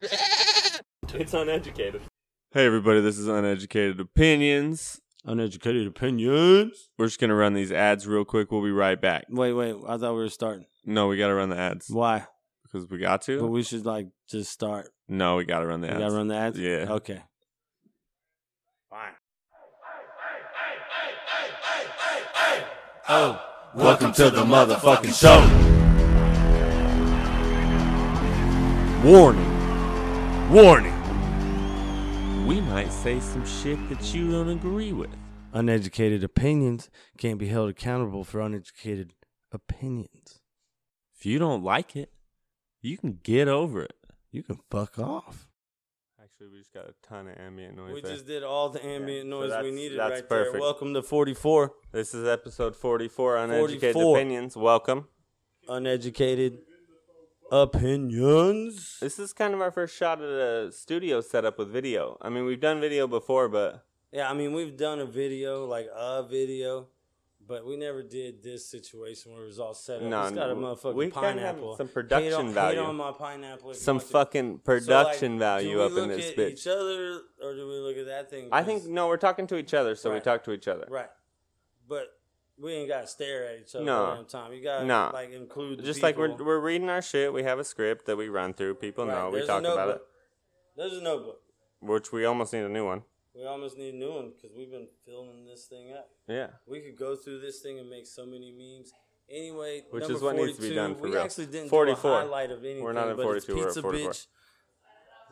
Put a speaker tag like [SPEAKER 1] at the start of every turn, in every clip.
[SPEAKER 1] It's uneducated.
[SPEAKER 2] Hey, everybody, this is Uneducated Opinions.
[SPEAKER 3] Uneducated opinions.
[SPEAKER 2] We're just going to run these ads real quick. We'll be right back.
[SPEAKER 3] Wait, wait. I thought we were starting.
[SPEAKER 2] No, we got to run the ads
[SPEAKER 3] Why?
[SPEAKER 2] because we got
[SPEAKER 3] But
[SPEAKER 2] to.
[SPEAKER 3] we should like just start.
[SPEAKER 2] No, we got to run the
[SPEAKER 3] We gotta
[SPEAKER 2] ads.
[SPEAKER 3] run the ads.
[SPEAKER 2] Yeah.
[SPEAKER 3] Okay.
[SPEAKER 1] Fine.
[SPEAKER 3] Oh, welcome to the motherfucking show.
[SPEAKER 2] Warning. Warning. We might say some shit that you don't agree with.
[SPEAKER 3] Uneducated opinions can't be held accountable for uneducated opinions.
[SPEAKER 2] If you don't like it, you can get over it.
[SPEAKER 3] You can fuck off.
[SPEAKER 2] Actually, we just got a ton of ambient noise.
[SPEAKER 3] We
[SPEAKER 2] there.
[SPEAKER 3] just did all the
[SPEAKER 2] ambient
[SPEAKER 3] ambient
[SPEAKER 2] Yeah, so noise
[SPEAKER 3] noise
[SPEAKER 2] we
[SPEAKER 3] we
[SPEAKER 2] that's- needed
[SPEAKER 3] needed
[SPEAKER 2] that's right
[SPEAKER 3] right
[SPEAKER 2] there. perfect.
[SPEAKER 3] there. Welcome to 44
[SPEAKER 2] This is episode 44, Uneducated
[SPEAKER 3] 44.
[SPEAKER 2] Opinions. Welcome.
[SPEAKER 3] Uneducated Opinions.
[SPEAKER 2] This is kind of our first shot at a studio setup with video. I mean, we've done video before, but
[SPEAKER 3] Yeah, I mean, we've done a video, like a video, but we never did this situation where it was all set up.
[SPEAKER 2] No,
[SPEAKER 3] it's got a
[SPEAKER 2] no,
[SPEAKER 3] motherfucking
[SPEAKER 2] we gotta have
[SPEAKER 3] pineapple.
[SPEAKER 2] some
[SPEAKER 3] Hate
[SPEAKER 2] production
[SPEAKER 3] on- hate
[SPEAKER 2] value.
[SPEAKER 3] on my pineapple. if you
[SPEAKER 2] some
[SPEAKER 3] want to.
[SPEAKER 2] fucking
[SPEAKER 3] So, like,
[SPEAKER 2] production
[SPEAKER 3] do
[SPEAKER 2] value
[SPEAKER 3] we
[SPEAKER 2] up in
[SPEAKER 3] look
[SPEAKER 2] this
[SPEAKER 3] at
[SPEAKER 2] bitch.
[SPEAKER 3] Each other, or do we look at that thing?
[SPEAKER 2] I think,
[SPEAKER 3] 'Cause-
[SPEAKER 2] no, we're talking to each other, so we
[SPEAKER 3] Right.
[SPEAKER 2] talk to each other.
[SPEAKER 3] right, but we ain't got to stare at each other
[SPEAKER 2] No.
[SPEAKER 3] all the time. You got to
[SPEAKER 2] No.
[SPEAKER 3] like include the
[SPEAKER 2] Just like we're,
[SPEAKER 3] people.
[SPEAKER 2] we're reading our shit, we have a script that we run through. People
[SPEAKER 3] Right,
[SPEAKER 2] know, we
[SPEAKER 3] there's a
[SPEAKER 2] talk about it,
[SPEAKER 3] notebook. There's a notebook.
[SPEAKER 2] which we almost need a new one.
[SPEAKER 3] We almost need a new one because we've been filming this thing up.
[SPEAKER 2] Yeah.
[SPEAKER 3] We could go through this thing and make so many memes. Anyway,
[SPEAKER 2] Which
[SPEAKER 3] number
[SPEAKER 2] is what needs to be
[SPEAKER 3] 42,
[SPEAKER 2] done for
[SPEAKER 3] we
[SPEAKER 2] real.
[SPEAKER 3] actually didn't
[SPEAKER 2] 44.
[SPEAKER 3] do a highlight of anything.
[SPEAKER 2] We're not at
[SPEAKER 3] but it's
[SPEAKER 2] 42, we're at
[SPEAKER 3] pizza
[SPEAKER 2] 44.
[SPEAKER 3] bitch.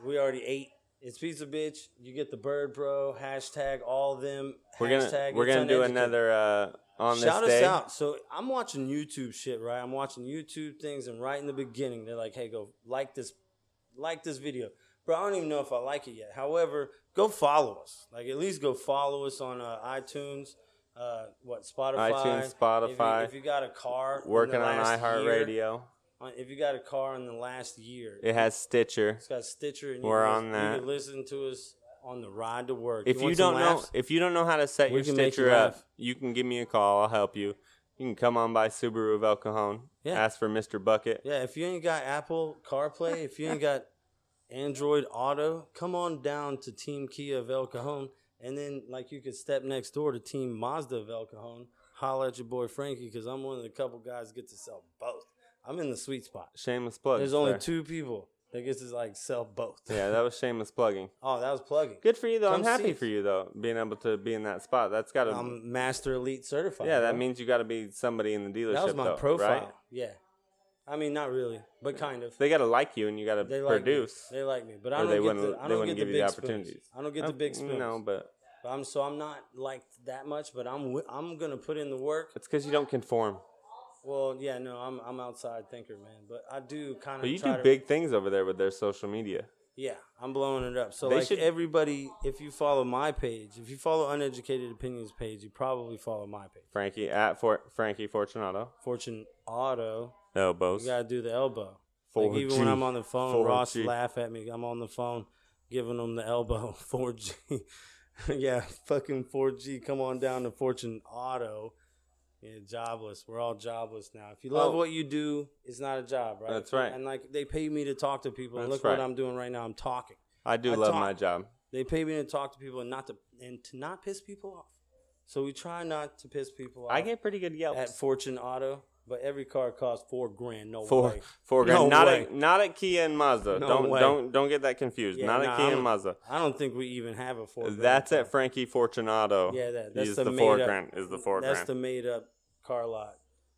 [SPEAKER 3] We already ate. It's pizza bitch. You get the bird, bro. Hashtag all them.
[SPEAKER 2] We're going to
[SPEAKER 3] Hashtag
[SPEAKER 2] we're
[SPEAKER 3] it's
[SPEAKER 2] gonna do
[SPEAKER 3] uneducated.
[SPEAKER 2] another uh, on
[SPEAKER 3] Shout
[SPEAKER 2] this
[SPEAKER 3] us
[SPEAKER 2] day.
[SPEAKER 3] out. So I'm watching YouTube shit, right? I'm watching YouTube things, and right in the beginning, they're like, "Hey, go like this, like this video." Bro, I don't even know if I like it yet. However, go follow us. Like at least go follow us on uh, iTunes, uh, what Spotify,
[SPEAKER 2] iTunes,
[SPEAKER 3] If you-
[SPEAKER 2] Spotify.
[SPEAKER 3] If you, got a car, in the
[SPEAKER 2] Working on
[SPEAKER 3] last
[SPEAKER 2] iHeartRadio.
[SPEAKER 3] year- on- If you got a car in the last year,
[SPEAKER 2] It has Stitcher.
[SPEAKER 3] it's got Stitcher, and
[SPEAKER 2] We're
[SPEAKER 3] you can,
[SPEAKER 2] on that.
[SPEAKER 3] You can listen to us on the ride to work.
[SPEAKER 2] If you,
[SPEAKER 3] want some
[SPEAKER 2] don't know,
[SPEAKER 3] laughs?
[SPEAKER 2] if you don't know how to set
[SPEAKER 3] We
[SPEAKER 2] your
[SPEAKER 3] can make you
[SPEAKER 2] Stitcher up,
[SPEAKER 3] laugh.
[SPEAKER 2] you can give me a call. I'll help you. You can come on by Subaru of El Cajon.
[SPEAKER 3] Yeah.
[SPEAKER 2] Ask for Mr. Bucket.
[SPEAKER 3] Yeah, if you ain't got Apple CarPlay, if you ain't got Android Auto, come on down to Team Kia of El Cajon, and then like you could step next door to Team Mazda of El Cajon. Holla at your boy Frankie because I'm one of the couple guys that get to sell both. I'm in the sweet spot.
[SPEAKER 2] Shameless plug.
[SPEAKER 3] There's only
[SPEAKER 2] sir.
[SPEAKER 3] two people that gets to like sell both.
[SPEAKER 2] Yeah, that was shameless plugging.
[SPEAKER 3] Oh, that was plugging.
[SPEAKER 2] Good for you though. I'm
[SPEAKER 3] Come
[SPEAKER 2] happy
[SPEAKER 3] see us.
[SPEAKER 2] for you though, being able to be in that spot. That's got to.
[SPEAKER 3] I'm Master Elite certified.
[SPEAKER 2] yeah, that
[SPEAKER 3] bro.
[SPEAKER 2] means you got to be somebody in the dealership.
[SPEAKER 3] that was my
[SPEAKER 2] though,
[SPEAKER 3] profile.
[SPEAKER 2] Right?
[SPEAKER 3] Yeah, I mean not really, but kind of.
[SPEAKER 2] They got to like you, and you got to
[SPEAKER 3] They like
[SPEAKER 2] produce.
[SPEAKER 3] Me. They like me, but
[SPEAKER 2] Or
[SPEAKER 3] I don't
[SPEAKER 2] they
[SPEAKER 3] get
[SPEAKER 2] wouldn't-
[SPEAKER 3] the, I
[SPEAKER 2] they
[SPEAKER 3] don't
[SPEAKER 2] wouldn't
[SPEAKER 3] get the
[SPEAKER 2] give you
[SPEAKER 3] big
[SPEAKER 2] the
[SPEAKER 3] spoons.
[SPEAKER 2] opportunities.
[SPEAKER 3] I don't get the
[SPEAKER 2] Uh,
[SPEAKER 3] big spoons.
[SPEAKER 2] No, but
[SPEAKER 3] But I'm so I'm not liked that much, but I'm wi- I'm gonna put in the work.
[SPEAKER 2] it's because you don't conform.
[SPEAKER 3] Well, yeah, no, I'm I'm outside thinker, man. But I do kind of.
[SPEAKER 2] But you do big things over there with their social media.
[SPEAKER 3] Yeah, I'm blowing it up. So
[SPEAKER 2] They
[SPEAKER 3] like
[SPEAKER 2] should-
[SPEAKER 3] everybody, if you follow my page, if you follow Uneducated Opinions page, you probably follow my page.
[SPEAKER 2] Frankie at for- Frankie Fortunato.
[SPEAKER 3] Fortune Auto,
[SPEAKER 2] Elbows.
[SPEAKER 3] you gotta do the elbow. Like even when I'm on the phone,
[SPEAKER 2] 4G.
[SPEAKER 3] Ross laugh at me. I'm on the phone giving him the elbow. 4G. yeah, fucking 4G. Come on down to Fortune Auto. Yeah, jobless. We're all jobless now. If you love
[SPEAKER 2] Oh.
[SPEAKER 3] what you do, it's not a job, right?
[SPEAKER 2] That's right.
[SPEAKER 3] And like they pay me to talk to people. And
[SPEAKER 2] That's
[SPEAKER 3] look
[SPEAKER 2] right.
[SPEAKER 3] what I'm doing right now. I'm talking.
[SPEAKER 2] I do
[SPEAKER 3] I
[SPEAKER 2] love
[SPEAKER 3] talk-
[SPEAKER 2] my job.
[SPEAKER 3] They pay me to talk to people and not to and to not piss people off. So we try not to piss people off
[SPEAKER 2] I get pretty good yelps.
[SPEAKER 3] at Fortune Auto, but every car costs four grand. No
[SPEAKER 2] Four,
[SPEAKER 3] way.
[SPEAKER 2] four grand.
[SPEAKER 3] No
[SPEAKER 2] not
[SPEAKER 3] way.
[SPEAKER 2] at not at Kia and Mazda.
[SPEAKER 3] No
[SPEAKER 2] don't
[SPEAKER 3] way.
[SPEAKER 2] don't don't get that confused.
[SPEAKER 3] Yeah,
[SPEAKER 2] not at
[SPEAKER 3] nah,
[SPEAKER 2] Kia
[SPEAKER 3] I'm-
[SPEAKER 2] and Mazda.
[SPEAKER 3] I don't think we even have a four. grand
[SPEAKER 2] That's
[SPEAKER 3] car.
[SPEAKER 2] at Frankie Fortunato.
[SPEAKER 3] Yeah, that, that's
[SPEAKER 2] is
[SPEAKER 3] the,
[SPEAKER 2] the
[SPEAKER 3] made
[SPEAKER 2] four
[SPEAKER 3] up,
[SPEAKER 2] grand. Is the four
[SPEAKER 3] That's
[SPEAKER 2] grand.
[SPEAKER 3] the made up car lot.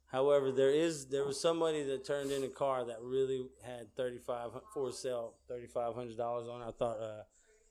[SPEAKER 3] However, there is there was somebody that turned in a car that really had thirty five for sale thirty five hundred dollars on. it. I thought uh,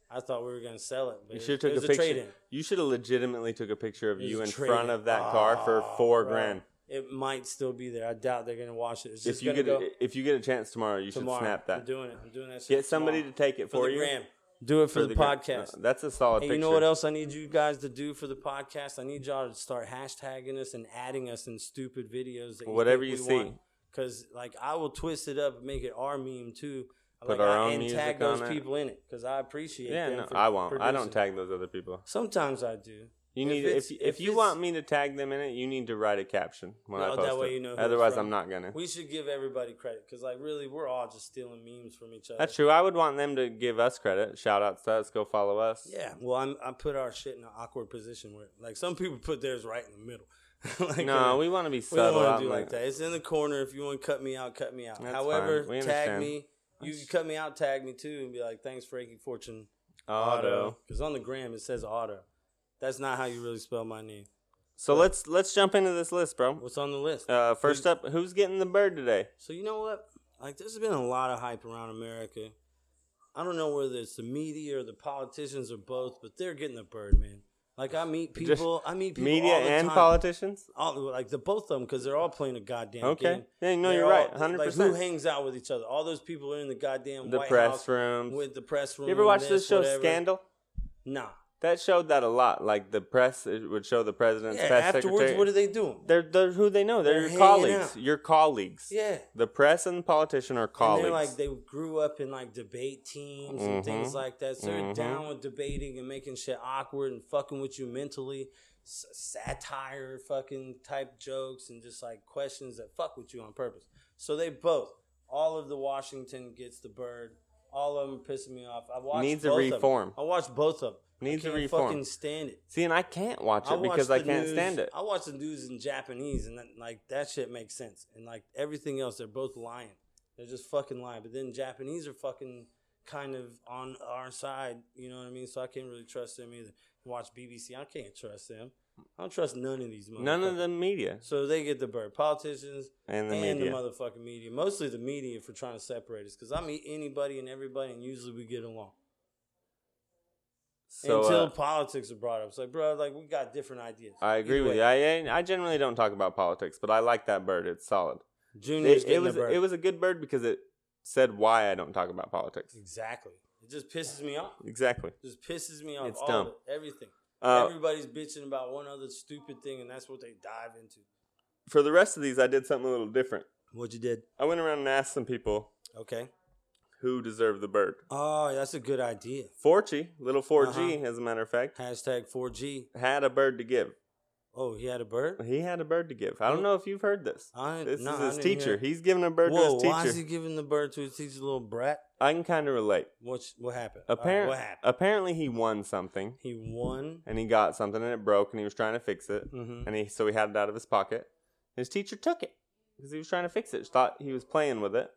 [SPEAKER 3] I thought we were gonna sell it. But
[SPEAKER 2] you
[SPEAKER 3] it-
[SPEAKER 2] should
[SPEAKER 3] it
[SPEAKER 2] have
[SPEAKER 3] was
[SPEAKER 2] took a picture.
[SPEAKER 3] trade-in.
[SPEAKER 2] you should have legitimately took a picture of
[SPEAKER 3] It was
[SPEAKER 2] you
[SPEAKER 3] a
[SPEAKER 2] in
[SPEAKER 3] trade-in.
[SPEAKER 2] front of that car for
[SPEAKER 3] Ah,
[SPEAKER 2] four
[SPEAKER 3] bro.
[SPEAKER 2] grand.
[SPEAKER 3] It might still be there. I doubt they're gonna wash it. It's just
[SPEAKER 2] If you
[SPEAKER 3] gonna
[SPEAKER 2] get
[SPEAKER 3] go
[SPEAKER 2] a, if you get a chance tomorrow, you
[SPEAKER 3] tomorrow.
[SPEAKER 2] should snap
[SPEAKER 3] I'm
[SPEAKER 2] that.
[SPEAKER 3] doing it. I'm doing that. Shit
[SPEAKER 2] Get somebody
[SPEAKER 3] tomorrow.
[SPEAKER 2] to take it for,
[SPEAKER 3] the
[SPEAKER 2] you
[SPEAKER 3] gram. Do it for, the,
[SPEAKER 2] gram.
[SPEAKER 3] podcast.
[SPEAKER 2] No, that's a solid
[SPEAKER 3] And
[SPEAKER 2] picture.
[SPEAKER 3] you know what else I need you guys to do for the podcast? I need y'all to start hashtagging us and adding us in stupid videos. That
[SPEAKER 2] Whatever you see.
[SPEAKER 3] Because, like, I will twist it up and make it our meme, too.
[SPEAKER 2] Put
[SPEAKER 3] Like,
[SPEAKER 2] our
[SPEAKER 3] I,
[SPEAKER 2] own
[SPEAKER 3] and
[SPEAKER 2] music
[SPEAKER 3] tag those
[SPEAKER 2] on it.
[SPEAKER 3] people in it because I appreciate
[SPEAKER 2] Yeah,
[SPEAKER 3] them
[SPEAKER 2] no,
[SPEAKER 3] for
[SPEAKER 2] I won't. I don't
[SPEAKER 3] producing.
[SPEAKER 2] tag those other people.
[SPEAKER 3] Sometimes I do.
[SPEAKER 2] You
[SPEAKER 3] If
[SPEAKER 2] need
[SPEAKER 3] it's-
[SPEAKER 2] if if,
[SPEAKER 3] if
[SPEAKER 2] you
[SPEAKER 3] it's-
[SPEAKER 2] want me to tag them in it, you need to write a caption when I
[SPEAKER 3] No,
[SPEAKER 2] post
[SPEAKER 3] that
[SPEAKER 2] it.
[SPEAKER 3] way you know who it's
[SPEAKER 2] Otherwise,
[SPEAKER 3] from.
[SPEAKER 2] I'm not gonna.
[SPEAKER 3] We should give everybody credit because, like, really, we're all just stealing memes from each other.
[SPEAKER 2] That's true. I would want them to give us credit. Shout outs to us. Go follow us.
[SPEAKER 3] Yeah. Well, I'm, I put our shit in an awkward position where, like, some people put theirs right in the middle. like,
[SPEAKER 2] no,
[SPEAKER 3] uh,
[SPEAKER 2] we want to be
[SPEAKER 3] we don't
[SPEAKER 2] subtle.
[SPEAKER 3] want
[SPEAKER 2] I'm
[SPEAKER 3] to do
[SPEAKER 2] like,
[SPEAKER 3] like that. It's in the corner. If you want to cut me out, cut me out.
[SPEAKER 2] That's
[SPEAKER 3] However,
[SPEAKER 2] fine. We
[SPEAKER 3] tag
[SPEAKER 2] understand.
[SPEAKER 3] me. You can cut me out, tag me too, and be like, "Thanks, Frankie Fortune."
[SPEAKER 2] Auto.
[SPEAKER 3] Because on the gram it says auto. That's not how you really spell my name.
[SPEAKER 2] So let's let's jump into this list, bro.
[SPEAKER 3] What's on the list?
[SPEAKER 2] Uh, first up, who's getting the bird today?
[SPEAKER 3] So you know what? Like there's been a lot of hype around America. I don't know whether it's the media or the politicians or both, but they're getting the bird, man. Like I meet
[SPEAKER 2] Just
[SPEAKER 3] people, I meet people
[SPEAKER 2] Media
[SPEAKER 3] all the
[SPEAKER 2] and
[SPEAKER 3] time.
[SPEAKER 2] politicians.
[SPEAKER 3] all, like the both of them because they're all playing a goddamn
[SPEAKER 2] Okay.
[SPEAKER 3] game.
[SPEAKER 2] Yeah, no,
[SPEAKER 3] They're
[SPEAKER 2] you're right.
[SPEAKER 3] all-
[SPEAKER 2] 100%.
[SPEAKER 3] Like, who hangs out with each other? All those people are in the goddamn
[SPEAKER 2] The
[SPEAKER 3] White
[SPEAKER 2] press
[SPEAKER 3] House
[SPEAKER 2] rooms.
[SPEAKER 3] with the press room.
[SPEAKER 2] You ever watch
[SPEAKER 3] this,
[SPEAKER 2] this show
[SPEAKER 3] whatever.
[SPEAKER 2] Scandal?
[SPEAKER 3] Nah.
[SPEAKER 2] That showed that a lot. Like the press it would show the president's
[SPEAKER 3] Yeah.
[SPEAKER 2] press
[SPEAKER 3] Afterwards,
[SPEAKER 2] secretary.
[SPEAKER 3] what are they doing?
[SPEAKER 2] they're, they're who they know. They're,
[SPEAKER 3] They're
[SPEAKER 2] your
[SPEAKER 3] hanging
[SPEAKER 2] colleagues.
[SPEAKER 3] out.
[SPEAKER 2] Your colleagues.
[SPEAKER 3] yeah.
[SPEAKER 2] The press and the politician are
[SPEAKER 3] And
[SPEAKER 2] colleagues.
[SPEAKER 3] they're like they grew up in like debate teams and things like that. So they're
[SPEAKER 2] Mhm.
[SPEAKER 3] down with debating and making shit awkward and fucking with you mentally. S- satire, fucking type jokes and just like questions that fuck with you on purpose. So they both, all of the Washington gets the bird. All of them are pissing me off. I watched
[SPEAKER 2] Needs a
[SPEAKER 3] both of 'em.
[SPEAKER 2] reform.
[SPEAKER 3] I watched both of them.
[SPEAKER 2] Needs a
[SPEAKER 3] I can't
[SPEAKER 2] reform.
[SPEAKER 3] Fucking stand it.
[SPEAKER 2] See, and I can't watch it
[SPEAKER 3] watch
[SPEAKER 2] because I
[SPEAKER 3] the
[SPEAKER 2] can't
[SPEAKER 3] news-
[SPEAKER 2] stand it.
[SPEAKER 3] I watch the news in Japanese, and that, like that shit makes sense. And like everything else, they're both lying. They're just fucking lying. But then Japanese are fucking kind of on our side. You know what I mean? So I can't really trust them either. Watch BBC. I can't trust them. I don't trust none of these.
[SPEAKER 2] None of
[SPEAKER 3] motherfuckers.
[SPEAKER 2] the media
[SPEAKER 3] So they get the bird. Politicians
[SPEAKER 2] and the
[SPEAKER 3] and
[SPEAKER 2] media.
[SPEAKER 3] the motherfucking media, mostly the media, for trying to separate us. Because I meet anybody and everybody, and usually we get along
[SPEAKER 2] so
[SPEAKER 3] until
[SPEAKER 2] uh,
[SPEAKER 3] politics are brought up. It's like, bro, like we got different ideas.
[SPEAKER 2] I agree
[SPEAKER 3] Either
[SPEAKER 2] with
[SPEAKER 3] way,
[SPEAKER 2] you. I ain't- I generally don't talk about politics, but I like that bird. It's solid.
[SPEAKER 3] Junior's
[SPEAKER 2] It,
[SPEAKER 3] getting
[SPEAKER 2] it was
[SPEAKER 3] the bird.
[SPEAKER 2] it was a good bird because it said why I don't talk about politics.
[SPEAKER 3] Exactly. It just pisses me off.
[SPEAKER 2] Exactly.
[SPEAKER 3] Just pisses me off.
[SPEAKER 2] It's
[SPEAKER 3] all
[SPEAKER 2] dumb.
[SPEAKER 3] Of it, everything.
[SPEAKER 2] Uh,
[SPEAKER 3] Everybody's bitching about one other stupid thing, and that's what they dive into.
[SPEAKER 2] for the rest of these, I did something a little different.
[SPEAKER 3] What you did?
[SPEAKER 2] I went around and asked some people
[SPEAKER 3] Okay.
[SPEAKER 2] who deserved the bird.
[SPEAKER 3] Oh, that's a good idea.
[SPEAKER 2] 4G, little
[SPEAKER 3] Uh-huh.
[SPEAKER 2] 4G, as a matter of fact,
[SPEAKER 3] Hashtag 4G.
[SPEAKER 2] had a bird to give.
[SPEAKER 3] Oh, he had a bird.
[SPEAKER 2] He had a bird to give. I don't know if you've heard this.
[SPEAKER 3] I-
[SPEAKER 2] this
[SPEAKER 3] no, I
[SPEAKER 2] is his
[SPEAKER 3] didn't
[SPEAKER 2] teacher.
[SPEAKER 3] hear-
[SPEAKER 2] He's giving a bird
[SPEAKER 3] Whoa!
[SPEAKER 2] to
[SPEAKER 3] Why
[SPEAKER 2] his
[SPEAKER 3] is
[SPEAKER 2] teacher.
[SPEAKER 3] he giving the bird to his teacher, little brat?
[SPEAKER 2] I can kind of relate.
[SPEAKER 3] What? What happened? All right,
[SPEAKER 2] Apparently,
[SPEAKER 3] what happened?
[SPEAKER 2] apparently he won something
[SPEAKER 3] He won.
[SPEAKER 2] and he got something and it broke and he was trying to fix it
[SPEAKER 3] Mhm.
[SPEAKER 2] and he so he had it out of his pocket. His teacher took it because he was trying to fix it. She thought he was playing with it.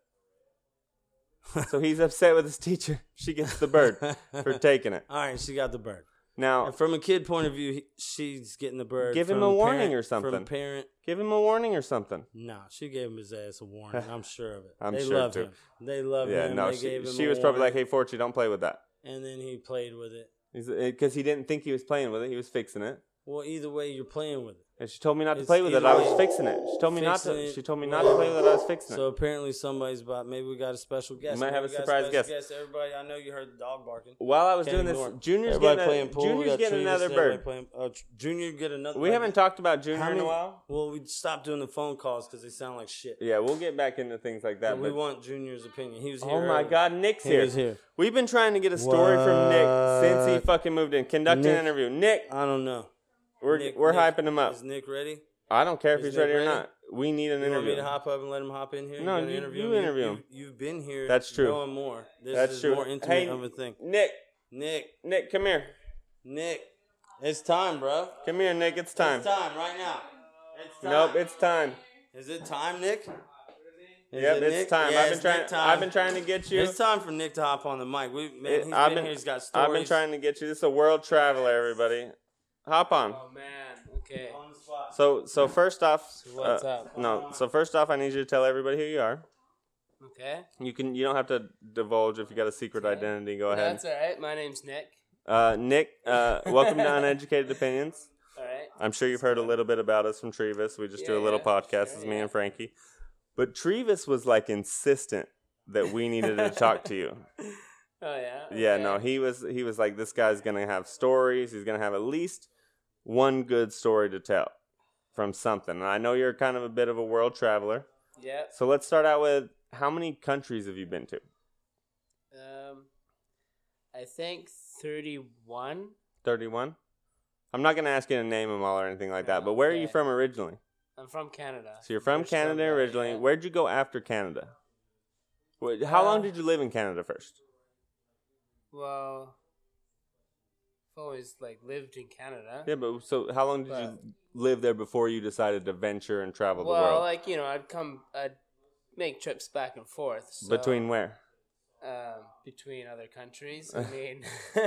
[SPEAKER 2] so he's upset with his teacher. She gets the bird for taking it.
[SPEAKER 3] All right, she got the bird.
[SPEAKER 2] Now,
[SPEAKER 3] And from a kid point of view, he, she's getting the bird.
[SPEAKER 2] Oh. Give him
[SPEAKER 3] from
[SPEAKER 2] a warning
[SPEAKER 3] parent-
[SPEAKER 2] or
[SPEAKER 3] From
[SPEAKER 2] something.
[SPEAKER 3] parent
[SPEAKER 2] give him a warning or something.
[SPEAKER 3] Nah, she gave him his ass a warning. I'm sure of it.
[SPEAKER 2] I'm
[SPEAKER 3] they
[SPEAKER 2] sure,
[SPEAKER 3] love
[SPEAKER 2] too.
[SPEAKER 3] him. They love
[SPEAKER 2] Yeah,
[SPEAKER 3] him.
[SPEAKER 2] no,
[SPEAKER 3] they
[SPEAKER 2] she,
[SPEAKER 3] gave him
[SPEAKER 2] she
[SPEAKER 3] a
[SPEAKER 2] was probably like,
[SPEAKER 3] warning,
[SPEAKER 2] "Hey, Fortune, don't play with that,"
[SPEAKER 3] and then he played with it.
[SPEAKER 2] because he didn't think he was playing with it. He was fixing it,
[SPEAKER 3] Well, either way, you're playing with it.
[SPEAKER 2] and she told me not to
[SPEAKER 3] It's
[SPEAKER 2] play with it. I was
[SPEAKER 3] either
[SPEAKER 2] fixing it. She told me not
[SPEAKER 3] fixing
[SPEAKER 2] to.
[SPEAKER 3] it,
[SPEAKER 2] She told me not to play with it. I was fixing
[SPEAKER 3] So
[SPEAKER 2] it.
[SPEAKER 3] apparently somebody's about. Maybe we got a special guest.
[SPEAKER 2] might
[SPEAKER 3] Maybe
[SPEAKER 2] have
[SPEAKER 3] we
[SPEAKER 2] a
[SPEAKER 3] got
[SPEAKER 2] surprise
[SPEAKER 3] special
[SPEAKER 2] guest.
[SPEAKER 3] Everybody, I know you heard the dog barking.
[SPEAKER 2] While I was
[SPEAKER 3] Can't
[SPEAKER 2] doing this,
[SPEAKER 3] ignore it.
[SPEAKER 2] Junior's
[SPEAKER 3] Everybody
[SPEAKER 2] getting,
[SPEAKER 3] playing
[SPEAKER 2] a,
[SPEAKER 3] pool. we
[SPEAKER 2] Junior's
[SPEAKER 3] got
[SPEAKER 2] getting
[SPEAKER 3] Trinity,
[SPEAKER 2] another
[SPEAKER 3] everybody
[SPEAKER 2] bird.
[SPEAKER 3] Playing, uh, Tr- Junior get another.
[SPEAKER 2] We
[SPEAKER 3] like,
[SPEAKER 2] haven't talked about Junior
[SPEAKER 3] how
[SPEAKER 2] in a
[SPEAKER 3] many-
[SPEAKER 2] while.
[SPEAKER 3] Well, we stopped doing the phone calls because they sound like shit.
[SPEAKER 2] Yeah, we'll get back into things like that.
[SPEAKER 3] But we
[SPEAKER 2] but-
[SPEAKER 3] want Junior's opinion. He was here.
[SPEAKER 2] oh my
[SPEAKER 3] earlier.
[SPEAKER 2] God, Nick's
[SPEAKER 3] He
[SPEAKER 2] here.
[SPEAKER 3] was here.
[SPEAKER 2] We've been trying to get a story from Nick since he
[SPEAKER 3] What?
[SPEAKER 2] fucking moved in. Conduct an
[SPEAKER 3] Nick-
[SPEAKER 2] interview. Nick,
[SPEAKER 3] I don't know.
[SPEAKER 2] we're
[SPEAKER 3] Nick-
[SPEAKER 2] we're
[SPEAKER 3] Nick-
[SPEAKER 2] hyping him up.
[SPEAKER 3] Is Nick ready?
[SPEAKER 2] I don't care if
[SPEAKER 3] is
[SPEAKER 2] he's
[SPEAKER 3] Nick
[SPEAKER 2] ready or
[SPEAKER 3] ready?
[SPEAKER 2] not. We need an
[SPEAKER 3] You want
[SPEAKER 2] interview.
[SPEAKER 3] me to hop up and let him hop in here?
[SPEAKER 2] No,
[SPEAKER 3] gonna
[SPEAKER 2] you- you
[SPEAKER 3] You-
[SPEAKER 2] interview him.
[SPEAKER 3] You, have been here.
[SPEAKER 2] That's true.
[SPEAKER 3] Knowing more. This
[SPEAKER 2] That's
[SPEAKER 3] is
[SPEAKER 2] true.
[SPEAKER 3] more intimate
[SPEAKER 2] Hey-
[SPEAKER 3] of a thing.
[SPEAKER 2] Nick,
[SPEAKER 3] Nick,
[SPEAKER 2] Nick, come here.
[SPEAKER 3] Nick, it's time, bro.
[SPEAKER 2] Come here, Nick. It's time.
[SPEAKER 3] It's time right now. It's time.
[SPEAKER 2] Nope, it's time.
[SPEAKER 3] is it time, Nick? Is
[SPEAKER 2] yep,
[SPEAKER 3] it
[SPEAKER 2] it's
[SPEAKER 3] Nick?
[SPEAKER 2] time.
[SPEAKER 3] Yeah,
[SPEAKER 2] I've been
[SPEAKER 3] it's Nick
[SPEAKER 2] trying.
[SPEAKER 3] time.
[SPEAKER 2] I've been trying to get you.
[SPEAKER 3] It's time for Nick to hop on the mic. We man,
[SPEAKER 2] It-
[SPEAKER 3] he's
[SPEAKER 2] I've
[SPEAKER 3] been,
[SPEAKER 2] been-
[SPEAKER 3] here. He's got stories.
[SPEAKER 2] I've been trying to get you. This is a world traveler, everybody. Hop on.
[SPEAKER 4] Oh man, okay.
[SPEAKER 3] on the spot.
[SPEAKER 2] So, so first off,
[SPEAKER 4] what's
[SPEAKER 2] uh,
[SPEAKER 4] up?
[SPEAKER 2] No, so first off, I need you to tell everybody who you are.
[SPEAKER 4] Okay.
[SPEAKER 2] You can. You don't have to divulge if you got a secret identity. Go ahead.
[SPEAKER 4] That's all right. My name's Nick.
[SPEAKER 2] Uh, Nick, uh, welcome to Uneducated Opinions.
[SPEAKER 4] All right.
[SPEAKER 2] I'm sure you've heard a little bit about us from Trevis. We just do a
[SPEAKER 4] Yeah,
[SPEAKER 2] little
[SPEAKER 4] yeah,
[SPEAKER 2] podcast.
[SPEAKER 4] sure,
[SPEAKER 2] it's me
[SPEAKER 4] yeah.
[SPEAKER 2] and Frankie. But Trevis was like insistent that we needed to talk to you.
[SPEAKER 4] Oh yeah.
[SPEAKER 2] Yeah,
[SPEAKER 4] okay.
[SPEAKER 2] no, he was he was like, this guy's gonna have stories. He's gonna have at least one good story to tell from something. And I know you're kind of a bit of a world traveler.
[SPEAKER 4] Yep.
[SPEAKER 2] So let's start out with how many countries have you been to?
[SPEAKER 4] Um, I think thirty-one.
[SPEAKER 2] Thirty-one. I'm not gonna ask you to name them all or anything like that.
[SPEAKER 4] No,
[SPEAKER 2] But where are you
[SPEAKER 4] okay.
[SPEAKER 2] from originally?
[SPEAKER 4] I'm from Canada.
[SPEAKER 2] So you're from
[SPEAKER 4] British
[SPEAKER 2] Canada
[SPEAKER 4] Columbia,
[SPEAKER 2] originally.
[SPEAKER 4] yeah.
[SPEAKER 2] Where'd you go after Canada? Wh- How long
[SPEAKER 4] Uh,
[SPEAKER 2] did you live in Canada first?
[SPEAKER 4] Well, I've always like lived in Canada.
[SPEAKER 2] Yeah, but so how long did you live there before you decided to venture and travel the
[SPEAKER 4] well,
[SPEAKER 2] world?
[SPEAKER 4] like you know, I'd come, I'd make trips back and forth so,
[SPEAKER 2] Between where?
[SPEAKER 4] um, between other countries. I mean,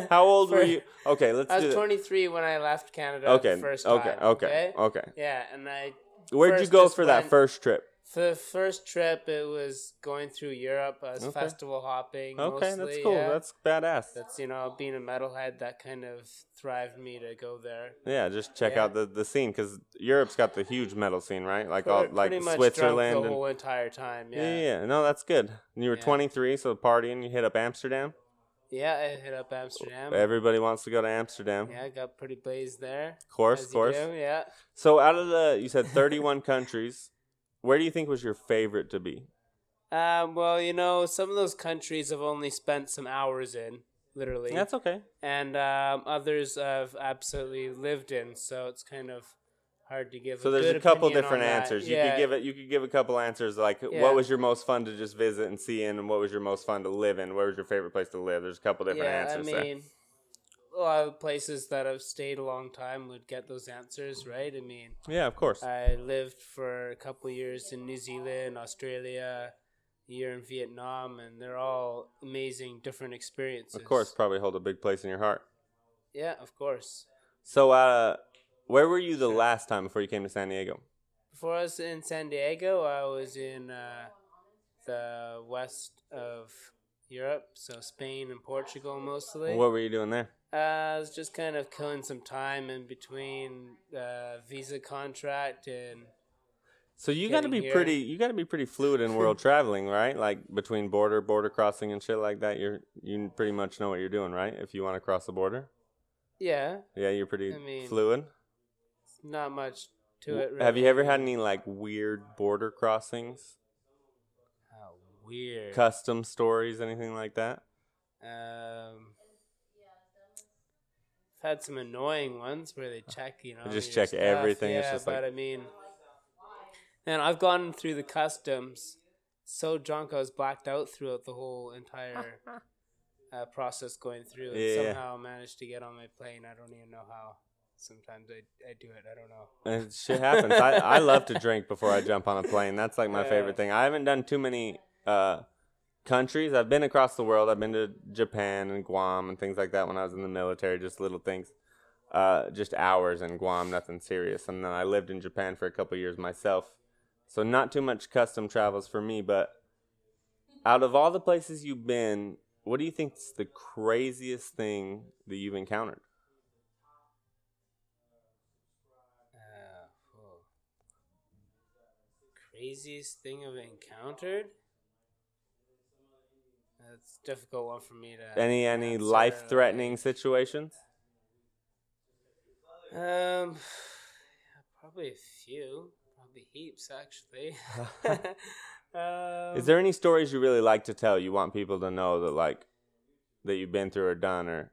[SPEAKER 2] How old were
[SPEAKER 4] for-
[SPEAKER 2] you? Okay, let's
[SPEAKER 4] I
[SPEAKER 2] do
[SPEAKER 4] was
[SPEAKER 2] that.
[SPEAKER 4] 23 when I left Canada.
[SPEAKER 2] Okay,
[SPEAKER 4] the first
[SPEAKER 2] okay,
[SPEAKER 4] time,
[SPEAKER 2] okay, okay.
[SPEAKER 4] Yeah, and I
[SPEAKER 2] Where'd you
[SPEAKER 4] first
[SPEAKER 2] go
[SPEAKER 4] just
[SPEAKER 2] for that
[SPEAKER 4] went-
[SPEAKER 2] first trip?
[SPEAKER 4] for the first trip it was going through Europe. I was
[SPEAKER 2] Okay.
[SPEAKER 4] festival hopping.
[SPEAKER 2] Okay,
[SPEAKER 4] mostly,
[SPEAKER 2] that's cool.
[SPEAKER 4] yeah.
[SPEAKER 2] That's badass.
[SPEAKER 4] that's you know being a metalhead that kind of thrived me to go there.
[SPEAKER 2] yeah, just check
[SPEAKER 4] Yeah.
[SPEAKER 2] out the, the scene because Europe's got the huge metal scene, right? Like all,
[SPEAKER 4] Pretty
[SPEAKER 2] like
[SPEAKER 4] much
[SPEAKER 2] Switzerland
[SPEAKER 4] drunk the
[SPEAKER 2] and
[SPEAKER 4] whole entire time.
[SPEAKER 2] yeah.
[SPEAKER 4] Yeah.
[SPEAKER 2] yeah, yeah. No, that's good. And you were
[SPEAKER 4] Yeah.
[SPEAKER 2] 23, so partying. You hit up Amsterdam.
[SPEAKER 4] Yeah, I hit up Amsterdam.
[SPEAKER 2] Everybody wants to go to Amsterdam.
[SPEAKER 4] yeah, I got pretty blazed there.
[SPEAKER 2] Of course,
[SPEAKER 4] as
[SPEAKER 2] of
[SPEAKER 4] you
[SPEAKER 2] course.
[SPEAKER 4] do, Yeah.
[SPEAKER 2] So out of the you said 31 countries, where do you think was your favorite to be?
[SPEAKER 4] Um, well, you know, some of those countries I've only spent some hours in, literally,
[SPEAKER 2] That's okay.
[SPEAKER 4] and um, others I've absolutely lived in. So it's kind of hard to give.
[SPEAKER 2] So
[SPEAKER 4] a
[SPEAKER 2] there's
[SPEAKER 4] good
[SPEAKER 2] a couple
[SPEAKER 4] opinion on
[SPEAKER 2] different
[SPEAKER 4] that.
[SPEAKER 2] answers. You
[SPEAKER 4] Yeah.
[SPEAKER 2] could give it. You could give a couple answers like,
[SPEAKER 4] Yeah.
[SPEAKER 2] what was your most fun to just visit and see in, and what was your most fun to live in? Where was your favorite place to live? There's a couple different answers
[SPEAKER 4] I
[SPEAKER 2] there.
[SPEAKER 4] mean, a lot of places that I've stayed a long time would get those answers, right? I mean,
[SPEAKER 2] Yeah, of course.
[SPEAKER 4] I lived for a couple years in New Zealand, Australia, a year in Vietnam, and they're all amazing, different experiences.
[SPEAKER 2] of course, probably hold a big place in your heart.
[SPEAKER 4] Yeah, of course.
[SPEAKER 2] So, uh, where were you the last time before you came to San Diego?
[SPEAKER 4] Before I was in San Diego, I was in uh, the west of Europe, so Spain and Portugal mostly.
[SPEAKER 2] What were you doing there?
[SPEAKER 4] Uh, I was just kind of killing some time in between uh, visa contract and
[SPEAKER 2] So you got to be
[SPEAKER 4] Getting here.
[SPEAKER 2] pretty. You got to be pretty fluid in world traveling, right? Like between border, border crossing, and shit like that. You're you pretty much know what you're doing, right? If you want to cross the border,
[SPEAKER 4] yeah,
[SPEAKER 2] yeah, you're pretty
[SPEAKER 4] I mean,
[SPEAKER 2] fluid.
[SPEAKER 4] not much to it. Really.
[SPEAKER 2] Have you ever had any like weird border crossings,
[SPEAKER 4] How weird.
[SPEAKER 2] custom stories, anything like that?
[SPEAKER 4] Um, I've had some annoying ones where they check, you know,
[SPEAKER 2] They just
[SPEAKER 4] your
[SPEAKER 2] check
[SPEAKER 4] stuff.
[SPEAKER 2] everything.
[SPEAKER 4] Yeah,
[SPEAKER 2] It's just like-
[SPEAKER 4] but I mean, man, I've gone through the customs so drunk I was blacked out throughout the whole entire uh, process going through, and
[SPEAKER 2] Yeah.
[SPEAKER 4] somehow managed to get on my plane. I don't even know how. Sometimes I, I do it. I don't know.
[SPEAKER 2] And Uh, shit happens. I, I love to drink before I jump on a plane. That's like my
[SPEAKER 4] Yeah.
[SPEAKER 2] favorite thing. I haven't done too many uh, countries. I've been across the world. I've been to Japan and Guam and things like that when I was in the military, just little things. Uh, just hours in Guam, nothing serious. And then I lived in Japan for a couple years myself. So not too much custom travels for me, but out of all the places you've been, what do you think's the craziest thing that you've encountered?
[SPEAKER 4] Uh, oh. Craziest thing I've encountered? That's a difficult one for me to.
[SPEAKER 2] Any any
[SPEAKER 4] answer,
[SPEAKER 2] life threatening situations?
[SPEAKER 4] like- Um, yeah, probably a few, probably heaps actually. um,
[SPEAKER 2] Is there any stories you really like to tell? You want people to know that like that you've been through or done or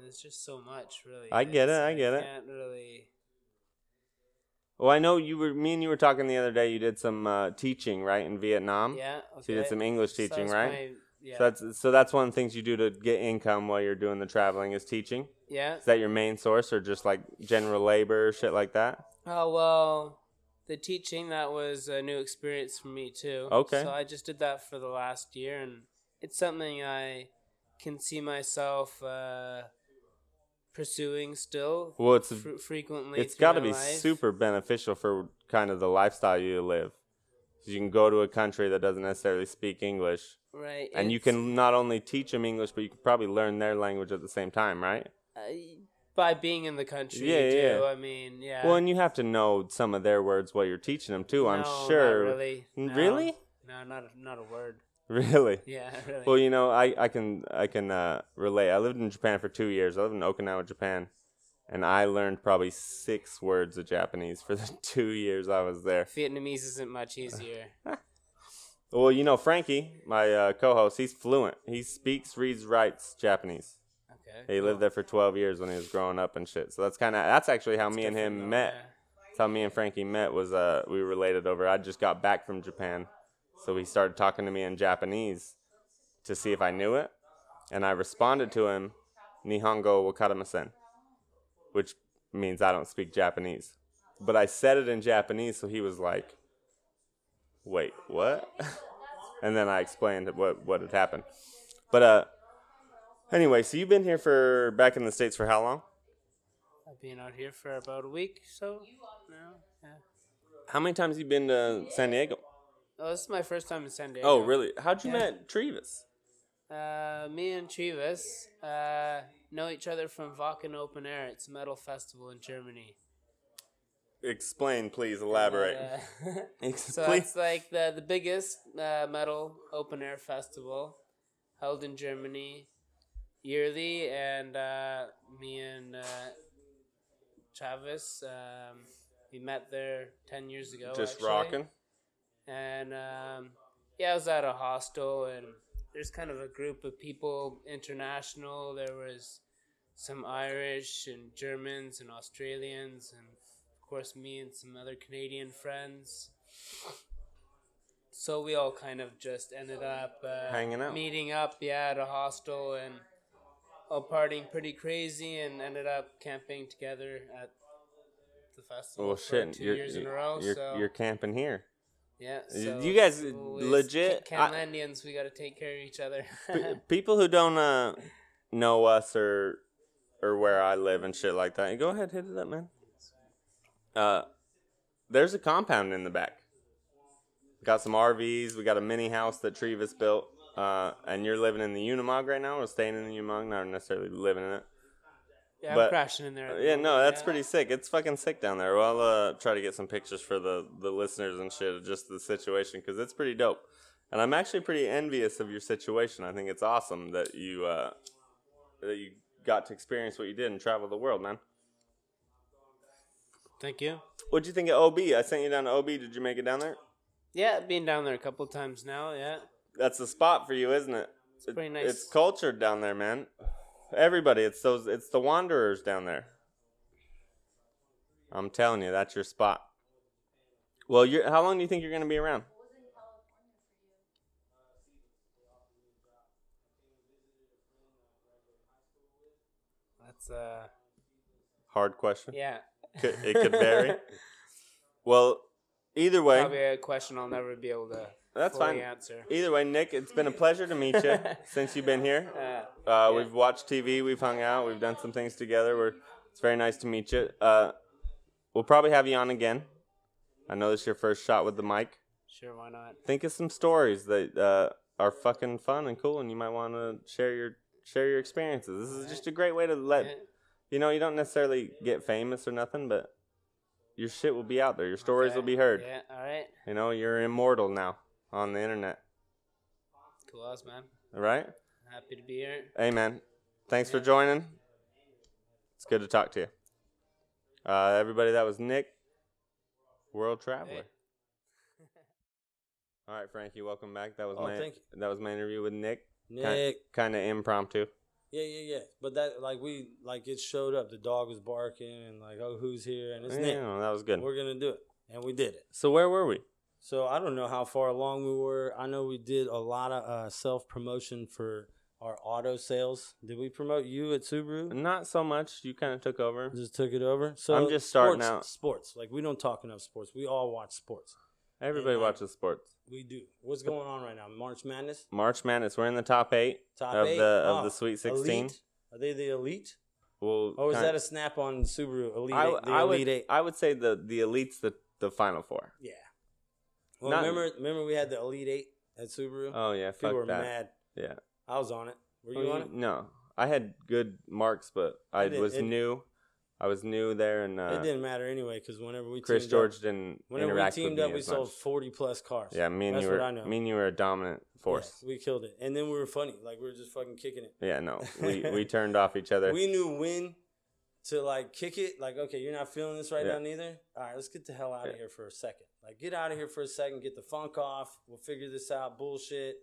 [SPEAKER 4] There's just so much, really.
[SPEAKER 2] I get
[SPEAKER 4] It's-
[SPEAKER 2] it, I get it.
[SPEAKER 4] Can't really.
[SPEAKER 2] Well, oh, I know you were me and you were talking the other day you did some uh, teaching, right, in Vietnam?
[SPEAKER 4] Yeah. Okay.
[SPEAKER 2] Hmm? So you did some English
[SPEAKER 4] So
[SPEAKER 2] teaching,
[SPEAKER 4] that's
[SPEAKER 2] right?
[SPEAKER 4] my- yeah.
[SPEAKER 2] So that's so that's one of the things you do to get income while you're doing the traveling is teaching.
[SPEAKER 4] yeah.
[SPEAKER 2] Is that your main source or just like general labor, shit like that?
[SPEAKER 4] Oh well, the teaching that was a new experience for me too.
[SPEAKER 2] Okay.
[SPEAKER 4] So I just did that for the last year, and it's something I can see myself uh, pursuing still
[SPEAKER 2] Well, it's
[SPEAKER 4] fre- frequently.
[SPEAKER 2] it's
[SPEAKER 4] through
[SPEAKER 2] got to
[SPEAKER 4] my
[SPEAKER 2] be
[SPEAKER 4] life.
[SPEAKER 2] super beneficial for kind of the lifestyle you live. 'Cause You can go to a country that doesn't necessarily speak English,
[SPEAKER 4] right,
[SPEAKER 2] and you
[SPEAKER 4] it's-
[SPEAKER 2] can not only teach them English, but you can probably learn their language at the same time, right?
[SPEAKER 4] uh, by being in the country.
[SPEAKER 2] Yeah,
[SPEAKER 4] you
[SPEAKER 2] yeah,
[SPEAKER 4] do.
[SPEAKER 2] yeah.
[SPEAKER 4] I mean, yeah.
[SPEAKER 2] Well, and you have to know some of their words while you're teaching them too. I'm
[SPEAKER 4] No, not
[SPEAKER 2] sure.
[SPEAKER 4] really.
[SPEAKER 2] N-
[SPEAKER 4] No.
[SPEAKER 2] really?
[SPEAKER 4] No, not a, not a word.
[SPEAKER 2] Really?
[SPEAKER 4] Yeah, really.
[SPEAKER 2] Well, you know, I, I can I can uh, relate. I lived in Japan for two years. I lived in Okinawa, Japan, and I learned probably six words of Japanese for the two years I was there.
[SPEAKER 4] Vietnamese isn't much easier.
[SPEAKER 2] Well, you know Frankie, my uh, co-host, he's fluent. He speaks, reads, writes Japanese.
[SPEAKER 4] Okay.
[SPEAKER 2] He lived there for 12 years when he was growing up and shit. So that's kind of that's actually how me and
[SPEAKER 4] Good for
[SPEAKER 2] him
[SPEAKER 4] them,
[SPEAKER 2] met.
[SPEAKER 4] yeah.
[SPEAKER 2] That's how me and Frankie met was uh we were related over. I just got back from Japan, so he started talking to me in Japanese to see if I knew it, and I responded to him Nihongo wakarimasen, which means I don't speak Japanese. But I said it in Japanese, so he was like, "Wait, what?" and then I explained what what had happened. But uh, anyway, so you've been here for back in the states for how long?
[SPEAKER 4] I've been out here for about a week, so now. Yeah.
[SPEAKER 2] How many times you been to San Diego?
[SPEAKER 4] Oh, this is my first time in San Diego.
[SPEAKER 2] Oh, really? How'd you
[SPEAKER 4] Yeah.
[SPEAKER 2] met Trevis?
[SPEAKER 4] Uh, me and Chivas uh, know each other from Wacken Open Air. It's a metal festival in Germany.
[SPEAKER 2] Explain, please. Elaborate.
[SPEAKER 4] And, uh,
[SPEAKER 2] Ex-
[SPEAKER 4] so
[SPEAKER 2] please.
[SPEAKER 4] it's like the the biggest uh, metal open air festival held in Germany yearly, and uh, me and uh, Travis um, we met there ten years ago.
[SPEAKER 2] Just
[SPEAKER 4] actually.
[SPEAKER 2] rocking.
[SPEAKER 4] and um, yeah, I was at a hostel, and there's kind of a group of people international. There was some Irish and Germans and Australians, and of course me and some other Canadian friends. So we all kind of just ended up uh,
[SPEAKER 2] Hanging out.
[SPEAKER 4] meeting up, yeah, at a hostel, and all partying pretty crazy, and ended up camping together at the festival
[SPEAKER 2] Well,
[SPEAKER 4] for
[SPEAKER 2] shit.
[SPEAKER 4] 2
[SPEAKER 2] you're,
[SPEAKER 4] years in a
[SPEAKER 2] you're-
[SPEAKER 4] row.
[SPEAKER 2] You're,
[SPEAKER 4] so
[SPEAKER 2] you're camping here.
[SPEAKER 4] yeah.
[SPEAKER 2] You-
[SPEAKER 4] So
[SPEAKER 2] Uh, you guys
[SPEAKER 4] it's always
[SPEAKER 2] legit-
[SPEAKER 4] Ca-
[SPEAKER 2] I-
[SPEAKER 4] Catalanians, we got to take care of each other.
[SPEAKER 2] P- people who don't uh, know us or or where I live and shit like that, go ahead, hit it up, man. Uh, there's a compound in the back. Got some RVs. We got a mini house that Trevis built. Uh, and you're living in the Unimog right now, or staying in the Unimog, not necessarily living in it.
[SPEAKER 4] yeah,
[SPEAKER 2] but- uh,
[SPEAKER 4] I'm crashing in there. at the
[SPEAKER 2] Yeah, no,
[SPEAKER 4] moment,
[SPEAKER 2] that's
[SPEAKER 4] yeah.
[SPEAKER 2] pretty sick. It's fucking sick down there. Well, I'll uh, try to get some pictures for the, the listeners and shit of just the situation because it's pretty dope. And I'm actually pretty envious of your situation. I think it's awesome that you uh, that you got to experience what you did and travel the world, man.
[SPEAKER 4] Thank you.
[SPEAKER 2] What'd you think of OB? I sent you down to OB. Did you make it down there?
[SPEAKER 4] Yeah, being down there a couple times now. Yeah,
[SPEAKER 2] That's the spot for you, isn't it? It's
[SPEAKER 4] pretty nice.
[SPEAKER 2] It's cultured down there, man. Everybody, it's those, it's the wanderers down there. I'm telling you, that's your spot. Well, you're, how long do you think you're going to be around?
[SPEAKER 4] that's uh,
[SPEAKER 2] Hard question.
[SPEAKER 4] yeah.
[SPEAKER 2] Could, it could vary. well, either way,
[SPEAKER 4] Probably a question I'll never be able to.
[SPEAKER 2] that's
[SPEAKER 4] fully
[SPEAKER 2] fine.
[SPEAKER 4] Answer.
[SPEAKER 2] Either way, Nick, it's been a pleasure to meet you since you've been here.
[SPEAKER 4] Uh,
[SPEAKER 2] Uh, We've watched TV, we've hung out, we've done some things together. We're, it's very nice to meet you. Uh, we'll probably have you on again. I know this is your first shot with the mic.
[SPEAKER 4] sure, why not?
[SPEAKER 2] Think of some stories that uh, are fucking fun and cool, and you might want to share your share your experiences. This is just a great way to let
[SPEAKER 4] Yeah.
[SPEAKER 2] you know you don't necessarily get famous or nothing, but your shit will be out there. Your stories
[SPEAKER 4] Okay,
[SPEAKER 2] will be heard.
[SPEAKER 4] Yeah. All right.
[SPEAKER 2] You know you're immortal now on the internet,
[SPEAKER 4] Cool, ass man.
[SPEAKER 2] right?
[SPEAKER 4] Happy to be here.
[SPEAKER 2] Hey, man. Thanks for joining. It's good to talk to you. Uh, everybody, that was Nick, World Traveler.
[SPEAKER 4] Hey.
[SPEAKER 2] All right, Frankie, welcome back. That was
[SPEAKER 3] Oh,
[SPEAKER 2] my
[SPEAKER 3] thank you.
[SPEAKER 2] that was my interview with Nick.
[SPEAKER 3] Nick.
[SPEAKER 2] Kind of impromptu.
[SPEAKER 3] Yeah, yeah, yeah. But that like we like it showed up. The dog was barking and like, oh, who's here? And it's
[SPEAKER 2] yeah,
[SPEAKER 3] Nick.
[SPEAKER 2] that was good.
[SPEAKER 3] We're gonna do it, and we did it.
[SPEAKER 2] So where were we?
[SPEAKER 3] So I don't know how far along we were. I know we did a lot of uh, self promotion for our auto sales. Did we promote you at Subaru?
[SPEAKER 2] Not so much. You kind of took over.
[SPEAKER 3] Just took it over. So
[SPEAKER 2] I'm just starting
[SPEAKER 3] sports,
[SPEAKER 2] out.
[SPEAKER 3] Sports, like we don't talk enough sports. We all watch sports.
[SPEAKER 2] Everybody
[SPEAKER 3] Yeah.
[SPEAKER 2] watches sports.
[SPEAKER 3] We do. What's going on right now? March Madness.
[SPEAKER 2] March Madness. We're in the top eight
[SPEAKER 3] Top
[SPEAKER 2] of
[SPEAKER 3] eight.
[SPEAKER 2] the of
[SPEAKER 3] Oh,
[SPEAKER 2] the Sweet Sixteen.
[SPEAKER 3] Elite? Are they the elite?
[SPEAKER 2] Well,
[SPEAKER 3] Or is
[SPEAKER 2] kinda-
[SPEAKER 3] that a snap on Subaru Elite?
[SPEAKER 2] I,
[SPEAKER 3] eight, the
[SPEAKER 2] I
[SPEAKER 3] Elite
[SPEAKER 2] would
[SPEAKER 3] Eight.
[SPEAKER 2] I would say the the elite's the the final four.
[SPEAKER 3] Yeah. Well,
[SPEAKER 2] Not-
[SPEAKER 3] remember, remember we had the Elite Eight at Subaru.
[SPEAKER 2] Oh yeah,
[SPEAKER 3] People
[SPEAKER 2] fuck
[SPEAKER 3] were
[SPEAKER 2] that.
[SPEAKER 3] mad.
[SPEAKER 2] Yeah.
[SPEAKER 3] I was on it. Were you
[SPEAKER 2] Well,
[SPEAKER 3] on
[SPEAKER 2] you-
[SPEAKER 3] it?
[SPEAKER 2] No, I had good marks, but I
[SPEAKER 3] It did-
[SPEAKER 2] was
[SPEAKER 3] it-
[SPEAKER 2] new. I was new there, and
[SPEAKER 3] it
[SPEAKER 2] uh,
[SPEAKER 3] didn't matter anyway because whenever we
[SPEAKER 2] Chris
[SPEAKER 3] teamed
[SPEAKER 2] George
[SPEAKER 3] up,
[SPEAKER 2] didn't
[SPEAKER 3] whenever we
[SPEAKER 2] interact
[SPEAKER 3] teamed
[SPEAKER 2] with
[SPEAKER 3] up,
[SPEAKER 2] me
[SPEAKER 3] we
[SPEAKER 2] as
[SPEAKER 3] sold
[SPEAKER 2] much.
[SPEAKER 3] forty plus cars.
[SPEAKER 2] Yeah, me and
[SPEAKER 3] That's
[SPEAKER 2] you
[SPEAKER 3] what
[SPEAKER 2] were
[SPEAKER 3] I know.
[SPEAKER 2] me and you were a dominant force.
[SPEAKER 3] Yeah, we killed it, and then we were funny. Like we were just fucking kicking it.
[SPEAKER 2] Yeah, no, we we turned off each other.
[SPEAKER 3] We knew when to like kick it, like, okay, you're not feeling this right
[SPEAKER 2] Yeah.
[SPEAKER 3] now neither. All right, let's get the hell out of
[SPEAKER 2] Yeah.
[SPEAKER 3] here for a second. Like, get out of here for a second, get the funk off. We'll figure this out, bullshit,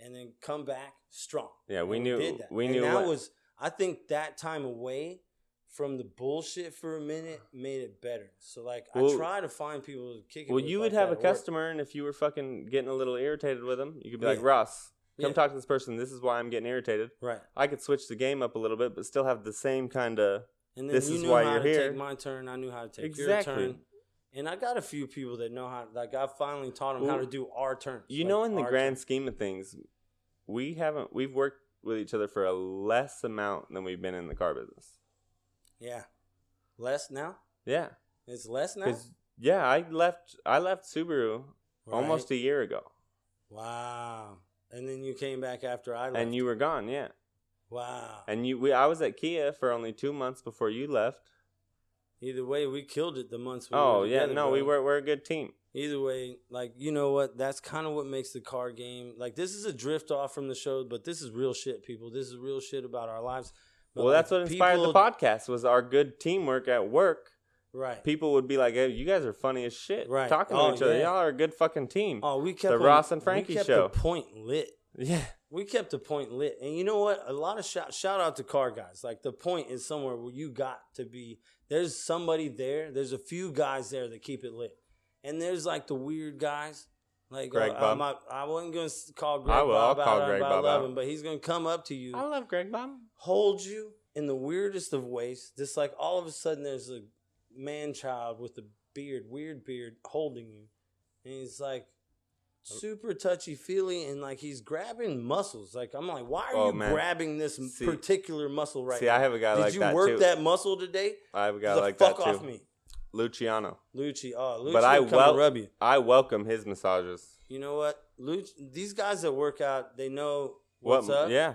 [SPEAKER 3] and then come back strong.
[SPEAKER 2] Yeah, we
[SPEAKER 3] And
[SPEAKER 2] knew-
[SPEAKER 3] did that.
[SPEAKER 2] we
[SPEAKER 3] And
[SPEAKER 2] knew
[SPEAKER 3] that
[SPEAKER 2] what-
[SPEAKER 3] was. I think that time away from the bullshit for a minute made it better. So like, I
[SPEAKER 2] Well-
[SPEAKER 3] try to find people to kick it.
[SPEAKER 2] Well,
[SPEAKER 3] with
[SPEAKER 2] you
[SPEAKER 3] like
[SPEAKER 2] would have a
[SPEAKER 3] that at work.
[SPEAKER 2] customer, and if you were fucking getting a little irritated with them, you could be like,
[SPEAKER 3] Yeah.
[SPEAKER 2] Ross, come
[SPEAKER 3] Yeah.
[SPEAKER 2] talk to this person. This is why I'm getting irritated.
[SPEAKER 3] right?
[SPEAKER 2] I could switch the game up a little bit, but still have the same kind of.
[SPEAKER 3] And then
[SPEAKER 2] This
[SPEAKER 3] you
[SPEAKER 2] is
[SPEAKER 3] knew
[SPEAKER 2] why
[SPEAKER 3] how
[SPEAKER 2] you're
[SPEAKER 3] to
[SPEAKER 2] here.
[SPEAKER 3] take my turn. I knew how to take
[SPEAKER 2] Exactly.
[SPEAKER 3] your turn. And I got a few people that know how. Like I finally taught them how
[SPEAKER 2] Well,
[SPEAKER 3] to do our turns.
[SPEAKER 2] You
[SPEAKER 3] like,
[SPEAKER 2] know, in the
[SPEAKER 3] our
[SPEAKER 2] grand
[SPEAKER 3] turns.
[SPEAKER 2] scheme of things, we haven't. We've worked with each other for a less amount than we've been in the car business.
[SPEAKER 3] yeah, less now.
[SPEAKER 2] Yeah,
[SPEAKER 3] It's less now.
[SPEAKER 2] 'Cause- yeah. I left. I left Subaru almost
[SPEAKER 3] Right.
[SPEAKER 2] a year ago,
[SPEAKER 3] wow. And then you came back after I left.
[SPEAKER 2] and you were gone. Yeah,
[SPEAKER 3] wow.
[SPEAKER 2] and you. We. I was at Kia for only two months before you left.
[SPEAKER 3] Either way, we killed it the months. We
[SPEAKER 2] oh
[SPEAKER 3] were
[SPEAKER 2] yeah,
[SPEAKER 3] together,
[SPEAKER 2] no, we
[SPEAKER 3] bro.
[SPEAKER 2] were we're a good team.
[SPEAKER 3] Either way, like you know what? That's kind of what makes the car game. Like this is a drift off from the show, but this is real shit, people. This is real shit about our lives. But,
[SPEAKER 2] Well,
[SPEAKER 3] like,
[SPEAKER 2] that's what inspired the
[SPEAKER 3] people-
[SPEAKER 2] podcast was our good teamwork at work.
[SPEAKER 3] Right.
[SPEAKER 2] People would be like, "Hey, you guys are funny as shit,
[SPEAKER 3] Right.
[SPEAKER 2] talking
[SPEAKER 3] Oh,
[SPEAKER 2] to each other.
[SPEAKER 3] yeah.
[SPEAKER 2] Y'all are a good fucking team."
[SPEAKER 3] Oh, we kept
[SPEAKER 2] The
[SPEAKER 3] on-
[SPEAKER 2] Ross and Frankie
[SPEAKER 3] we kept
[SPEAKER 2] show.
[SPEAKER 3] The point lit.
[SPEAKER 2] Yeah,
[SPEAKER 3] We kept the point lit, and you know what? A lot of shout shout out to car guys. Like the point is somewhere where you got to be. There's somebody there. There's a few guys there that keep it lit, and there's like the weird guys. Like
[SPEAKER 2] Greg
[SPEAKER 3] uh,
[SPEAKER 2] Bob.
[SPEAKER 3] I'm not- I wasn't gonna s- call Greg
[SPEAKER 2] I will. I'll
[SPEAKER 3] Bob
[SPEAKER 2] call
[SPEAKER 3] out,
[SPEAKER 2] Greg
[SPEAKER 3] but I
[SPEAKER 2] Bob
[SPEAKER 3] love
[SPEAKER 2] out.
[SPEAKER 3] him, but he's gonna come up to you,
[SPEAKER 2] love Greg Bomb.
[SPEAKER 3] hold you in the weirdest of ways. Just like all of a sudden, there's a man child with a beard, weird beard, holding you, and he's like super touchy feely, and like he's grabbing muscles. Like I'm like, why are
[SPEAKER 2] Oh,
[SPEAKER 3] you
[SPEAKER 2] man.
[SPEAKER 3] grabbing this
[SPEAKER 2] See-
[SPEAKER 3] particular muscle right
[SPEAKER 2] See,
[SPEAKER 3] now?
[SPEAKER 2] I have a guy
[SPEAKER 3] Did
[SPEAKER 2] like
[SPEAKER 3] you
[SPEAKER 2] that
[SPEAKER 3] work
[SPEAKER 2] too.
[SPEAKER 3] that muscle today?
[SPEAKER 2] I have a guy
[SPEAKER 3] Get the
[SPEAKER 2] like
[SPEAKER 3] fuck
[SPEAKER 2] that
[SPEAKER 3] off
[SPEAKER 2] too.
[SPEAKER 3] me,
[SPEAKER 2] Luciano.
[SPEAKER 3] Lucci. Oh, Lucci,
[SPEAKER 2] But I
[SPEAKER 3] come
[SPEAKER 2] wel-
[SPEAKER 3] and rub you.
[SPEAKER 2] I welcome his massages.
[SPEAKER 3] You know what, Lucci? These guys that work out, they know
[SPEAKER 2] What?
[SPEAKER 3] what's up.
[SPEAKER 2] Yeah,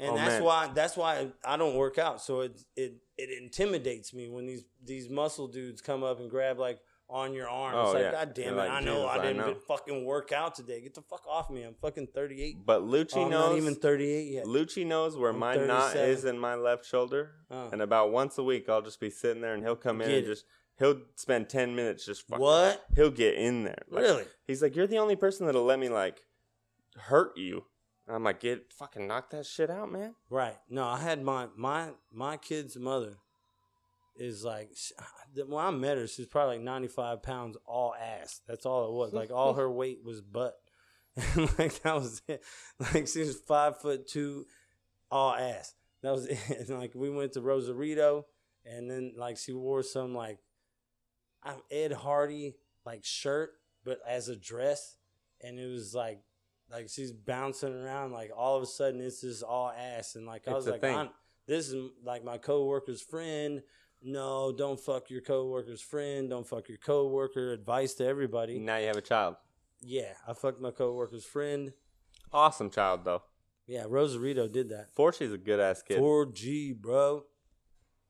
[SPEAKER 3] and
[SPEAKER 2] Oh,
[SPEAKER 3] that's
[SPEAKER 2] man.
[SPEAKER 3] why that's why I don't work out. So it it it intimidates me when these these muscle dudes come up and grab like on your arm.
[SPEAKER 2] Oh,
[SPEAKER 3] it's like,
[SPEAKER 2] yeah.
[SPEAKER 3] God damn it!
[SPEAKER 2] They're like,
[SPEAKER 3] I know I
[SPEAKER 2] "Jesus, I
[SPEAKER 3] didn't
[SPEAKER 2] know."
[SPEAKER 3] fucking work out today. Get the fuck off me! I'm fucking 38.
[SPEAKER 2] but Lucci
[SPEAKER 3] Oh, I'm
[SPEAKER 2] knows.
[SPEAKER 3] not even 38 yet.
[SPEAKER 2] Lucci knows where
[SPEAKER 3] I'm
[SPEAKER 2] my knot
[SPEAKER 3] 37.
[SPEAKER 2] is in my left shoulder,
[SPEAKER 3] Uh.
[SPEAKER 2] and about once a week I'll just be sitting there, and he'll come in
[SPEAKER 3] Get
[SPEAKER 2] and
[SPEAKER 3] it.
[SPEAKER 2] just he'll spend ten minutes just fucking.
[SPEAKER 3] What?
[SPEAKER 2] He'll get in there. Like,
[SPEAKER 3] Really?
[SPEAKER 2] He's like, you're the only person that'll let me like hurt you. And I'm like, get fucking knock that shit out, man.
[SPEAKER 3] Right. No, I had my my my kid's mother is like sh- when I met her, she was probably like ninety five pounds, all ass. That's all it was. Like all her weight was butt. And like that was it. Like she was five foot two, all ass. That was it. And like we went to Rosarito, and then like she wore some like I'm Ed Hardy like shirt, but as a dress, and it was like like she's bouncing around. Like all of a sudden, it's just all ass, and like I
[SPEAKER 2] It's
[SPEAKER 3] was
[SPEAKER 2] a
[SPEAKER 3] like,
[SPEAKER 2] thing.
[SPEAKER 3] I'm, this is like my coworker's friend. No, don't fuck your coworker's friend. Don't fuck your coworker. Advice to everybody.
[SPEAKER 2] Now you have a child.
[SPEAKER 3] Yeah, I fucked my coworker's friend.
[SPEAKER 2] Awesome child though.
[SPEAKER 3] Yeah, Rosarito did that.
[SPEAKER 2] Forsy's a good ass kid.
[SPEAKER 3] 4G, bro.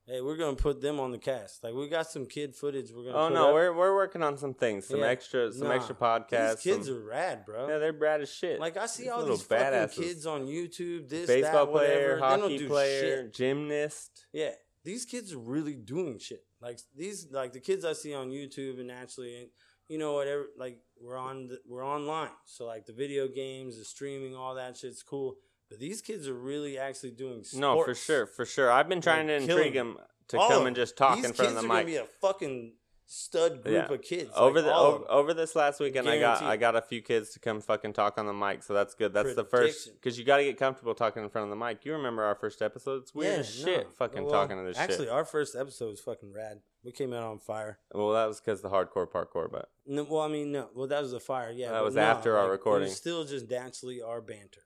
[SPEAKER 3] Hey, we're gonna put them on the cast. Like we got some kid footage. We're gonna.
[SPEAKER 2] oh
[SPEAKER 3] put
[SPEAKER 2] no,
[SPEAKER 3] up.
[SPEAKER 2] we're we're working on some things, some
[SPEAKER 3] Yeah.
[SPEAKER 2] extra, some
[SPEAKER 3] Nah.
[SPEAKER 2] extra podcasts.
[SPEAKER 3] These kids
[SPEAKER 2] some-
[SPEAKER 3] are rad, bro.
[SPEAKER 2] yeah, they're rad as shit.
[SPEAKER 3] like I see
[SPEAKER 2] These
[SPEAKER 3] all
[SPEAKER 2] little
[SPEAKER 3] these fucking
[SPEAKER 2] badasses.
[SPEAKER 3] kids on YouTube. This,
[SPEAKER 2] baseball
[SPEAKER 3] that,
[SPEAKER 2] player,
[SPEAKER 3] whatever. they don't
[SPEAKER 2] hockey
[SPEAKER 3] do
[SPEAKER 2] player,
[SPEAKER 3] Shit.
[SPEAKER 2] gymnast.
[SPEAKER 3] Yeah, these kids are really doing shit. Like these, like the kids I see on YouTube and actually, and you know whatever. Like we're on, the, we're online, so like the video games, the streaming, all that shit's cool. But these kids are really actually doing. Sports.
[SPEAKER 2] No, for sure, for sure. I've been trying
[SPEAKER 3] Like,
[SPEAKER 2] to
[SPEAKER 3] killing
[SPEAKER 2] intrigue
[SPEAKER 3] them.
[SPEAKER 2] him to
[SPEAKER 3] All of
[SPEAKER 2] come
[SPEAKER 3] them.
[SPEAKER 2] and just talk
[SPEAKER 3] These
[SPEAKER 2] in front of the
[SPEAKER 3] kids are gonna
[SPEAKER 2] mic.
[SPEAKER 3] be a fucking stud group
[SPEAKER 2] Yeah.
[SPEAKER 3] of kids.
[SPEAKER 2] over
[SPEAKER 3] like,
[SPEAKER 2] the
[SPEAKER 3] all of
[SPEAKER 2] over, oh,
[SPEAKER 3] them.
[SPEAKER 2] over this last weekend, I got
[SPEAKER 3] Guaranteed.
[SPEAKER 2] I got a few kids to come fucking talk on the mic, so that's good. That's the first
[SPEAKER 3] Prediction.
[SPEAKER 2] because you got to get comfortable talking in front of the mic. You remember our first episode? It's weird
[SPEAKER 3] Yeah,
[SPEAKER 2] as shit,
[SPEAKER 3] no.
[SPEAKER 2] fucking
[SPEAKER 3] Well,
[SPEAKER 2] talking to this
[SPEAKER 3] Actually,
[SPEAKER 2] shit.
[SPEAKER 3] our first episode was fucking rad. We came out on fire.
[SPEAKER 2] Well, that was because the hardcore parkour, but
[SPEAKER 3] No, well, I mean, no. Well, that was a fire. Yeah,
[SPEAKER 2] That
[SPEAKER 3] but
[SPEAKER 2] was
[SPEAKER 3] no,
[SPEAKER 2] after our
[SPEAKER 3] like, it was
[SPEAKER 2] recording.
[SPEAKER 3] still just naturally our banter.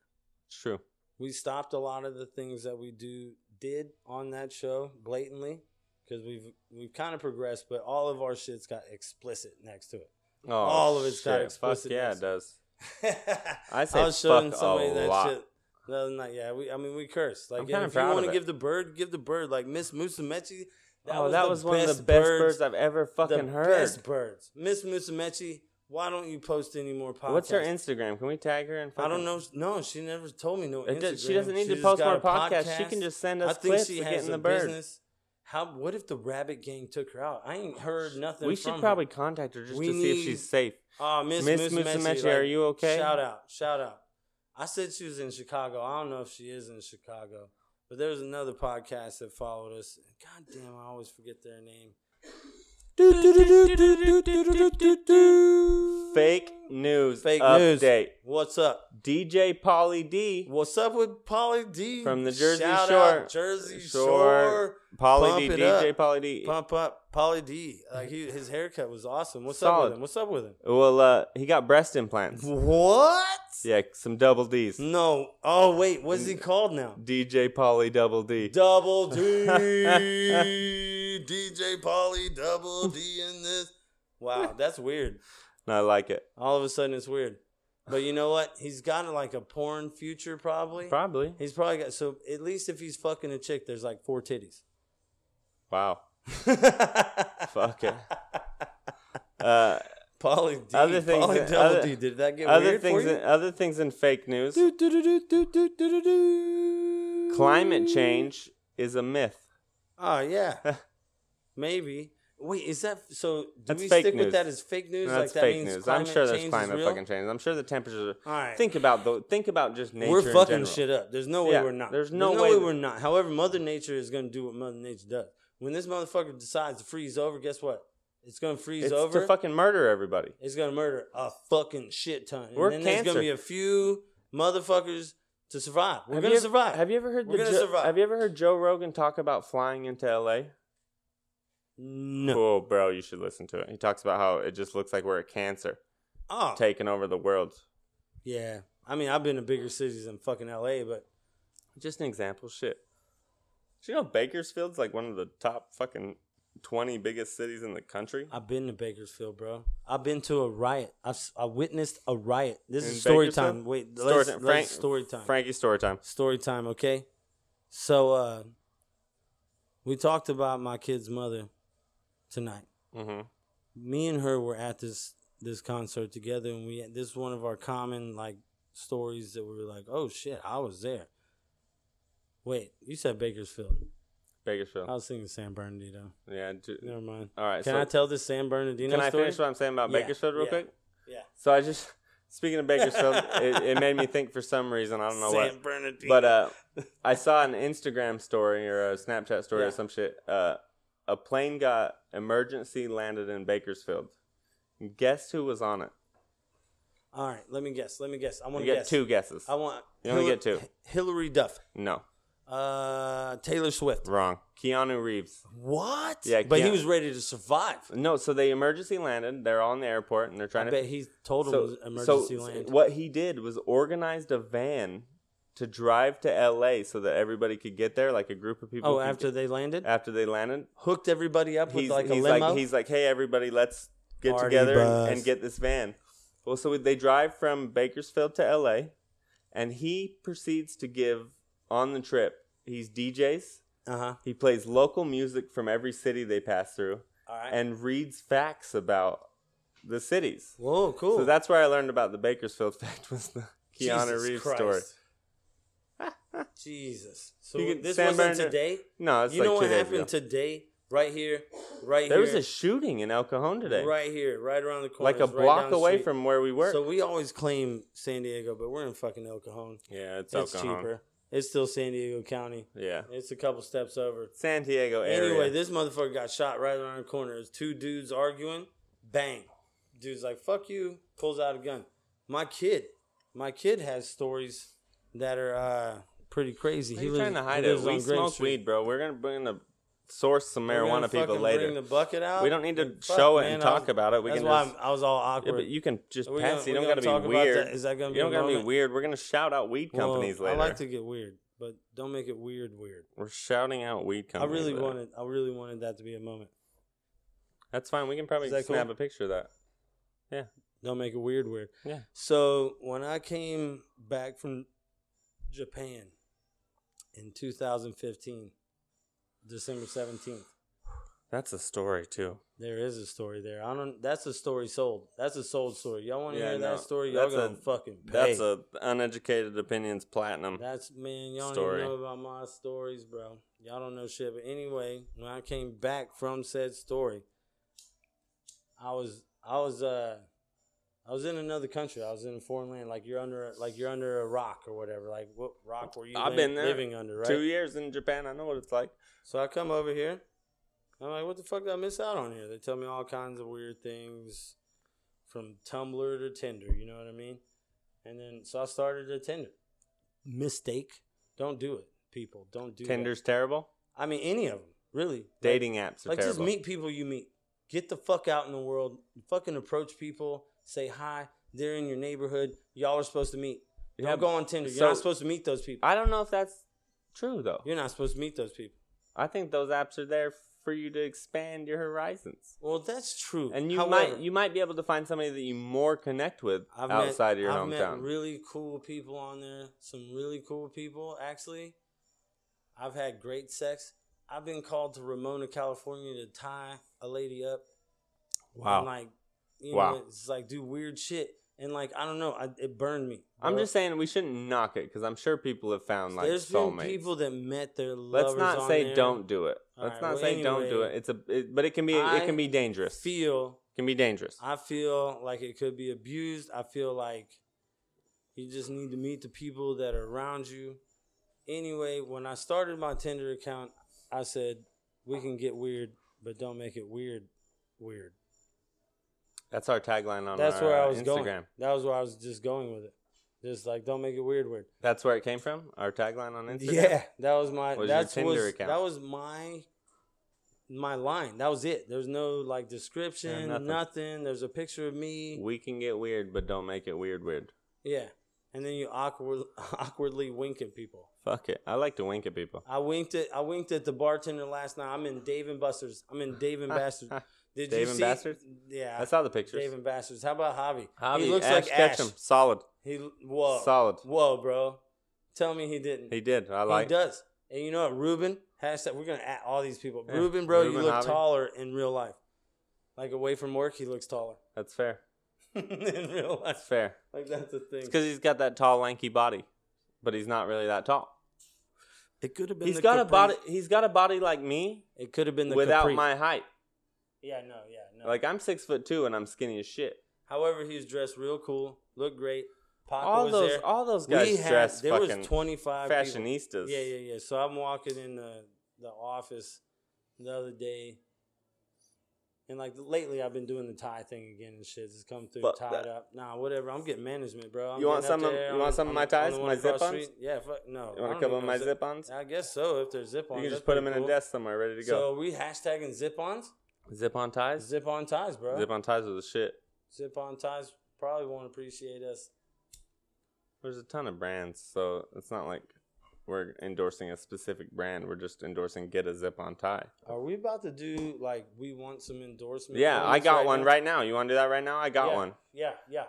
[SPEAKER 2] it's true.
[SPEAKER 3] We stopped a lot of the things that we do did on that show blatantly because we've we've kind of progressed, but all of our shit's got explicit next to it.
[SPEAKER 2] Oh,
[SPEAKER 3] All of it's got
[SPEAKER 2] shit. Fuck
[SPEAKER 3] explicit
[SPEAKER 2] yeah, it
[SPEAKER 3] names.
[SPEAKER 2] does.
[SPEAKER 3] I,
[SPEAKER 2] I say
[SPEAKER 3] was showing
[SPEAKER 2] fuck a
[SPEAKER 3] somebody that
[SPEAKER 2] lot.
[SPEAKER 3] shit. The other night, yeah, we, I mean, we cursed. Like,
[SPEAKER 2] I'm
[SPEAKER 3] and
[SPEAKER 2] kinda
[SPEAKER 3] if you
[SPEAKER 2] proud of
[SPEAKER 3] want
[SPEAKER 2] it.
[SPEAKER 3] to give the bird, give the bird. Like Miss Musumeci, that
[SPEAKER 2] oh,
[SPEAKER 3] was,
[SPEAKER 2] that
[SPEAKER 3] the
[SPEAKER 2] was one of the best birds, I've ever fucking
[SPEAKER 3] the
[SPEAKER 2] heard.
[SPEAKER 3] Best birds, Miss Musumeci. Why don't you post any more podcasts?
[SPEAKER 2] What's her Instagram? Can we tag her and
[SPEAKER 3] I
[SPEAKER 2] fucking
[SPEAKER 3] don't know. No, she never told me no.
[SPEAKER 2] It does- she
[SPEAKER 3] Instagram.
[SPEAKER 2] doesn't need to
[SPEAKER 3] just
[SPEAKER 2] post
[SPEAKER 3] got
[SPEAKER 2] more
[SPEAKER 3] a
[SPEAKER 2] podcasts. She can just send us clips of getting the bird.
[SPEAKER 3] How? What if the rabbit gang took her out? I ain't heard nothing.
[SPEAKER 2] we should
[SPEAKER 3] from
[SPEAKER 2] probably
[SPEAKER 3] Her.
[SPEAKER 2] contact her just
[SPEAKER 3] We
[SPEAKER 2] to see if
[SPEAKER 3] need-
[SPEAKER 2] she's safe.
[SPEAKER 3] Oh, Miss
[SPEAKER 2] Miss
[SPEAKER 3] Miss
[SPEAKER 2] Musumeci,
[SPEAKER 3] Messi,
[SPEAKER 2] are you okay?
[SPEAKER 3] Shout out! Shout out! I said she was in Chicago. I don't know if she is in Chicago, but there was another podcast that followed us. God damn, I always forget their name.
[SPEAKER 2] Fake news.
[SPEAKER 3] Fake news.
[SPEAKER 2] update.
[SPEAKER 3] What's up?
[SPEAKER 2] DJ Polly D.
[SPEAKER 3] What's up with Polly D
[SPEAKER 2] From the Jersey
[SPEAKER 3] Shout
[SPEAKER 2] Shore.
[SPEAKER 3] Out Jersey
[SPEAKER 2] Shore.
[SPEAKER 3] Shore.
[SPEAKER 2] Polly D.
[SPEAKER 3] Pump it
[SPEAKER 2] DJ
[SPEAKER 3] up.
[SPEAKER 2] Polly D.
[SPEAKER 3] Pump up, Polly D. Like he, his haircut was awesome. What's up
[SPEAKER 2] Solid.
[SPEAKER 3] with him? What's up with him?
[SPEAKER 2] Well, uh, he got breast implants.
[SPEAKER 3] What?
[SPEAKER 2] Yeah, some double D's.
[SPEAKER 3] No. Oh wait, what's he called now?
[SPEAKER 2] DJ Polly Double D.
[SPEAKER 3] Double D. DJ Polly Double D in this. Wow, that's weird.
[SPEAKER 2] And I like it.
[SPEAKER 3] All of a sudden, it's weird. But you know what? He's got like a porn future, probably.
[SPEAKER 2] Probably.
[SPEAKER 3] He's probably got so at least if he's fucking a chick, there's like four titties.
[SPEAKER 2] Wow.
[SPEAKER 3] Fuck
[SPEAKER 2] it. Uh,
[SPEAKER 3] Polly D.
[SPEAKER 2] Other
[SPEAKER 3] Other
[SPEAKER 2] things
[SPEAKER 3] Polly
[SPEAKER 2] that-
[SPEAKER 3] Double
[SPEAKER 2] other-
[SPEAKER 3] D. Did that get
[SPEAKER 2] other
[SPEAKER 3] weird
[SPEAKER 2] things.
[SPEAKER 3] for you?
[SPEAKER 2] In, other things in fake news.
[SPEAKER 3] Do, do, do, do, do, do, do, do, do.
[SPEAKER 2] Climate change is a myth.
[SPEAKER 3] Oh yeah, maybe. Wait, is that so? Do
[SPEAKER 2] That's
[SPEAKER 3] we
[SPEAKER 2] fake
[SPEAKER 3] stick
[SPEAKER 2] news.
[SPEAKER 3] with that as fake news?
[SPEAKER 2] No,
[SPEAKER 3] like
[SPEAKER 2] that's
[SPEAKER 3] that
[SPEAKER 2] fake
[SPEAKER 3] means
[SPEAKER 2] news. I'm
[SPEAKER 3] climate
[SPEAKER 2] sure there's
[SPEAKER 3] change
[SPEAKER 2] climate
[SPEAKER 3] is real?
[SPEAKER 2] fucking change. I'm sure the temperatures. Are,
[SPEAKER 3] All right,
[SPEAKER 2] Think about the. Think about just nature.
[SPEAKER 3] we're
[SPEAKER 2] in
[SPEAKER 3] fucking
[SPEAKER 2] general.
[SPEAKER 3] shit up. There's no way
[SPEAKER 2] Yeah,
[SPEAKER 3] we're not.
[SPEAKER 2] there's no way
[SPEAKER 3] way,
[SPEAKER 2] that-
[SPEAKER 3] we're not. However, Mother Nature is gonna do what Mother Nature does. When this motherfucker decides to freeze over, guess what? It's gonna freeze
[SPEAKER 2] It's
[SPEAKER 3] over.
[SPEAKER 2] to fucking murder everybody.
[SPEAKER 3] It's gonna murder a fucking shit ton.
[SPEAKER 2] We're
[SPEAKER 3] and then there's
[SPEAKER 2] cancer.
[SPEAKER 3] gonna be a few motherfuckers to survive. We're
[SPEAKER 2] Have
[SPEAKER 3] gonna
[SPEAKER 2] you ever-
[SPEAKER 3] survive.
[SPEAKER 2] Have you ever heard?
[SPEAKER 3] We're
[SPEAKER 2] the
[SPEAKER 3] gonna
[SPEAKER 2] Jo-
[SPEAKER 3] survive.
[SPEAKER 2] Have you ever heard Joe Rogan talk about flying into L.A.?
[SPEAKER 3] no.
[SPEAKER 2] Oh, bro, you should listen to it. He talks about how it just looks like we're a cancer
[SPEAKER 3] Oh.
[SPEAKER 2] taking over the world.
[SPEAKER 3] Yeah. I mean, I've been to bigger cities than fucking LA, but
[SPEAKER 2] Just an example. Shit. Do you know Bakersfield's like one of the top fucking twenty biggest cities in the country?
[SPEAKER 3] I've been to Bakersfield, bro. I've been to a riot. I've s- I witnessed a riot. This
[SPEAKER 2] In
[SPEAKER 3] is story
[SPEAKER 2] Bakersfield?
[SPEAKER 3] time. Wait,
[SPEAKER 2] Story
[SPEAKER 3] let's,
[SPEAKER 2] time.
[SPEAKER 3] let's
[SPEAKER 2] Frank-
[SPEAKER 3] story time.
[SPEAKER 2] Frankie, story time.
[SPEAKER 3] Story time, okay? So uh we talked about my kid's mother tonight.
[SPEAKER 2] Mm-hmm.
[SPEAKER 3] me and her were at this this concert together and we this is one of our common like stories that we were like oh shit i was there wait you said bakersfield
[SPEAKER 2] Bakersfield.
[SPEAKER 3] i was thinking san bernardino
[SPEAKER 2] yeah. d-
[SPEAKER 3] never mind
[SPEAKER 2] All right.
[SPEAKER 3] Uh, can
[SPEAKER 2] so
[SPEAKER 3] i tell this san bernardino
[SPEAKER 2] can I
[SPEAKER 3] story
[SPEAKER 2] finish what I'm saying about
[SPEAKER 3] Yeah,
[SPEAKER 2] Bakersfield real
[SPEAKER 3] yeah,
[SPEAKER 2] quick?
[SPEAKER 3] yeah.
[SPEAKER 2] So I just speaking of Bakersfield, it, it made me think for some reason I don't know what,
[SPEAKER 3] san bernardino
[SPEAKER 2] but uh, I saw an Instagram story or a Snapchat story or
[SPEAKER 3] Yeah.
[SPEAKER 2] some shit. Uh, a plane got emergency landed in Bakersfield. Guess who was on it?
[SPEAKER 3] all right let me guess let me guess i
[SPEAKER 2] You
[SPEAKER 3] want to
[SPEAKER 2] get
[SPEAKER 3] guess
[SPEAKER 2] two guesses.
[SPEAKER 3] i want
[SPEAKER 2] You only get two.
[SPEAKER 3] hillary duff
[SPEAKER 2] No,
[SPEAKER 3] uh taylor swift
[SPEAKER 2] wrong. Keanu Reeves.
[SPEAKER 3] what
[SPEAKER 2] Yeah,
[SPEAKER 3] but he
[SPEAKER 2] Keanu-
[SPEAKER 3] was ready to survive
[SPEAKER 2] No, so they emergency landed. They're all in the airport and they're trying
[SPEAKER 3] i
[SPEAKER 2] to
[SPEAKER 3] bet he told him it was emergency land
[SPEAKER 2] What he did was organized a van to drive to LA so that everybody could get there, like a group of people.
[SPEAKER 3] oh
[SPEAKER 2] could
[SPEAKER 3] after
[SPEAKER 2] get-
[SPEAKER 3] they landed
[SPEAKER 2] after they landed,
[SPEAKER 3] hooked everybody up with
[SPEAKER 2] he's
[SPEAKER 3] like a
[SPEAKER 2] he's
[SPEAKER 3] limo.
[SPEAKER 2] like he's like, hey everybody, let's get
[SPEAKER 3] Party
[SPEAKER 2] together and,
[SPEAKER 3] bus.
[SPEAKER 2] and get this van. Well, so they drive from Bakersfield to LA, and he proceeds to give on the trip. He's DJs.
[SPEAKER 3] uh huh.
[SPEAKER 2] He plays local music from every city they pass through
[SPEAKER 3] All right.
[SPEAKER 2] and reads facts about the cities.
[SPEAKER 3] Whoa, cool.
[SPEAKER 2] So that's where I learned about the Bakersfield fact was the Keanu
[SPEAKER 3] Jesus
[SPEAKER 2] Reeves
[SPEAKER 3] Christ.
[SPEAKER 2] story.
[SPEAKER 3] Jesus. So
[SPEAKER 2] You can-
[SPEAKER 3] this
[SPEAKER 2] San
[SPEAKER 3] wasn't
[SPEAKER 2] Bernardino-
[SPEAKER 3] today.
[SPEAKER 2] No, it's
[SPEAKER 3] you
[SPEAKER 2] like
[SPEAKER 3] know
[SPEAKER 2] two
[SPEAKER 3] what
[SPEAKER 2] days
[SPEAKER 3] happened
[SPEAKER 2] ago.
[SPEAKER 3] today? Right here, right
[SPEAKER 2] There was
[SPEAKER 3] here.
[SPEAKER 2] a shooting in El Cajon today,
[SPEAKER 3] right here, right around the corner,
[SPEAKER 2] like a
[SPEAKER 3] It's right
[SPEAKER 2] block
[SPEAKER 3] down the
[SPEAKER 2] away
[SPEAKER 3] street.
[SPEAKER 2] from where we were.
[SPEAKER 3] So we always claim San Diego, but we're in fucking El Cajon.
[SPEAKER 2] yeah,
[SPEAKER 3] It's, cheaper. It's still San Diego County.
[SPEAKER 2] Yeah,
[SPEAKER 3] It's a couple steps over.
[SPEAKER 2] San Diego area.
[SPEAKER 3] Anyway, this motherfucker got shot right around the corner. There's two dudes arguing. Bang. Dude's like, fuck you. Pulls out a gun. My kid. My kid has stories that are uh, pretty crazy.
[SPEAKER 2] he's
[SPEAKER 3] lives-
[SPEAKER 2] trying to hide it.
[SPEAKER 3] lives
[SPEAKER 2] We
[SPEAKER 3] on Grape
[SPEAKER 2] smoke
[SPEAKER 3] Street.
[SPEAKER 2] weed, bro. We're gonna bring the source some
[SPEAKER 3] We're gonna
[SPEAKER 2] marijuana people
[SPEAKER 3] fucking
[SPEAKER 2] later.
[SPEAKER 3] Bring the bucket out.
[SPEAKER 2] we don't need to
[SPEAKER 3] Like, fuck,
[SPEAKER 2] show it
[SPEAKER 3] man,
[SPEAKER 2] and
[SPEAKER 3] I
[SPEAKER 2] talk
[SPEAKER 3] was-
[SPEAKER 2] about it. We
[SPEAKER 3] that's
[SPEAKER 2] can
[SPEAKER 3] why
[SPEAKER 2] just.
[SPEAKER 3] I'm- I was all
[SPEAKER 2] Yeah,
[SPEAKER 3] awkward.
[SPEAKER 2] but you can just
[SPEAKER 3] Are we
[SPEAKER 2] pass.
[SPEAKER 3] gonna-
[SPEAKER 2] you
[SPEAKER 3] we
[SPEAKER 2] don't
[SPEAKER 3] gonna
[SPEAKER 2] gotta
[SPEAKER 3] talk
[SPEAKER 2] be
[SPEAKER 3] about
[SPEAKER 2] weird.
[SPEAKER 3] that? Is that gonna
[SPEAKER 2] you
[SPEAKER 3] be a
[SPEAKER 2] don't gotta be
[SPEAKER 3] moment?
[SPEAKER 2] weird. We're gonna shout out weed
[SPEAKER 3] Well,
[SPEAKER 2] companies later.
[SPEAKER 3] I like to get weird, but don't make it weird. Weird.
[SPEAKER 2] We're shouting out weed
[SPEAKER 3] I
[SPEAKER 2] companies.
[SPEAKER 3] really
[SPEAKER 2] later.
[SPEAKER 3] wanted. I really wanted that to be a moment.
[SPEAKER 2] That's fine. We can probably
[SPEAKER 3] Is that
[SPEAKER 2] snap
[SPEAKER 3] cool?
[SPEAKER 2] a picture of that.
[SPEAKER 3] Don't make it weird, weird.
[SPEAKER 2] Yeah.
[SPEAKER 3] So when I came back from Japan in 2015, December 17th,
[SPEAKER 2] That's a story too.
[SPEAKER 3] There is a story there. I don't. That's a story sold. That's a sold story. Y'all want to
[SPEAKER 2] Yeah,
[SPEAKER 3] hear
[SPEAKER 2] no,
[SPEAKER 3] that story? Y'all
[SPEAKER 2] that's
[SPEAKER 3] gonna
[SPEAKER 2] a-
[SPEAKER 3] fucking pay.
[SPEAKER 2] That's a uneducated opinions platinum.
[SPEAKER 3] That's man, y'all
[SPEAKER 2] Story.
[SPEAKER 3] don't even know about my stories, bro. Y'all don't know shit. But anyway, when I came back from said story, I was I was uh I was in another country. I was in a foreign land. Like you're under like you're under a rock or whatever. Like what rock were you
[SPEAKER 2] I've
[SPEAKER 3] li-
[SPEAKER 2] been there.
[SPEAKER 3] living under, right?
[SPEAKER 2] Two years in Japan, I know what it's like.
[SPEAKER 3] So I come over here. I'm like, what the fuck did I miss out on here? They tell me all kinds of weird things from Tumblr to Tinder, you know what I mean? And then so I started a Tinder. Mistake. Don't do it, people. Don't do that.
[SPEAKER 2] Tinder's terrible.
[SPEAKER 3] I mean any of them, really.
[SPEAKER 2] Dating apps are
[SPEAKER 3] Like, like just
[SPEAKER 2] terrible.
[SPEAKER 3] meet people you meet. Get the fuck out in the world. Fucking approach people. Say hi. They're in your neighborhood. Y'all are supposed to meet. Don't
[SPEAKER 2] Yeah,
[SPEAKER 3] go on Tinder. You're
[SPEAKER 2] so-
[SPEAKER 3] not supposed to meet those people.
[SPEAKER 2] I don't know if that's true though.
[SPEAKER 3] You're not supposed to meet those people.
[SPEAKER 2] I think those apps are there for you to expand your horizons.
[SPEAKER 3] Well, that's true.
[SPEAKER 2] And you
[SPEAKER 3] However-
[SPEAKER 2] might you might be able to find somebody that you more connect with
[SPEAKER 3] I've
[SPEAKER 2] outside
[SPEAKER 3] met,
[SPEAKER 2] of your
[SPEAKER 3] I've
[SPEAKER 2] hometown.
[SPEAKER 3] met really cool people on there. Some really cool people, actually. I've had great sex. I've been called to Ramona, California, to tie a lady up.
[SPEAKER 2] Wow.
[SPEAKER 3] And like, you
[SPEAKER 2] Wow.
[SPEAKER 3] know, it's like do weird shit, and like I don't know, I, it burned me.
[SPEAKER 2] I'm
[SPEAKER 3] bro.
[SPEAKER 2] just saying we shouldn't knock it because I'm sure people have found like
[SPEAKER 3] There's
[SPEAKER 2] soulmates.
[SPEAKER 3] been people that met their lovers.
[SPEAKER 2] Let's not
[SPEAKER 3] on
[SPEAKER 2] say
[SPEAKER 3] there.
[SPEAKER 2] don't do it.
[SPEAKER 3] All
[SPEAKER 2] Let's
[SPEAKER 3] right,
[SPEAKER 2] not
[SPEAKER 3] well,
[SPEAKER 2] say don't do
[SPEAKER 3] anyway,
[SPEAKER 2] it. It's a it, but it can be it
[SPEAKER 3] I
[SPEAKER 2] can be dangerous.
[SPEAKER 3] feel
[SPEAKER 2] can be dangerous.
[SPEAKER 3] I feel like it could be abused. I feel like you just need to meet the people that are around you. Anyway, when I started my Tinder account, I said, we can get weird, but don't make it weird, weird.
[SPEAKER 2] That's our tagline on
[SPEAKER 3] That's
[SPEAKER 2] our,
[SPEAKER 3] where I
[SPEAKER 2] uh,
[SPEAKER 3] was
[SPEAKER 2] Instagram.
[SPEAKER 3] going. That was where I was just going with it. Just like, don't make it weird, weird.
[SPEAKER 2] That's where it came from. Our tagline on Instagram.
[SPEAKER 3] Yeah, that was my
[SPEAKER 2] Was your
[SPEAKER 3] that's
[SPEAKER 2] Tinder
[SPEAKER 3] was,
[SPEAKER 2] account?
[SPEAKER 3] That was my my line. That was it. There's no like description,
[SPEAKER 2] nothing.
[SPEAKER 3] nothing. There's a picture of me.
[SPEAKER 2] We can get weird, but don't make it weird. Weird.
[SPEAKER 3] Yeah. And then you awkward, awkwardly wink at people.
[SPEAKER 2] Fuck it. I like to wink at people.
[SPEAKER 3] I winked at I winked at the bartender last night. I'm in Dave and Buster's. I'm in Dave and Buster's. Did
[SPEAKER 2] Dave
[SPEAKER 3] you
[SPEAKER 2] and
[SPEAKER 3] see?
[SPEAKER 2] Buster's?
[SPEAKER 3] Yeah.
[SPEAKER 2] I saw the pictures.
[SPEAKER 3] Dave and Buster's. How about Javi?
[SPEAKER 2] Javi,
[SPEAKER 3] he looks
[SPEAKER 2] Ash
[SPEAKER 3] like Ash.
[SPEAKER 2] Ketchum. Solid.
[SPEAKER 3] He whoa.
[SPEAKER 2] Solid.
[SPEAKER 3] Whoa, bro. Tell me he didn't.
[SPEAKER 2] He did. I
[SPEAKER 3] He
[SPEAKER 2] like.
[SPEAKER 3] does. And you know what, Ruben? Hashtag we're gonna at all these people.
[SPEAKER 2] Yeah,
[SPEAKER 3] Ruben, bro,
[SPEAKER 2] Ruben,
[SPEAKER 3] you look
[SPEAKER 2] Javi.
[SPEAKER 3] taller in real life. Like away from work, he looks taller.
[SPEAKER 2] That's fair.
[SPEAKER 3] in real
[SPEAKER 2] That's
[SPEAKER 3] life.
[SPEAKER 2] fair.
[SPEAKER 3] Like that's a thing.
[SPEAKER 2] It's because he's got that tall, lanky body, but he's not really that tall.
[SPEAKER 3] It could have been
[SPEAKER 2] He's
[SPEAKER 3] the
[SPEAKER 2] got a
[SPEAKER 3] Capri-
[SPEAKER 2] body. He's got a body like me
[SPEAKER 3] It could have been the
[SPEAKER 2] without
[SPEAKER 3] Capri.
[SPEAKER 2] my height.
[SPEAKER 3] Yeah, no, yeah, no.
[SPEAKER 2] Like I'm six foot two and I'm skinny as shit.
[SPEAKER 3] However, he was dressed real cool, looked great. Pac
[SPEAKER 2] All
[SPEAKER 3] was
[SPEAKER 2] those,
[SPEAKER 3] there.
[SPEAKER 2] all those guys dressed
[SPEAKER 3] there
[SPEAKER 2] fucking
[SPEAKER 3] was twenty five
[SPEAKER 2] fashionistas.
[SPEAKER 3] Yeah, yeah, yeah. So I'm walking in the the office the other day, and like lately I've been doing the tie thing again and shit. Just come through
[SPEAKER 2] Fuck
[SPEAKER 3] tied
[SPEAKER 2] that.
[SPEAKER 3] up. Nah, whatever. I'm getting management, bro. I'm
[SPEAKER 2] You want
[SPEAKER 3] getting up
[SPEAKER 2] some of-
[SPEAKER 3] there.
[SPEAKER 2] you
[SPEAKER 3] I'm
[SPEAKER 2] want
[SPEAKER 3] in-
[SPEAKER 2] some of
[SPEAKER 3] I'm
[SPEAKER 2] my
[SPEAKER 3] in- I'm
[SPEAKER 2] ties?
[SPEAKER 3] the one
[SPEAKER 2] My
[SPEAKER 3] across the
[SPEAKER 2] zip-ons?
[SPEAKER 3] street. Yeah, fuck
[SPEAKER 2] You
[SPEAKER 3] no. I
[SPEAKER 2] want a
[SPEAKER 3] don't
[SPEAKER 2] couple
[SPEAKER 3] need
[SPEAKER 2] of
[SPEAKER 3] no
[SPEAKER 2] my
[SPEAKER 3] zip-
[SPEAKER 2] zip ons?
[SPEAKER 3] I guess so. If there's zip on,
[SPEAKER 2] You can just put them in a desk somewhere ready to
[SPEAKER 3] So
[SPEAKER 2] go.
[SPEAKER 3] we hashtagging zip ons,
[SPEAKER 2] zip on ties?
[SPEAKER 3] zip on ties, bro.
[SPEAKER 2] Zip on ties was the shit.
[SPEAKER 3] Zip on ties probably won't appreciate us.
[SPEAKER 2] There's a ton of brands, so it's not like we're endorsing a specific brand. We're just endorsing get a zip on tie.
[SPEAKER 3] Are we about to do like we want some endorsements?
[SPEAKER 2] Yeah, I got one
[SPEAKER 3] now?
[SPEAKER 2] right now. You want to do that right now? I got
[SPEAKER 3] Yeah,
[SPEAKER 2] one.
[SPEAKER 3] Yeah, yeah.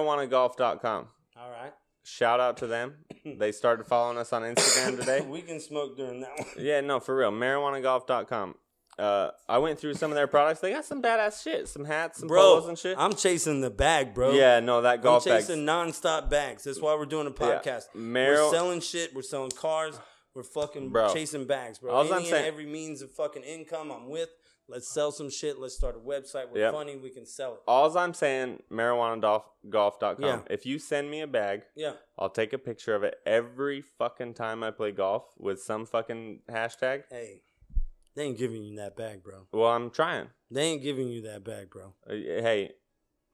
[SPEAKER 2] MarijuanaGolf.com.
[SPEAKER 3] All right.
[SPEAKER 2] Shout out to them. they started following us on Instagram today.
[SPEAKER 3] we can smoke during that one.
[SPEAKER 2] Yeah, no, for real. MarijuanaGolf.com. Uh, I went through some of their products. They got some badass shit, some hats, some polos and shit.
[SPEAKER 3] I'm chasing the bag, bro.
[SPEAKER 2] Yeah, no, that golf
[SPEAKER 3] I'm
[SPEAKER 2] bag.
[SPEAKER 3] chasing nonstop bags. That's why we're doing a podcast.
[SPEAKER 2] Meryl-
[SPEAKER 3] We're selling shit. We're selling cars. We're fucking
[SPEAKER 2] Bro.
[SPEAKER 3] chasing bags, bro.
[SPEAKER 2] Alls
[SPEAKER 3] Any
[SPEAKER 2] I'm
[SPEAKER 3] and
[SPEAKER 2] saying-
[SPEAKER 3] every means of fucking income I'm with. Let's sell some shit. Let's start a website. We're
[SPEAKER 2] Yep.
[SPEAKER 3] funny. We can sell it.
[SPEAKER 2] All I'm saying, marijuanagolf.com.
[SPEAKER 3] Yeah.
[SPEAKER 2] If you send me a bag,
[SPEAKER 3] Yeah.
[SPEAKER 2] I'll take a picture of it every fucking time I play golf with some fucking hashtag.
[SPEAKER 3] Hey, they ain't giving you that bag, bro.
[SPEAKER 2] Well, I'm trying.
[SPEAKER 3] They ain't giving you that bag, bro.
[SPEAKER 2] Uh, Hey,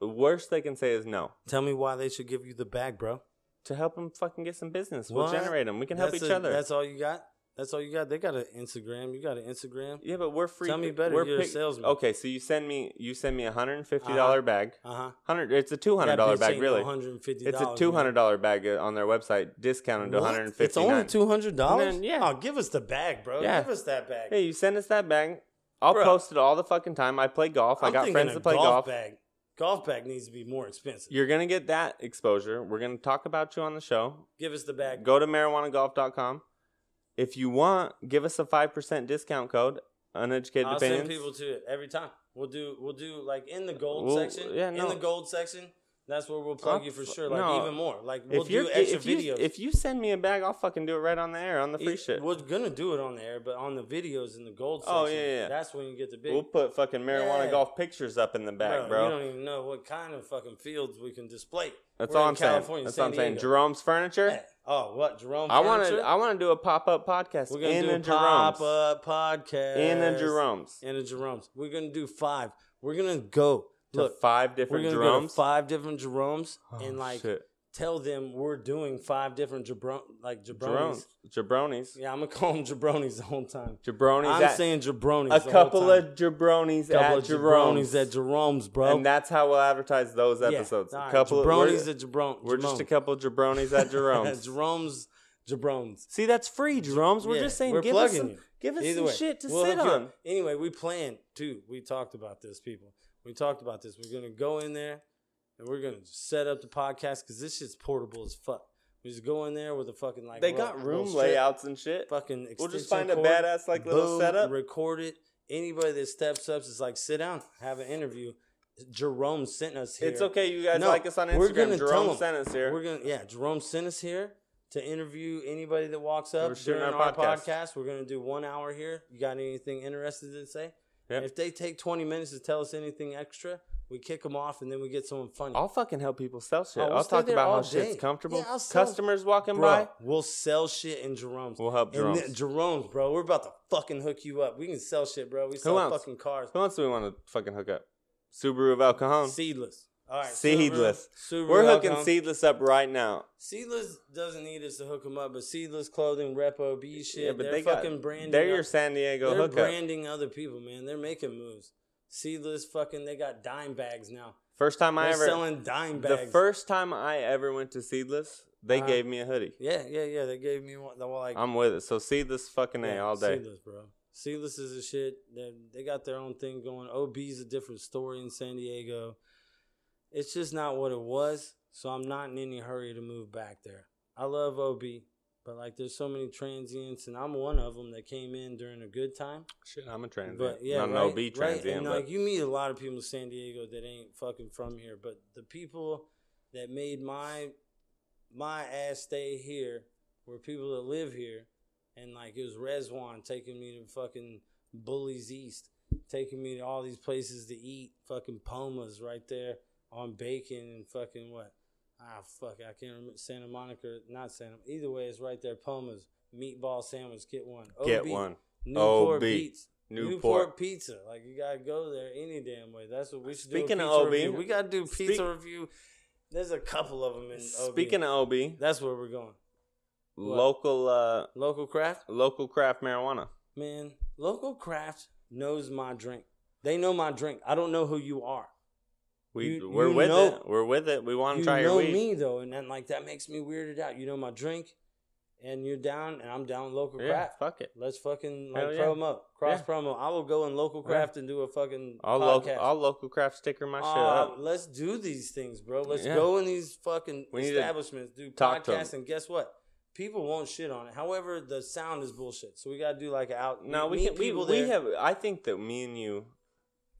[SPEAKER 2] the worst they can say is no.
[SPEAKER 3] Tell me why they should give you the bag, bro.
[SPEAKER 2] To help them fucking get some business, we'll
[SPEAKER 3] What?
[SPEAKER 2] generate them. We can help
[SPEAKER 3] That's
[SPEAKER 2] each
[SPEAKER 3] a-
[SPEAKER 2] other.
[SPEAKER 3] That's all you got. That's all you got. They got an Instagram. You got an Instagram.
[SPEAKER 2] Yeah, but we're free.
[SPEAKER 3] Tell me better,
[SPEAKER 2] We're
[SPEAKER 3] you're a salesman.
[SPEAKER 2] Okay, so you send me you send me a hundred and fifty
[SPEAKER 3] Uh-huh.
[SPEAKER 2] bag.
[SPEAKER 3] Uh huh.
[SPEAKER 2] Hundred. It's a two hundred dollar bag, really. It's a two hundred dollar bag uh, on their website, discounted to one hundred and fifty.
[SPEAKER 3] It's only two hundred dollars.
[SPEAKER 2] And then, yeah.
[SPEAKER 3] Oh, give us the bag, bro.
[SPEAKER 2] Yeah.
[SPEAKER 3] Give us that bag.
[SPEAKER 2] Hey, you send us that bag. I'll
[SPEAKER 3] Bruh.
[SPEAKER 2] post it all the fucking time. I play golf. i
[SPEAKER 3] I'm
[SPEAKER 2] got
[SPEAKER 3] thinking
[SPEAKER 2] friends
[SPEAKER 3] a
[SPEAKER 2] that play golf.
[SPEAKER 3] golf. Bag. Golf bag needs to be more expensive.
[SPEAKER 2] You're gonna get that exposure. We're gonna talk about you on the show.
[SPEAKER 3] give us the bag.
[SPEAKER 2] Go to marijuanagolf.com. If you want, give us a five percent discount code. Uh, uneducated
[SPEAKER 3] I'll
[SPEAKER 2] opinions.
[SPEAKER 3] send people to it every time. We'll do we'll do like in the gold
[SPEAKER 2] Well,
[SPEAKER 3] section.
[SPEAKER 2] yeah,
[SPEAKER 3] In
[SPEAKER 2] no.
[SPEAKER 3] the gold section, that's where we'll plug
[SPEAKER 2] I'll
[SPEAKER 3] you for
[SPEAKER 2] fu-
[SPEAKER 3] sure. Like
[SPEAKER 2] no.
[SPEAKER 3] even more. Like we'll
[SPEAKER 2] if you're,
[SPEAKER 3] do extra
[SPEAKER 2] if you,
[SPEAKER 3] videos.
[SPEAKER 2] If you send me a bag, I'll fucking do it right on the air on the free
[SPEAKER 3] It-
[SPEAKER 2] shit.
[SPEAKER 3] We're gonna do it on the air, but on the videos in the gold section.
[SPEAKER 2] Oh, yeah, yeah.
[SPEAKER 3] That's when you get the big.
[SPEAKER 2] We'll put fucking marijuana
[SPEAKER 3] Yeah.
[SPEAKER 2] golf pictures up in the back, bro.
[SPEAKER 3] You don't even know what kind of fucking fields we can display.
[SPEAKER 2] That's
[SPEAKER 3] We're
[SPEAKER 2] all
[SPEAKER 3] in
[SPEAKER 2] I'm saying.
[SPEAKER 3] California,
[SPEAKER 2] That's
[SPEAKER 3] San
[SPEAKER 2] all I'm saying.
[SPEAKER 3] Diego.
[SPEAKER 2] Jerome's furniture.
[SPEAKER 3] Yeah. Oh, what Jerome?
[SPEAKER 2] I want to.
[SPEAKER 3] Furniture?
[SPEAKER 2] I want to do a pop up podcast
[SPEAKER 3] We're
[SPEAKER 2] in
[SPEAKER 3] gonna
[SPEAKER 2] a
[SPEAKER 3] do a pop
[SPEAKER 2] Jerome's.
[SPEAKER 3] up podcast
[SPEAKER 2] In a Jerome's.
[SPEAKER 3] In a Jerome's. We're gonna do five. We're gonna go.
[SPEAKER 2] To
[SPEAKER 3] Look,
[SPEAKER 2] five
[SPEAKER 3] we're
[SPEAKER 2] different
[SPEAKER 3] gonna go to
[SPEAKER 2] Jerome's.
[SPEAKER 3] five different Jerome's
[SPEAKER 2] Oh,
[SPEAKER 3] and like
[SPEAKER 2] shit.
[SPEAKER 3] tell them we're doing five different jabron like jabronis.
[SPEAKER 2] Jerome's, jabronis,
[SPEAKER 3] Yeah, I'm gonna call them jabronis the whole time.
[SPEAKER 2] jabronis.
[SPEAKER 3] I'm
[SPEAKER 2] at,
[SPEAKER 3] saying jabronis.
[SPEAKER 2] a
[SPEAKER 3] the whole
[SPEAKER 2] couple
[SPEAKER 3] time.
[SPEAKER 2] of jabronis at
[SPEAKER 3] couple of
[SPEAKER 2] Jerome's,
[SPEAKER 3] jabronis at Jerome's, bro.
[SPEAKER 2] and that's how we'll advertise those
[SPEAKER 3] Yeah,
[SPEAKER 2] episodes.
[SPEAKER 3] nah,
[SPEAKER 2] a couple.
[SPEAKER 3] jabronis
[SPEAKER 2] Of,
[SPEAKER 3] at
[SPEAKER 2] we're,
[SPEAKER 3] Jabron.
[SPEAKER 2] we're just a couple jabronis at Jerome's.
[SPEAKER 3] Jerome's jabronis.
[SPEAKER 2] See, that's free, Jerome's. We're
[SPEAKER 3] Yeah,
[SPEAKER 2] just saying,
[SPEAKER 3] we're
[SPEAKER 2] give us
[SPEAKER 3] plugging
[SPEAKER 2] some,
[SPEAKER 3] you.
[SPEAKER 2] give us
[SPEAKER 3] Either
[SPEAKER 2] some
[SPEAKER 3] way,
[SPEAKER 2] shit to
[SPEAKER 3] we'll
[SPEAKER 2] sit
[SPEAKER 3] hook you
[SPEAKER 2] on.
[SPEAKER 3] up. Anyway, we plan, dude. We talked about this, people. We talked about this. We're gonna go in there, and we're gonna set up the podcast because this shit's portable as fuck. We just go in there with a fucking like.
[SPEAKER 2] They
[SPEAKER 3] ro-
[SPEAKER 2] got
[SPEAKER 3] little
[SPEAKER 2] room
[SPEAKER 3] strip,
[SPEAKER 2] layouts and shit.
[SPEAKER 3] Fucking.
[SPEAKER 2] We'll just
[SPEAKER 3] extension
[SPEAKER 2] find a
[SPEAKER 3] cord,
[SPEAKER 2] badass like little
[SPEAKER 3] boom,
[SPEAKER 2] setup.
[SPEAKER 3] Record it. Anybody that steps up is like, sit down, have an interview. Jerome sent us here.
[SPEAKER 2] It's okay. You guys
[SPEAKER 3] No,
[SPEAKER 2] like us on
[SPEAKER 3] we're
[SPEAKER 2] Instagram.
[SPEAKER 3] gonna tell
[SPEAKER 2] Jerome
[SPEAKER 3] 'em.
[SPEAKER 2] sent us here.
[SPEAKER 3] We're gonna yeah, Jerome sent us here to interview anybody that walks up
[SPEAKER 2] We're shooting
[SPEAKER 3] during
[SPEAKER 2] our
[SPEAKER 3] our,
[SPEAKER 2] podcast.
[SPEAKER 3] podcast. We're gonna do one hour here. You got anything interested to say?
[SPEAKER 2] Yep.
[SPEAKER 3] If they take twenty minutes to tell us anything extra, we kick them off and then we get someone funny.
[SPEAKER 2] I'll fucking help people sell shit.
[SPEAKER 3] Oh, we'll
[SPEAKER 2] I'll
[SPEAKER 3] stay
[SPEAKER 2] talk
[SPEAKER 3] there
[SPEAKER 2] about how
[SPEAKER 3] all
[SPEAKER 2] shit's
[SPEAKER 3] day.
[SPEAKER 2] comfortable.
[SPEAKER 3] Yeah, I'll sell-
[SPEAKER 2] Customers walking
[SPEAKER 3] Bro,
[SPEAKER 2] by.
[SPEAKER 3] we'll sell shit in Jerome's.
[SPEAKER 2] We'll help
[SPEAKER 3] And
[SPEAKER 2] Jerome's.
[SPEAKER 3] th- Jerome's, bro. We're about to fucking hook you up. We can sell shit, bro. We sell
[SPEAKER 2] else?
[SPEAKER 3] fucking cars.
[SPEAKER 2] Who else do we want to fucking hook up? Subaru of El Cajon.
[SPEAKER 3] Seedless. All right.
[SPEAKER 2] Seedless.
[SPEAKER 3] Subaru, Subaru
[SPEAKER 2] We're hooking
[SPEAKER 3] Outcome.
[SPEAKER 2] Seedless up right now.
[SPEAKER 3] Seedless doesn't need us to hook them up, but Seedless Clothing, Repo, B shit,
[SPEAKER 2] yeah, but
[SPEAKER 3] they're
[SPEAKER 2] they got,
[SPEAKER 3] fucking branding.
[SPEAKER 2] They're
[SPEAKER 3] up-
[SPEAKER 2] your San Diego
[SPEAKER 3] they're
[SPEAKER 2] hookup.
[SPEAKER 3] branding other people, man. They're making moves. Seedless fucking, they got dime bags now.
[SPEAKER 2] First time I
[SPEAKER 3] they're
[SPEAKER 2] ever.
[SPEAKER 3] selling dime
[SPEAKER 2] the
[SPEAKER 3] bags.
[SPEAKER 2] first time I ever went to Seedless, they
[SPEAKER 3] Uh-huh.
[SPEAKER 2] gave me a hoodie.
[SPEAKER 3] yeah, yeah, yeah. They gave me one. They were like,
[SPEAKER 2] I'm with it. So Seedless fucking
[SPEAKER 3] yeah,
[SPEAKER 2] A all day.
[SPEAKER 3] Seedless, bro. Seedless is a shit. They they got their own thing going. OB's a different story in San Diego. It's just not what it was. So I'm not in any hurry to move back there. I love OB, but like there's so many transients, and I'm one of them that came in during a good time.
[SPEAKER 2] Shit, I'm a transient.
[SPEAKER 3] But yeah,
[SPEAKER 2] I'm
[SPEAKER 3] right,
[SPEAKER 2] no B
[SPEAKER 3] right,
[SPEAKER 2] transient.
[SPEAKER 3] And
[SPEAKER 2] but
[SPEAKER 3] like you meet a lot of people in San Diego that ain't fucking from here, but the people that made my my ass stay here were people that live here, and like it was Rezwan taking me to fucking Bullies East, taking me to all these places to eat, fucking Pomas right there on Bacon and fucking what. Ah, fuck! I can't remember Santa Monica, not Santa. Either way, it's right there. Pomas meatball sandwich. Get one.
[SPEAKER 2] get
[SPEAKER 3] OB,
[SPEAKER 2] one.
[SPEAKER 3] Newport
[SPEAKER 2] OB.
[SPEAKER 3] Beats.
[SPEAKER 2] Newport.
[SPEAKER 3] Pizza. Like you gotta go there any damn way. That's what we should do. a
[SPEAKER 2] Speaking of
[SPEAKER 3] pizza
[SPEAKER 2] OB,
[SPEAKER 3] review. we gotta do pizza
[SPEAKER 2] speak-
[SPEAKER 3] review. There's a couple of them in OB.
[SPEAKER 2] Speaking of OB,
[SPEAKER 3] that's where we're going.
[SPEAKER 2] local uh,
[SPEAKER 3] Local craft,
[SPEAKER 2] local craft marijuana.
[SPEAKER 3] man. Local craft knows my drink. They know my drink. I don't know who you are.
[SPEAKER 2] We
[SPEAKER 3] You-
[SPEAKER 2] we're
[SPEAKER 3] you
[SPEAKER 2] with
[SPEAKER 3] know-
[SPEAKER 2] it. We're with it. We want to
[SPEAKER 3] you
[SPEAKER 2] try
[SPEAKER 3] know
[SPEAKER 2] your weed.
[SPEAKER 3] me though, and then like that makes me weirded out. You know my drink, and you're down, and I'm down with local
[SPEAKER 2] yeah,
[SPEAKER 3] craft.
[SPEAKER 2] fuck it.
[SPEAKER 3] Let's fucking
[SPEAKER 2] Hell
[SPEAKER 3] like
[SPEAKER 2] yeah.
[SPEAKER 3] promo, cross
[SPEAKER 2] Yeah.
[SPEAKER 3] promo. I will go in local
[SPEAKER 2] Yeah.
[SPEAKER 3] craft and do a fucking
[SPEAKER 2] All
[SPEAKER 3] podcast.
[SPEAKER 2] local, all local craft sticker my shit
[SPEAKER 3] Uh,
[SPEAKER 2] up.
[SPEAKER 3] Let's do these things, bro. Let's
[SPEAKER 2] Yeah.
[SPEAKER 3] go in these fucking
[SPEAKER 2] We need to
[SPEAKER 3] establishments, do
[SPEAKER 2] talk to 'em.
[SPEAKER 3] podcasts, and guess what? People won't shit on it. However, the sound is bullshit, so we gotta do like a out.
[SPEAKER 2] No, we
[SPEAKER 3] meet
[SPEAKER 2] can. We,
[SPEAKER 3] people
[SPEAKER 2] we
[SPEAKER 3] there.
[SPEAKER 2] have. I think that me and you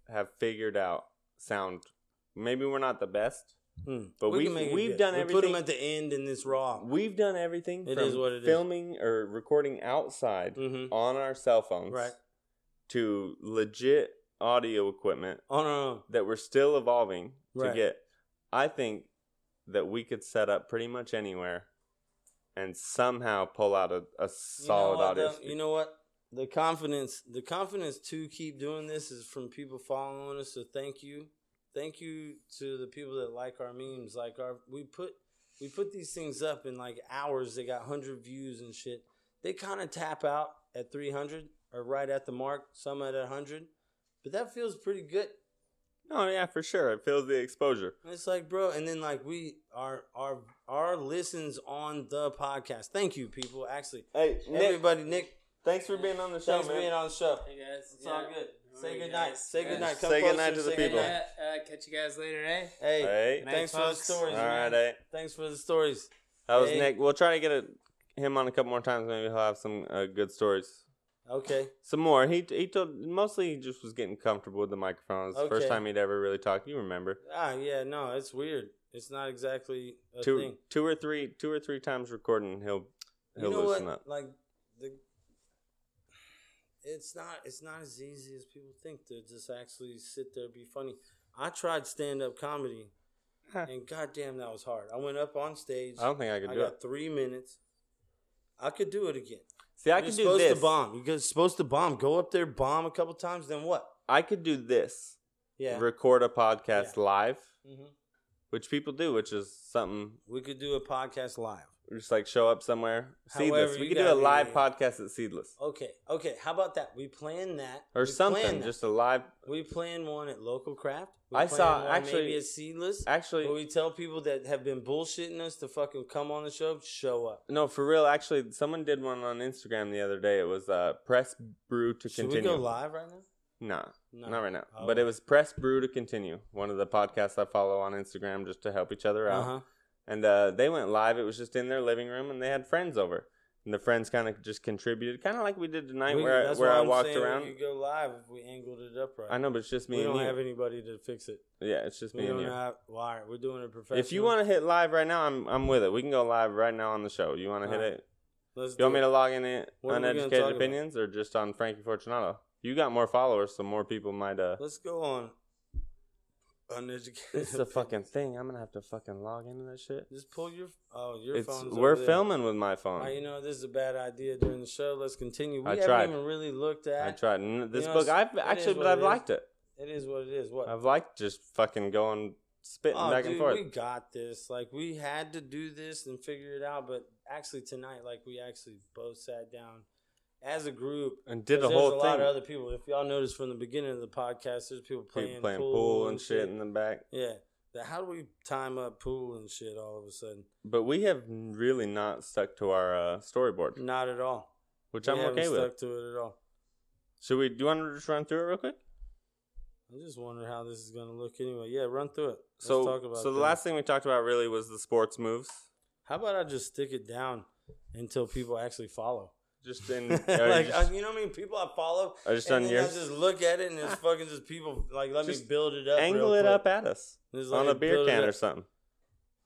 [SPEAKER 2] have figured out sound. Maybe we're not the best.
[SPEAKER 3] Hmm.
[SPEAKER 2] but
[SPEAKER 3] We
[SPEAKER 2] we've-
[SPEAKER 3] can make it
[SPEAKER 2] we've
[SPEAKER 3] good.
[SPEAKER 2] done
[SPEAKER 3] We Put
[SPEAKER 2] everything-
[SPEAKER 3] them at the end in this raw.
[SPEAKER 2] We've done everything.
[SPEAKER 3] It
[SPEAKER 2] from
[SPEAKER 3] is what it is.
[SPEAKER 2] filming or recording outside
[SPEAKER 3] hmm
[SPEAKER 2] on our cell phones,
[SPEAKER 3] Right.
[SPEAKER 2] To legit audio equipment
[SPEAKER 3] Oh no, no.
[SPEAKER 2] that we're still evolving to
[SPEAKER 3] Right.
[SPEAKER 2] get. I think that we could set up pretty much anywhere and somehow pull out a, a solid
[SPEAKER 3] you know what,
[SPEAKER 2] audio.
[SPEAKER 3] though? You know what? The confidence, the confidence to keep doing this is from people following us. So thank you, thank you to the people that like our memes. Like our, we put we put these things up in like hours. They got hundred views and shit. They kind of tap out at three hundred or right at the mark. Some at hundred, but that feels pretty good.
[SPEAKER 2] oh yeah, for sure. It feels the exposure.
[SPEAKER 3] And It's like, bro, and then like we our our our listens on the podcast. Thank you, people. Actually,
[SPEAKER 2] Hey, Nick,
[SPEAKER 3] everybody, Nick,
[SPEAKER 2] thanks for being on the show,
[SPEAKER 3] thanks for being
[SPEAKER 2] man.
[SPEAKER 3] on the show.
[SPEAKER 4] Hey guys,
[SPEAKER 3] It's all good. Say
[SPEAKER 4] Alright,
[SPEAKER 3] good
[SPEAKER 4] guys.
[SPEAKER 3] night. Say
[SPEAKER 4] Yeah.
[SPEAKER 3] good night. Come
[SPEAKER 2] Say good night to
[SPEAKER 3] closer,
[SPEAKER 2] the
[SPEAKER 3] say
[SPEAKER 2] people.
[SPEAKER 3] goodnight.
[SPEAKER 4] Yeah, uh, catch you guys later, eh?
[SPEAKER 3] Hey,
[SPEAKER 2] Hey.
[SPEAKER 3] thanks
[SPEAKER 4] Night,
[SPEAKER 3] for the
[SPEAKER 4] folks.
[SPEAKER 3] stories.
[SPEAKER 2] All
[SPEAKER 3] man.
[SPEAKER 2] right, hey.
[SPEAKER 3] Thanks for the stories.
[SPEAKER 2] That was
[SPEAKER 3] Hey.
[SPEAKER 2] Nick. We'll try to get a, him on a couple more times. Maybe he'll have some uh, good stories.
[SPEAKER 3] Okay.
[SPEAKER 2] Some more. He he told mostly he just was getting comfortable with the microphones. First
[SPEAKER 3] Okay.
[SPEAKER 2] time he'd ever really talked. You remember
[SPEAKER 3] Ah, yeah. No, it's weird. It's not exactly a
[SPEAKER 2] two
[SPEAKER 3] thing.
[SPEAKER 2] two or three two or three times recording. He'll he'll
[SPEAKER 3] you know
[SPEAKER 2] loosen
[SPEAKER 3] what?
[SPEAKER 2] up.
[SPEAKER 3] Like the, it's not it's not as easy as people think to just actually sit there and be funny. I tried stand up comedy,
[SPEAKER 2] Huh.
[SPEAKER 3] and goddamn, that was hard. I went up on stage.
[SPEAKER 2] I don't think I could
[SPEAKER 3] I
[SPEAKER 2] do
[SPEAKER 3] got
[SPEAKER 2] it.
[SPEAKER 3] three minutes. I could do it again.
[SPEAKER 2] See, I
[SPEAKER 3] You're
[SPEAKER 2] could do
[SPEAKER 3] supposed
[SPEAKER 2] this.
[SPEAKER 3] to bomb. You're just supposed to bomb. Go up there, bomb a couple times, then what?
[SPEAKER 2] I could do this.
[SPEAKER 3] Yeah.
[SPEAKER 2] Record a podcast live,
[SPEAKER 3] hmm
[SPEAKER 2] which people do, which is something
[SPEAKER 3] We could do a podcast live.
[SPEAKER 2] just like show up somewhere.
[SPEAKER 3] However,
[SPEAKER 2] Seedless. We
[SPEAKER 3] you
[SPEAKER 2] could do a
[SPEAKER 3] gotta
[SPEAKER 2] live
[SPEAKER 3] be-
[SPEAKER 2] podcast at Seedless
[SPEAKER 3] Okay. Okay. How about that? We plan that.
[SPEAKER 2] or
[SPEAKER 3] We plan
[SPEAKER 2] something.
[SPEAKER 3] that.
[SPEAKER 2] Just a live.
[SPEAKER 3] we plan one at Local Craft. We
[SPEAKER 2] I
[SPEAKER 3] plan
[SPEAKER 2] saw-
[SPEAKER 3] one
[SPEAKER 2] actually-
[SPEAKER 3] maybe at Seedless.
[SPEAKER 2] Actually,
[SPEAKER 3] Where we tell people that have been bullshitting us to fucking come on the show, show up.
[SPEAKER 2] No, for real. Actually, someone did one on Instagram the other day. It was uh, press brew to
[SPEAKER 3] Should
[SPEAKER 2] continue.
[SPEAKER 3] we go live right now?
[SPEAKER 2] Nah,
[SPEAKER 3] No.
[SPEAKER 2] not right now.
[SPEAKER 3] Oh.
[SPEAKER 2] But it was press brew to continue. One of the podcasts I follow on Instagram just to help each other out.
[SPEAKER 3] Uh-huh.
[SPEAKER 2] And uh, they went live. It was just in their living room, and they had friends over. And the friends kind of just contributed, kind of like we did tonight,
[SPEAKER 3] We-
[SPEAKER 2] where I-
[SPEAKER 3] that's
[SPEAKER 2] where
[SPEAKER 3] why
[SPEAKER 2] I
[SPEAKER 3] I'm
[SPEAKER 2] walked
[SPEAKER 3] saying
[SPEAKER 2] around.
[SPEAKER 3] We could go live if we angled it up right.
[SPEAKER 2] I know, but it's just me
[SPEAKER 3] we
[SPEAKER 2] and
[SPEAKER 3] don't
[SPEAKER 2] you.
[SPEAKER 3] have anybody to fix it.
[SPEAKER 2] yeah, it's just
[SPEAKER 3] We
[SPEAKER 2] me and
[SPEAKER 3] don't
[SPEAKER 2] you.
[SPEAKER 3] have. Well, all right, we're doing it professional.
[SPEAKER 2] If you want to hit live right now, I'm I'm with it. We can go live right now on the show. You want to hit
[SPEAKER 3] Alright.
[SPEAKER 2] it?
[SPEAKER 3] let's
[SPEAKER 2] You want me
[SPEAKER 3] do
[SPEAKER 2] to log in it
[SPEAKER 3] What are we gonna talk
[SPEAKER 2] uneducated
[SPEAKER 3] about?
[SPEAKER 2] opinions or just on Frankie Fortunato? You got more followers, so more people might. uh
[SPEAKER 3] it. Let's go on. Uneducated.
[SPEAKER 2] This is a fucking thing. I'm gonna have to fucking log into that shit.
[SPEAKER 3] Just pull your. Oh, your
[SPEAKER 2] It's
[SPEAKER 3] phone's
[SPEAKER 2] we're
[SPEAKER 3] over there.
[SPEAKER 2] filming with my
[SPEAKER 3] All right,
[SPEAKER 2] phone.
[SPEAKER 3] you know this is a bad idea during the show. Let's continue. We
[SPEAKER 2] I
[SPEAKER 3] haven't
[SPEAKER 2] tried.
[SPEAKER 3] even really looked
[SPEAKER 2] I
[SPEAKER 3] at.
[SPEAKER 2] tried N- this
[SPEAKER 3] know,
[SPEAKER 2] book.
[SPEAKER 3] it's-
[SPEAKER 2] I've
[SPEAKER 3] it
[SPEAKER 2] actually, but
[SPEAKER 3] is what
[SPEAKER 2] I've
[SPEAKER 3] it is.
[SPEAKER 2] liked it.
[SPEAKER 3] It is what it is. What?
[SPEAKER 2] I've liked just fucking going spitting
[SPEAKER 3] Oh,
[SPEAKER 2] back
[SPEAKER 3] dude,
[SPEAKER 2] and forth.
[SPEAKER 3] we got this. Like we had to do this and figure it out. But actually tonight, like we actually both sat down as a group.
[SPEAKER 2] and did
[SPEAKER 3] 'Cause
[SPEAKER 2] the
[SPEAKER 3] there's
[SPEAKER 2] whole
[SPEAKER 3] a
[SPEAKER 2] thing.
[SPEAKER 3] lot of other people. If y'all noticed from the beginning of the podcast, there's
[SPEAKER 2] People
[SPEAKER 3] people playing,
[SPEAKER 2] playing pool, and shit in the back.
[SPEAKER 3] Yeah. The- How do we time up pool and shit all of a sudden?
[SPEAKER 2] But we have really not stuck to our uh, storyboard,
[SPEAKER 3] Not at all.
[SPEAKER 2] which
[SPEAKER 3] Mm, We
[SPEAKER 2] I'm
[SPEAKER 3] haven't
[SPEAKER 2] okay with.
[SPEAKER 3] Stuck to it at all.
[SPEAKER 2] Should we? Do you want to just run through it real quick?
[SPEAKER 3] I just wonder how this is gonna look anyway. Yeah, run through it. Let's
[SPEAKER 2] so,
[SPEAKER 3] talk about
[SPEAKER 2] so the
[SPEAKER 3] that.
[SPEAKER 2] last thing we talked about really was the sports moves.
[SPEAKER 3] How about I just stick it down until people actually follow?
[SPEAKER 2] Just in,
[SPEAKER 3] like
[SPEAKER 2] are you
[SPEAKER 3] uh,
[SPEAKER 2] just,
[SPEAKER 3] you know what I mean? People I follow.
[SPEAKER 2] are you just
[SPEAKER 3] and
[SPEAKER 2] on
[SPEAKER 3] then
[SPEAKER 2] yours.
[SPEAKER 3] I just look at it and it's fucking just people like let me
[SPEAKER 2] Just
[SPEAKER 3] build it up.
[SPEAKER 2] Angle
[SPEAKER 3] real
[SPEAKER 2] it
[SPEAKER 3] quick.
[SPEAKER 2] up at us
[SPEAKER 3] Just let
[SPEAKER 2] on
[SPEAKER 3] me
[SPEAKER 2] a beer
[SPEAKER 3] build it
[SPEAKER 2] can
[SPEAKER 3] up. Mm-hmm.
[SPEAKER 2] or something.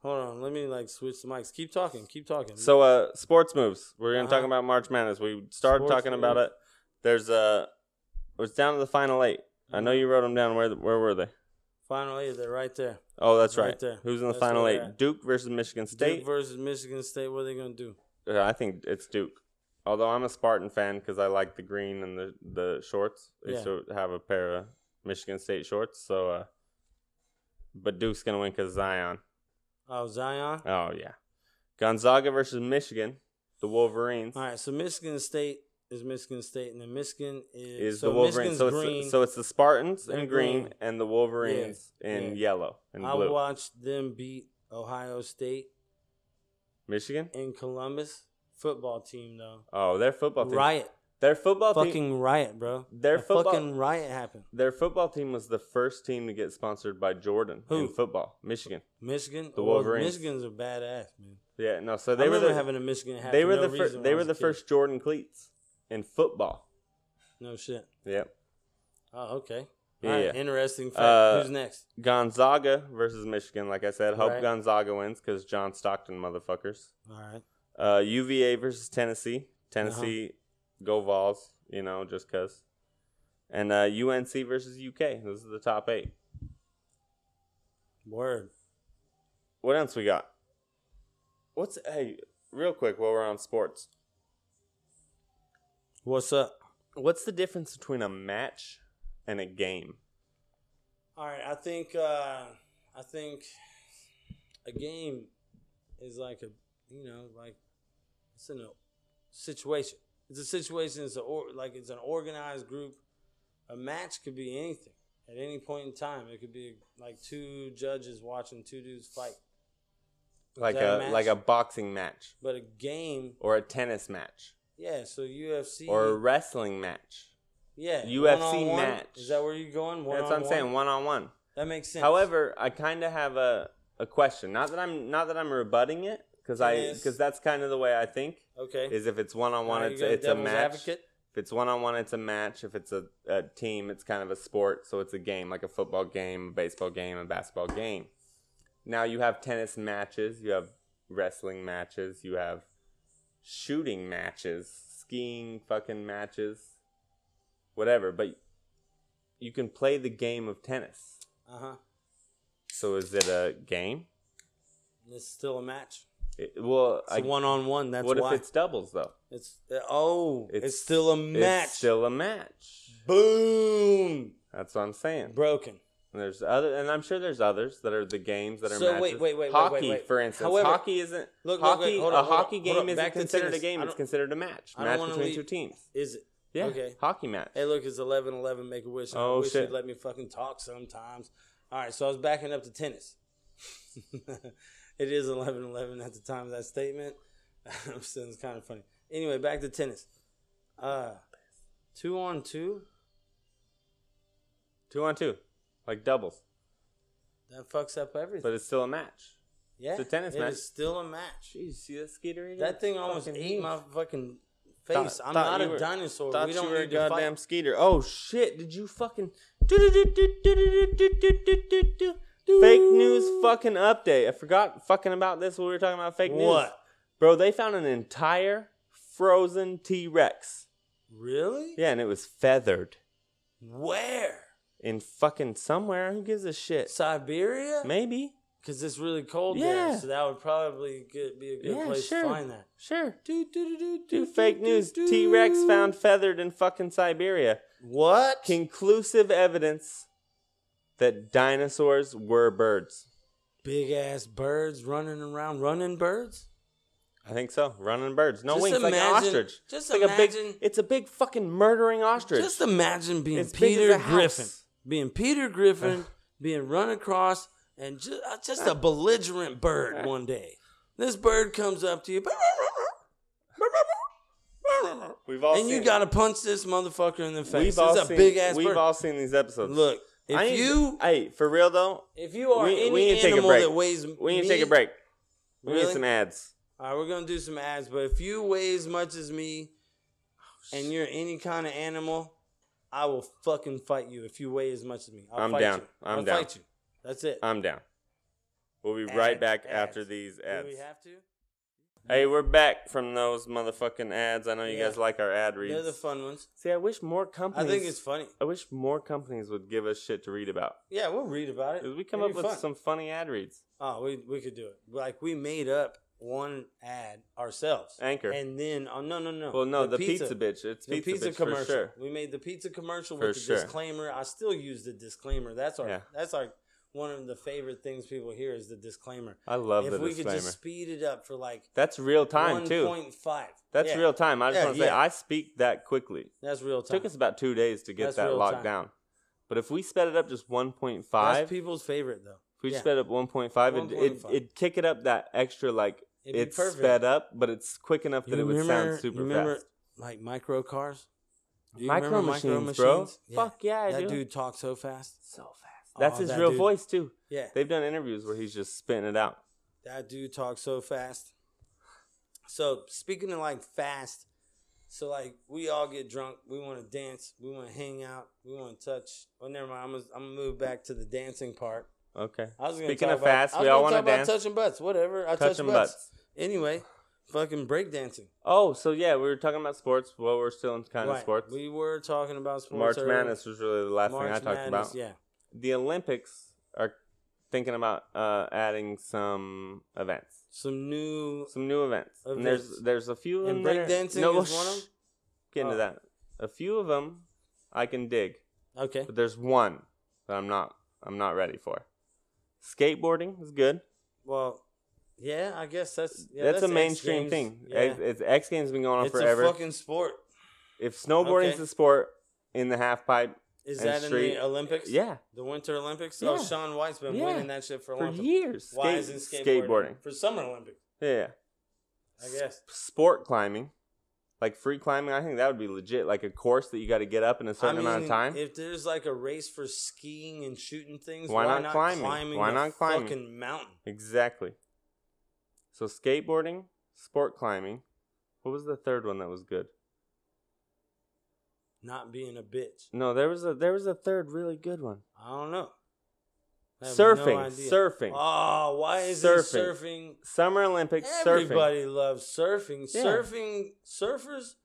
[SPEAKER 3] Hold on, let me like switch the mics. Keep talking, keep talking.
[SPEAKER 2] So, uh, sports moves. We're gonna talk
[SPEAKER 3] Uh-huh.
[SPEAKER 2] about March Madness. We started
[SPEAKER 3] Sports
[SPEAKER 2] talking about
[SPEAKER 3] moves.
[SPEAKER 2] it. There's uh it was down to the final eight. I
[SPEAKER 3] Mm-hmm.
[SPEAKER 2] know you wrote them down. Where where were they?
[SPEAKER 3] finally they're right there.
[SPEAKER 2] Oh, that's
[SPEAKER 3] Right
[SPEAKER 2] right.
[SPEAKER 3] there.
[SPEAKER 2] Who's in the
[SPEAKER 3] That's
[SPEAKER 2] final
[SPEAKER 3] where
[SPEAKER 2] eight?
[SPEAKER 3] they're at.
[SPEAKER 2] Duke versus Michigan
[SPEAKER 3] Duke
[SPEAKER 2] State.
[SPEAKER 3] versus Michigan State, what are they gonna do?
[SPEAKER 2] Uh, I think it's Duke. Although I'm a Spartan fan because I like the green and the the shorts. I used
[SPEAKER 3] Yeah.
[SPEAKER 2] to have a pair of Michigan State shorts. So, uh, but Duke's gonna win because Zion.
[SPEAKER 3] Oh, Zion.
[SPEAKER 2] Oh yeah, Gonzaga versus Michigan. The Wolverines
[SPEAKER 3] All right, so Michigan State is Michigan State, and then Michigan is,
[SPEAKER 2] is
[SPEAKER 3] so
[SPEAKER 2] the Wolverines.
[SPEAKER 3] Michigan's
[SPEAKER 2] So
[SPEAKER 3] green.
[SPEAKER 2] it's, so it's the Spartans
[SPEAKER 3] They're
[SPEAKER 2] in green,
[SPEAKER 3] green.
[SPEAKER 2] and the Wolverines in
[SPEAKER 3] yeah.
[SPEAKER 2] yellow and
[SPEAKER 3] I
[SPEAKER 2] blue.
[SPEAKER 3] watched them beat Ohio State
[SPEAKER 2] Michigan.
[SPEAKER 3] in Columbus. Football team though,
[SPEAKER 2] Oh, their football team.
[SPEAKER 3] riot,
[SPEAKER 2] Their football team.
[SPEAKER 3] fucking riot, bro.
[SPEAKER 2] Their
[SPEAKER 3] A
[SPEAKER 2] football-
[SPEAKER 3] fucking riot happened.
[SPEAKER 2] Their football team was the first team to get sponsored by Jordan
[SPEAKER 3] Who?
[SPEAKER 2] in football. Michigan.
[SPEAKER 3] Michigan,
[SPEAKER 2] The
[SPEAKER 3] Well,
[SPEAKER 2] Wolverines.
[SPEAKER 3] Michigan's a badass man.
[SPEAKER 2] Yeah. No. So
[SPEAKER 3] They
[SPEAKER 2] they
[SPEAKER 3] I
[SPEAKER 2] were
[SPEAKER 3] remember
[SPEAKER 2] the
[SPEAKER 3] having a Michigan hat.
[SPEAKER 2] they
[SPEAKER 3] for
[SPEAKER 2] were
[SPEAKER 3] no
[SPEAKER 2] the fir-
[SPEAKER 3] reason when
[SPEAKER 2] they
[SPEAKER 3] I
[SPEAKER 2] were
[SPEAKER 3] was
[SPEAKER 2] the
[SPEAKER 3] a kid.
[SPEAKER 2] first Jordan cleats in football.
[SPEAKER 3] No shit.
[SPEAKER 2] Yep.
[SPEAKER 3] Oh, okay.
[SPEAKER 2] Yeah,
[SPEAKER 3] All right,
[SPEAKER 2] yeah.
[SPEAKER 3] Interesting fact.
[SPEAKER 2] Uh,
[SPEAKER 3] Who's next?
[SPEAKER 2] Gonzaga versus Michigan. Like I said, hope
[SPEAKER 3] Right.
[SPEAKER 2] Gonzaga wins because John Stockton motherfuckers.
[SPEAKER 3] All right.
[SPEAKER 2] Uh, UVA versus Tennessee. Tennessee,
[SPEAKER 3] Uh-huh.
[SPEAKER 2] go Vols. You know, just cause. And uh, UNC versus UK. Those are the top eight.
[SPEAKER 3] Word.
[SPEAKER 2] What else we got? What's hey? Real quick, while we're on sports,
[SPEAKER 3] What's up?
[SPEAKER 2] what's the difference between a match and a game?
[SPEAKER 3] All right. I think. Uh, I think a game is like a you know like it's in a situation. It's a situation. It's a or, like it's an organized group. A match could be anything at any point in time. It could be like two judges watching two dudes fight.
[SPEAKER 2] Like
[SPEAKER 3] that
[SPEAKER 2] a,
[SPEAKER 3] a match?
[SPEAKER 2] like a boxing match
[SPEAKER 3] But a game,
[SPEAKER 2] or a tennis match
[SPEAKER 3] yeah. So UFC
[SPEAKER 2] or a wrestling match.
[SPEAKER 3] Yeah,
[SPEAKER 2] UFC
[SPEAKER 3] one-on-one?
[SPEAKER 2] match.
[SPEAKER 3] Is that where you're going? One
[SPEAKER 2] That's what I'm saying. One on one.
[SPEAKER 3] That makes sense.
[SPEAKER 2] However, I kind of have a, a question. Not that I'm not that I'm rebutting it because I
[SPEAKER 3] Yes.
[SPEAKER 2] because that's kind of the way I think
[SPEAKER 3] okay,
[SPEAKER 2] is if it's one on one,
[SPEAKER 3] Now
[SPEAKER 2] it's
[SPEAKER 3] you're
[SPEAKER 2] it's a
[SPEAKER 3] devil's
[SPEAKER 2] match.
[SPEAKER 3] advocate?
[SPEAKER 2] If it's one on one, it's a match. If it's a, a team, it's kind of a sport. So it's a game, like a football game, a baseball game, a basketball game. Now you have tennis matches, you have wrestling matches, you have shooting matches, skiing fucking matches, whatever. But you can play the game of tennis.
[SPEAKER 3] Uh huh.
[SPEAKER 2] So is it a game?
[SPEAKER 3] It's still a match.
[SPEAKER 2] It- well,
[SPEAKER 3] It's
[SPEAKER 2] I,
[SPEAKER 3] one on one. That's
[SPEAKER 2] what
[SPEAKER 3] why
[SPEAKER 2] if it's doubles though?
[SPEAKER 3] it's, oh, it's,
[SPEAKER 2] It's-
[SPEAKER 3] still a match.
[SPEAKER 2] It's still a match.
[SPEAKER 3] Boom,
[SPEAKER 2] That's what I'm saying.
[SPEAKER 3] broken.
[SPEAKER 2] And there's other, and I'm sure there's others that are the games that are
[SPEAKER 3] So,
[SPEAKER 2] matches.
[SPEAKER 3] wait, wait, wait, wait,
[SPEAKER 2] hockey,
[SPEAKER 3] wait, wait.
[SPEAKER 2] for instance.
[SPEAKER 3] However-
[SPEAKER 2] hockey isn't
[SPEAKER 3] Look, look,
[SPEAKER 2] hockey.
[SPEAKER 3] wait, hold
[SPEAKER 2] a
[SPEAKER 3] on, hold on,
[SPEAKER 2] hockey
[SPEAKER 3] hold
[SPEAKER 2] game
[SPEAKER 3] on.
[SPEAKER 2] isn't
[SPEAKER 3] Back to
[SPEAKER 2] considered a
[SPEAKER 3] tennis.
[SPEAKER 2] game.
[SPEAKER 3] I
[SPEAKER 2] It's
[SPEAKER 3] don't-
[SPEAKER 2] considered a match.
[SPEAKER 3] I don't
[SPEAKER 2] Match
[SPEAKER 3] wanna
[SPEAKER 2] between
[SPEAKER 3] leave-
[SPEAKER 2] two teams.
[SPEAKER 3] Is it?
[SPEAKER 2] Yeah,
[SPEAKER 3] Okay.
[SPEAKER 2] hockey match.
[SPEAKER 3] Hey, look, it's eleven eleven. Make a wish. and
[SPEAKER 2] Oh,
[SPEAKER 3] I wish
[SPEAKER 2] shit.
[SPEAKER 3] you'd let me fucking talk sometimes. All right, so I was backing up to tennis. it is eleven eleven at the time of that statement. Sounds kind of funny. Anyway, back to tennis. Uh, two on two.
[SPEAKER 2] Two on two, like doubles,
[SPEAKER 3] That fucks up everything.
[SPEAKER 2] but it's still a match.
[SPEAKER 3] yeah,
[SPEAKER 2] it's a tennis
[SPEAKER 3] it
[SPEAKER 2] match.
[SPEAKER 3] is still a match.
[SPEAKER 2] Jeez, see that skeeter? eater?
[SPEAKER 3] That thing
[SPEAKER 2] It's
[SPEAKER 3] almost
[SPEAKER 2] fucking
[SPEAKER 3] ate
[SPEAKER 2] huge.
[SPEAKER 3] my fucking face.
[SPEAKER 2] Thought- thought
[SPEAKER 3] I'm not a
[SPEAKER 2] you were-
[SPEAKER 3] dinosaur.
[SPEAKER 2] Thought
[SPEAKER 3] We
[SPEAKER 2] you
[SPEAKER 3] don't
[SPEAKER 2] were a
[SPEAKER 3] need to
[SPEAKER 2] goddamn
[SPEAKER 3] fight.
[SPEAKER 2] skeeter. Oh shit! Did you fucking fake news fucking update? I forgot fucking about this when we were talking about fake news.
[SPEAKER 3] What?
[SPEAKER 2] bro? They found an entire frozen T Rex.
[SPEAKER 3] Really?
[SPEAKER 2] Yeah, and it was feathered
[SPEAKER 3] Where?
[SPEAKER 2] in fucking somewhere. Who gives a shit?
[SPEAKER 3] Siberia?
[SPEAKER 2] Maybe.
[SPEAKER 3] Because it's really cold
[SPEAKER 2] Yeah.
[SPEAKER 3] there, so that would probably good, be a good
[SPEAKER 2] Yeah,
[SPEAKER 3] place
[SPEAKER 2] sure.
[SPEAKER 3] to find that.
[SPEAKER 2] Sure.
[SPEAKER 3] Do, do, do, do,
[SPEAKER 2] Dude, fake news. T Rex found feathered in fucking Siberia.
[SPEAKER 3] What?
[SPEAKER 2] Conclusive evidence that dinosaurs were birds.
[SPEAKER 3] Big ass birds running around, running birds?
[SPEAKER 2] I think so. Running birds, no
[SPEAKER 3] Just
[SPEAKER 2] wings, like an
[SPEAKER 3] imagine-
[SPEAKER 2] ostrich. It's
[SPEAKER 3] just
[SPEAKER 2] like a big.
[SPEAKER 3] imagine-
[SPEAKER 2] It's a big fucking murdering ostrich.
[SPEAKER 3] Just imagine being
[SPEAKER 2] It's big as
[SPEAKER 3] Peter
[SPEAKER 2] a house.
[SPEAKER 3] Griffin. Being Peter Griffin, being run across, and just, just a belligerent bird one day. This bird comes up to you.
[SPEAKER 2] we've all
[SPEAKER 3] and you
[SPEAKER 2] seen-
[SPEAKER 3] gotta punch this motherfucker in the face.
[SPEAKER 2] We've
[SPEAKER 3] It's
[SPEAKER 2] all
[SPEAKER 3] a
[SPEAKER 2] seen,
[SPEAKER 3] big ass
[SPEAKER 2] We've
[SPEAKER 3] bird.
[SPEAKER 2] all seen these episodes.
[SPEAKER 3] Look, if
[SPEAKER 2] I need-
[SPEAKER 3] you
[SPEAKER 2] hey, for real though,
[SPEAKER 3] if you are
[SPEAKER 2] we-
[SPEAKER 3] any
[SPEAKER 2] we need to take a
[SPEAKER 3] animal
[SPEAKER 2] break.
[SPEAKER 3] that weighs,
[SPEAKER 2] we need to
[SPEAKER 3] me-
[SPEAKER 2] take a break. We need
[SPEAKER 3] Really?
[SPEAKER 2] some ads.
[SPEAKER 3] All right, we're gonna do some ads, but if you weigh as much as me, and you're any kind of animal, I will fucking fight you. If you weigh as much as me, I'll
[SPEAKER 2] I'm
[SPEAKER 3] fight
[SPEAKER 2] down.
[SPEAKER 3] You.
[SPEAKER 2] I'm
[SPEAKER 3] will
[SPEAKER 2] down.
[SPEAKER 3] fight you. That's it.
[SPEAKER 2] I'm down. We'll be right
[SPEAKER 3] Ads,
[SPEAKER 2] back
[SPEAKER 3] ads.
[SPEAKER 2] after these ads.
[SPEAKER 3] Do we have to?
[SPEAKER 2] hey, we're back from those motherfucking ads. I know you
[SPEAKER 3] Yeah.
[SPEAKER 2] guys like our ad
[SPEAKER 3] They're
[SPEAKER 2] reads.
[SPEAKER 3] the fun ones.
[SPEAKER 2] See, I wish more
[SPEAKER 3] I
[SPEAKER 2] companies.
[SPEAKER 3] think it's funny.
[SPEAKER 2] I wish more companies would give us shit to read about.
[SPEAKER 3] Yeah, we'll read about it.
[SPEAKER 2] Did we come
[SPEAKER 3] It'd
[SPEAKER 2] up
[SPEAKER 3] be
[SPEAKER 2] with
[SPEAKER 3] fun.
[SPEAKER 2] some funny ad reads?
[SPEAKER 3] Oh, we we could do it. Like we made up one ad ourselves.
[SPEAKER 2] Anchor.
[SPEAKER 3] And then oh no no no.
[SPEAKER 2] Well, no, the, pizza. bitch. It's
[SPEAKER 3] The
[SPEAKER 2] pizza,
[SPEAKER 3] pizza,
[SPEAKER 2] bitch
[SPEAKER 3] commercial.
[SPEAKER 2] for sure.
[SPEAKER 3] We made the pizza commercial
[SPEAKER 2] For
[SPEAKER 3] with the
[SPEAKER 2] sure.
[SPEAKER 3] disclaimer. I still use the disclaimer. That's our
[SPEAKER 2] Yeah.
[SPEAKER 3] that's our one of the favorite things people hear is the disclaimer.
[SPEAKER 2] I love
[SPEAKER 3] if
[SPEAKER 2] the
[SPEAKER 3] we
[SPEAKER 2] disclaimer.
[SPEAKER 3] could just speed it up for like
[SPEAKER 2] That's real time too.
[SPEAKER 3] 1.5.
[SPEAKER 2] That's
[SPEAKER 3] Yeah,
[SPEAKER 2] real time. I just
[SPEAKER 3] Yeah,
[SPEAKER 2] want to say
[SPEAKER 3] yeah.
[SPEAKER 2] I speak that quickly.
[SPEAKER 3] That's real
[SPEAKER 2] It
[SPEAKER 3] time.
[SPEAKER 2] took us about two days to get
[SPEAKER 3] That's
[SPEAKER 2] that
[SPEAKER 3] real
[SPEAKER 2] locked
[SPEAKER 3] time.
[SPEAKER 2] down. But if we sped it up just one point five,
[SPEAKER 3] That's people's favorite though.
[SPEAKER 2] if we
[SPEAKER 3] yeah.
[SPEAKER 2] sped up one point five, it it
[SPEAKER 3] 1.5.
[SPEAKER 2] it'd kick it up that extra like
[SPEAKER 3] It'd be
[SPEAKER 2] it's
[SPEAKER 3] perfect.
[SPEAKER 2] sped up, but it's quick enough that
[SPEAKER 3] You
[SPEAKER 2] it would
[SPEAKER 3] remember-
[SPEAKER 2] sound super
[SPEAKER 3] you remember,
[SPEAKER 2] fast.
[SPEAKER 3] Like micro cars. Do you
[SPEAKER 2] Micro
[SPEAKER 3] remember
[SPEAKER 2] machines, bro.
[SPEAKER 3] Yeah.
[SPEAKER 2] Fuck yeah, I
[SPEAKER 3] that
[SPEAKER 2] do.
[SPEAKER 3] dude talked so fast.
[SPEAKER 2] so fast. That's
[SPEAKER 3] Oh,
[SPEAKER 2] his
[SPEAKER 3] that
[SPEAKER 2] real
[SPEAKER 3] dude.
[SPEAKER 2] voice too.
[SPEAKER 3] Yeah,
[SPEAKER 2] They've done interviews where he's just spitting it out.
[SPEAKER 3] that dude talks so fast. So speaking of like fast, so like we all get drunk. We want to dance. We want to hang out. We want to touch. Oh, never mind. I'm gonna, I'm gonna move back to the dancing part.
[SPEAKER 2] Okay.
[SPEAKER 3] I was gonna
[SPEAKER 2] Speaking
[SPEAKER 3] talk
[SPEAKER 2] of
[SPEAKER 3] about-
[SPEAKER 2] fast,
[SPEAKER 3] I was
[SPEAKER 2] we all
[SPEAKER 3] gonna
[SPEAKER 2] wanna
[SPEAKER 3] talk about
[SPEAKER 2] dance.
[SPEAKER 3] Touching butts, whatever. I touch
[SPEAKER 2] Touching
[SPEAKER 3] butts.
[SPEAKER 2] butts.
[SPEAKER 3] Anyway, fucking breakdancing.
[SPEAKER 2] Oh, so yeah, we were talking about sports. Well, we're still in kind of
[SPEAKER 3] Right.
[SPEAKER 2] sports.
[SPEAKER 3] We were talking about sports.
[SPEAKER 2] March
[SPEAKER 3] earlier.
[SPEAKER 2] Madness was really the last
[SPEAKER 3] March
[SPEAKER 2] thing I talked
[SPEAKER 3] Madness,
[SPEAKER 2] about.
[SPEAKER 3] Yeah.
[SPEAKER 2] The Olympics are thinking about uh, adding some events,
[SPEAKER 3] Some new
[SPEAKER 2] some new events. And there's
[SPEAKER 3] Events.
[SPEAKER 2] there's a few of
[SPEAKER 3] And
[SPEAKER 2] them that are-
[SPEAKER 3] breakdancing
[SPEAKER 2] no,
[SPEAKER 3] is one of 'em?
[SPEAKER 2] shh. Get into
[SPEAKER 3] Oh.
[SPEAKER 2] that. A few of them I can dig,
[SPEAKER 3] okay.
[SPEAKER 2] but there's one that I'm not I'm not ready for. Skateboarding is good.
[SPEAKER 3] Well, yeah, I guess that's yeah,
[SPEAKER 2] that's, a
[SPEAKER 3] X
[SPEAKER 2] mainstream
[SPEAKER 3] Games.
[SPEAKER 2] thing.
[SPEAKER 3] Yeah.
[SPEAKER 2] X, it's X Games been going on
[SPEAKER 3] It's
[SPEAKER 2] forever.
[SPEAKER 3] a fucking sport.
[SPEAKER 2] if snowboarding's
[SPEAKER 3] Okay.
[SPEAKER 2] the sport in the half pipe,
[SPEAKER 3] Is
[SPEAKER 2] And
[SPEAKER 3] that in
[SPEAKER 2] street-
[SPEAKER 3] the Olympics?
[SPEAKER 2] yeah,
[SPEAKER 3] The Winter Olympics? Oh,
[SPEAKER 2] Yeah.
[SPEAKER 3] Sean White's been
[SPEAKER 2] Yeah.
[SPEAKER 3] winning that shit for a
[SPEAKER 2] for
[SPEAKER 3] long time.
[SPEAKER 2] years.
[SPEAKER 3] Why
[SPEAKER 2] Skate-
[SPEAKER 3] isn't skateboarding?
[SPEAKER 2] skateboarding?
[SPEAKER 3] For Summer Olympics,
[SPEAKER 2] Yeah.
[SPEAKER 3] I guess.
[SPEAKER 2] sport climbing, like free climbing, I think that would be legit. Like a course that you got to get up in a certain
[SPEAKER 3] I mean,
[SPEAKER 2] amount of time.
[SPEAKER 3] If there's like a race for skiing and shooting things,
[SPEAKER 2] Why
[SPEAKER 3] why,
[SPEAKER 2] not climbing? Why
[SPEAKER 3] a
[SPEAKER 2] not climbing?
[SPEAKER 3] Fucking mountain.
[SPEAKER 2] exactly. So skateboarding, sport climbing. What was the third one that was good?
[SPEAKER 3] not being a bitch.
[SPEAKER 2] No, there was a there was a third really good one.
[SPEAKER 3] I don't know. I have no
[SPEAKER 2] Surfing,
[SPEAKER 3] idea.
[SPEAKER 2] surfing,
[SPEAKER 3] Oh, why is
[SPEAKER 2] Surfing.
[SPEAKER 3] surfing?
[SPEAKER 2] Summer Olympics, surfing.
[SPEAKER 3] Everybody loves surfing.
[SPEAKER 2] Yeah.
[SPEAKER 3] Surfing surfers.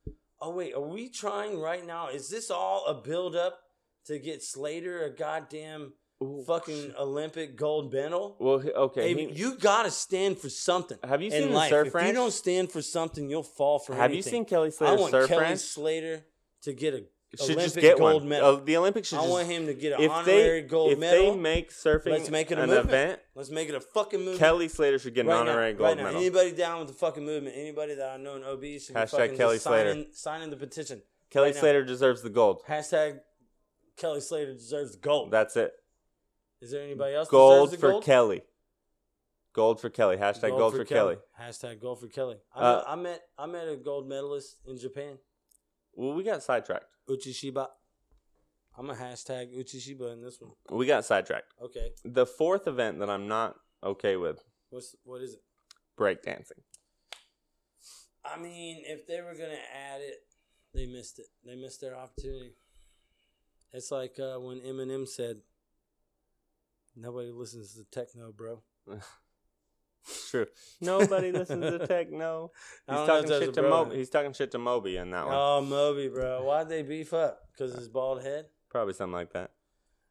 [SPEAKER 3] Oh wait, are we trying right now? Is this all a build up to get Slater a goddamn
[SPEAKER 2] Ooh,
[SPEAKER 3] fucking Olympic gold medal?
[SPEAKER 2] Well, he- okay.
[SPEAKER 3] Hey,
[SPEAKER 2] he-
[SPEAKER 3] you gotta stand for something.
[SPEAKER 2] Have you
[SPEAKER 3] in
[SPEAKER 2] seen the
[SPEAKER 3] life.
[SPEAKER 2] surf
[SPEAKER 3] If you
[SPEAKER 2] ranch?
[SPEAKER 3] don't stand for something, you'll fall for
[SPEAKER 2] have you
[SPEAKER 3] anything.
[SPEAKER 2] seen Kelly
[SPEAKER 3] I
[SPEAKER 2] Slater's
[SPEAKER 3] want
[SPEAKER 2] surf
[SPEAKER 3] Kelly
[SPEAKER 2] ranch?
[SPEAKER 3] Slater to get a
[SPEAKER 2] Should just
[SPEAKER 3] Olympic
[SPEAKER 2] get
[SPEAKER 3] gold
[SPEAKER 2] one.
[SPEAKER 3] medal.
[SPEAKER 2] Uh, the Olympics should
[SPEAKER 3] I
[SPEAKER 2] just
[SPEAKER 3] want him to get an
[SPEAKER 2] if
[SPEAKER 3] honorary
[SPEAKER 2] they
[SPEAKER 3] gold
[SPEAKER 2] if
[SPEAKER 3] medal.
[SPEAKER 2] they make surfing
[SPEAKER 3] Let's make it a
[SPEAKER 2] an
[SPEAKER 3] movement.
[SPEAKER 2] event,
[SPEAKER 3] Let's make it a fucking movement.
[SPEAKER 2] Kelly Slater should get an
[SPEAKER 3] right
[SPEAKER 2] honorary
[SPEAKER 3] now,
[SPEAKER 2] gold
[SPEAKER 3] right now.
[SPEAKER 2] medal.
[SPEAKER 3] Anybody down with the fucking movement? Anybody that I know in OB should be
[SPEAKER 2] Hashtag
[SPEAKER 3] fucking
[SPEAKER 2] Kelly
[SPEAKER 3] just signing,
[SPEAKER 2] Slater.
[SPEAKER 3] signing the petition.
[SPEAKER 2] Kelly
[SPEAKER 3] right now.
[SPEAKER 2] Slater deserves the gold.
[SPEAKER 3] Hashtag Kelly Slater deserves gold.
[SPEAKER 2] That's it.
[SPEAKER 3] Is there anybody else? that
[SPEAKER 2] Gold
[SPEAKER 3] deserves the
[SPEAKER 2] for
[SPEAKER 3] gold?
[SPEAKER 2] Kelly. Gold for Kelly. Hashtag gold, for, Kelly.
[SPEAKER 3] Hashtag gold for Kelly. I,
[SPEAKER 2] Uh,
[SPEAKER 3] met, I met I met a gold medalist in Japan.
[SPEAKER 2] Well, we got sidetracked.
[SPEAKER 3] Uchishiba. I'm a hashtag Uchishiba in this one.
[SPEAKER 2] We got sidetracked.
[SPEAKER 3] Okay.
[SPEAKER 2] The fourth event that I'm not okay with
[SPEAKER 3] What's what is it?
[SPEAKER 2] breakdancing.
[SPEAKER 3] I mean, if they were gonna add it, they missed it. They missed their opportunity. It's like uh, when Eminem said, "Nobody listens to techno, bro."
[SPEAKER 2] True. Nobody listens to techno.
[SPEAKER 3] I
[SPEAKER 2] He's
[SPEAKER 3] don't know if
[SPEAKER 2] talking
[SPEAKER 3] that's
[SPEAKER 2] shit
[SPEAKER 3] a
[SPEAKER 2] to
[SPEAKER 3] bro.
[SPEAKER 2] Moby. He's talking shit to Moby in that one.
[SPEAKER 3] Oh, Moby, bro, why'd they beef up? Cause his bald head.
[SPEAKER 2] Probably something like that.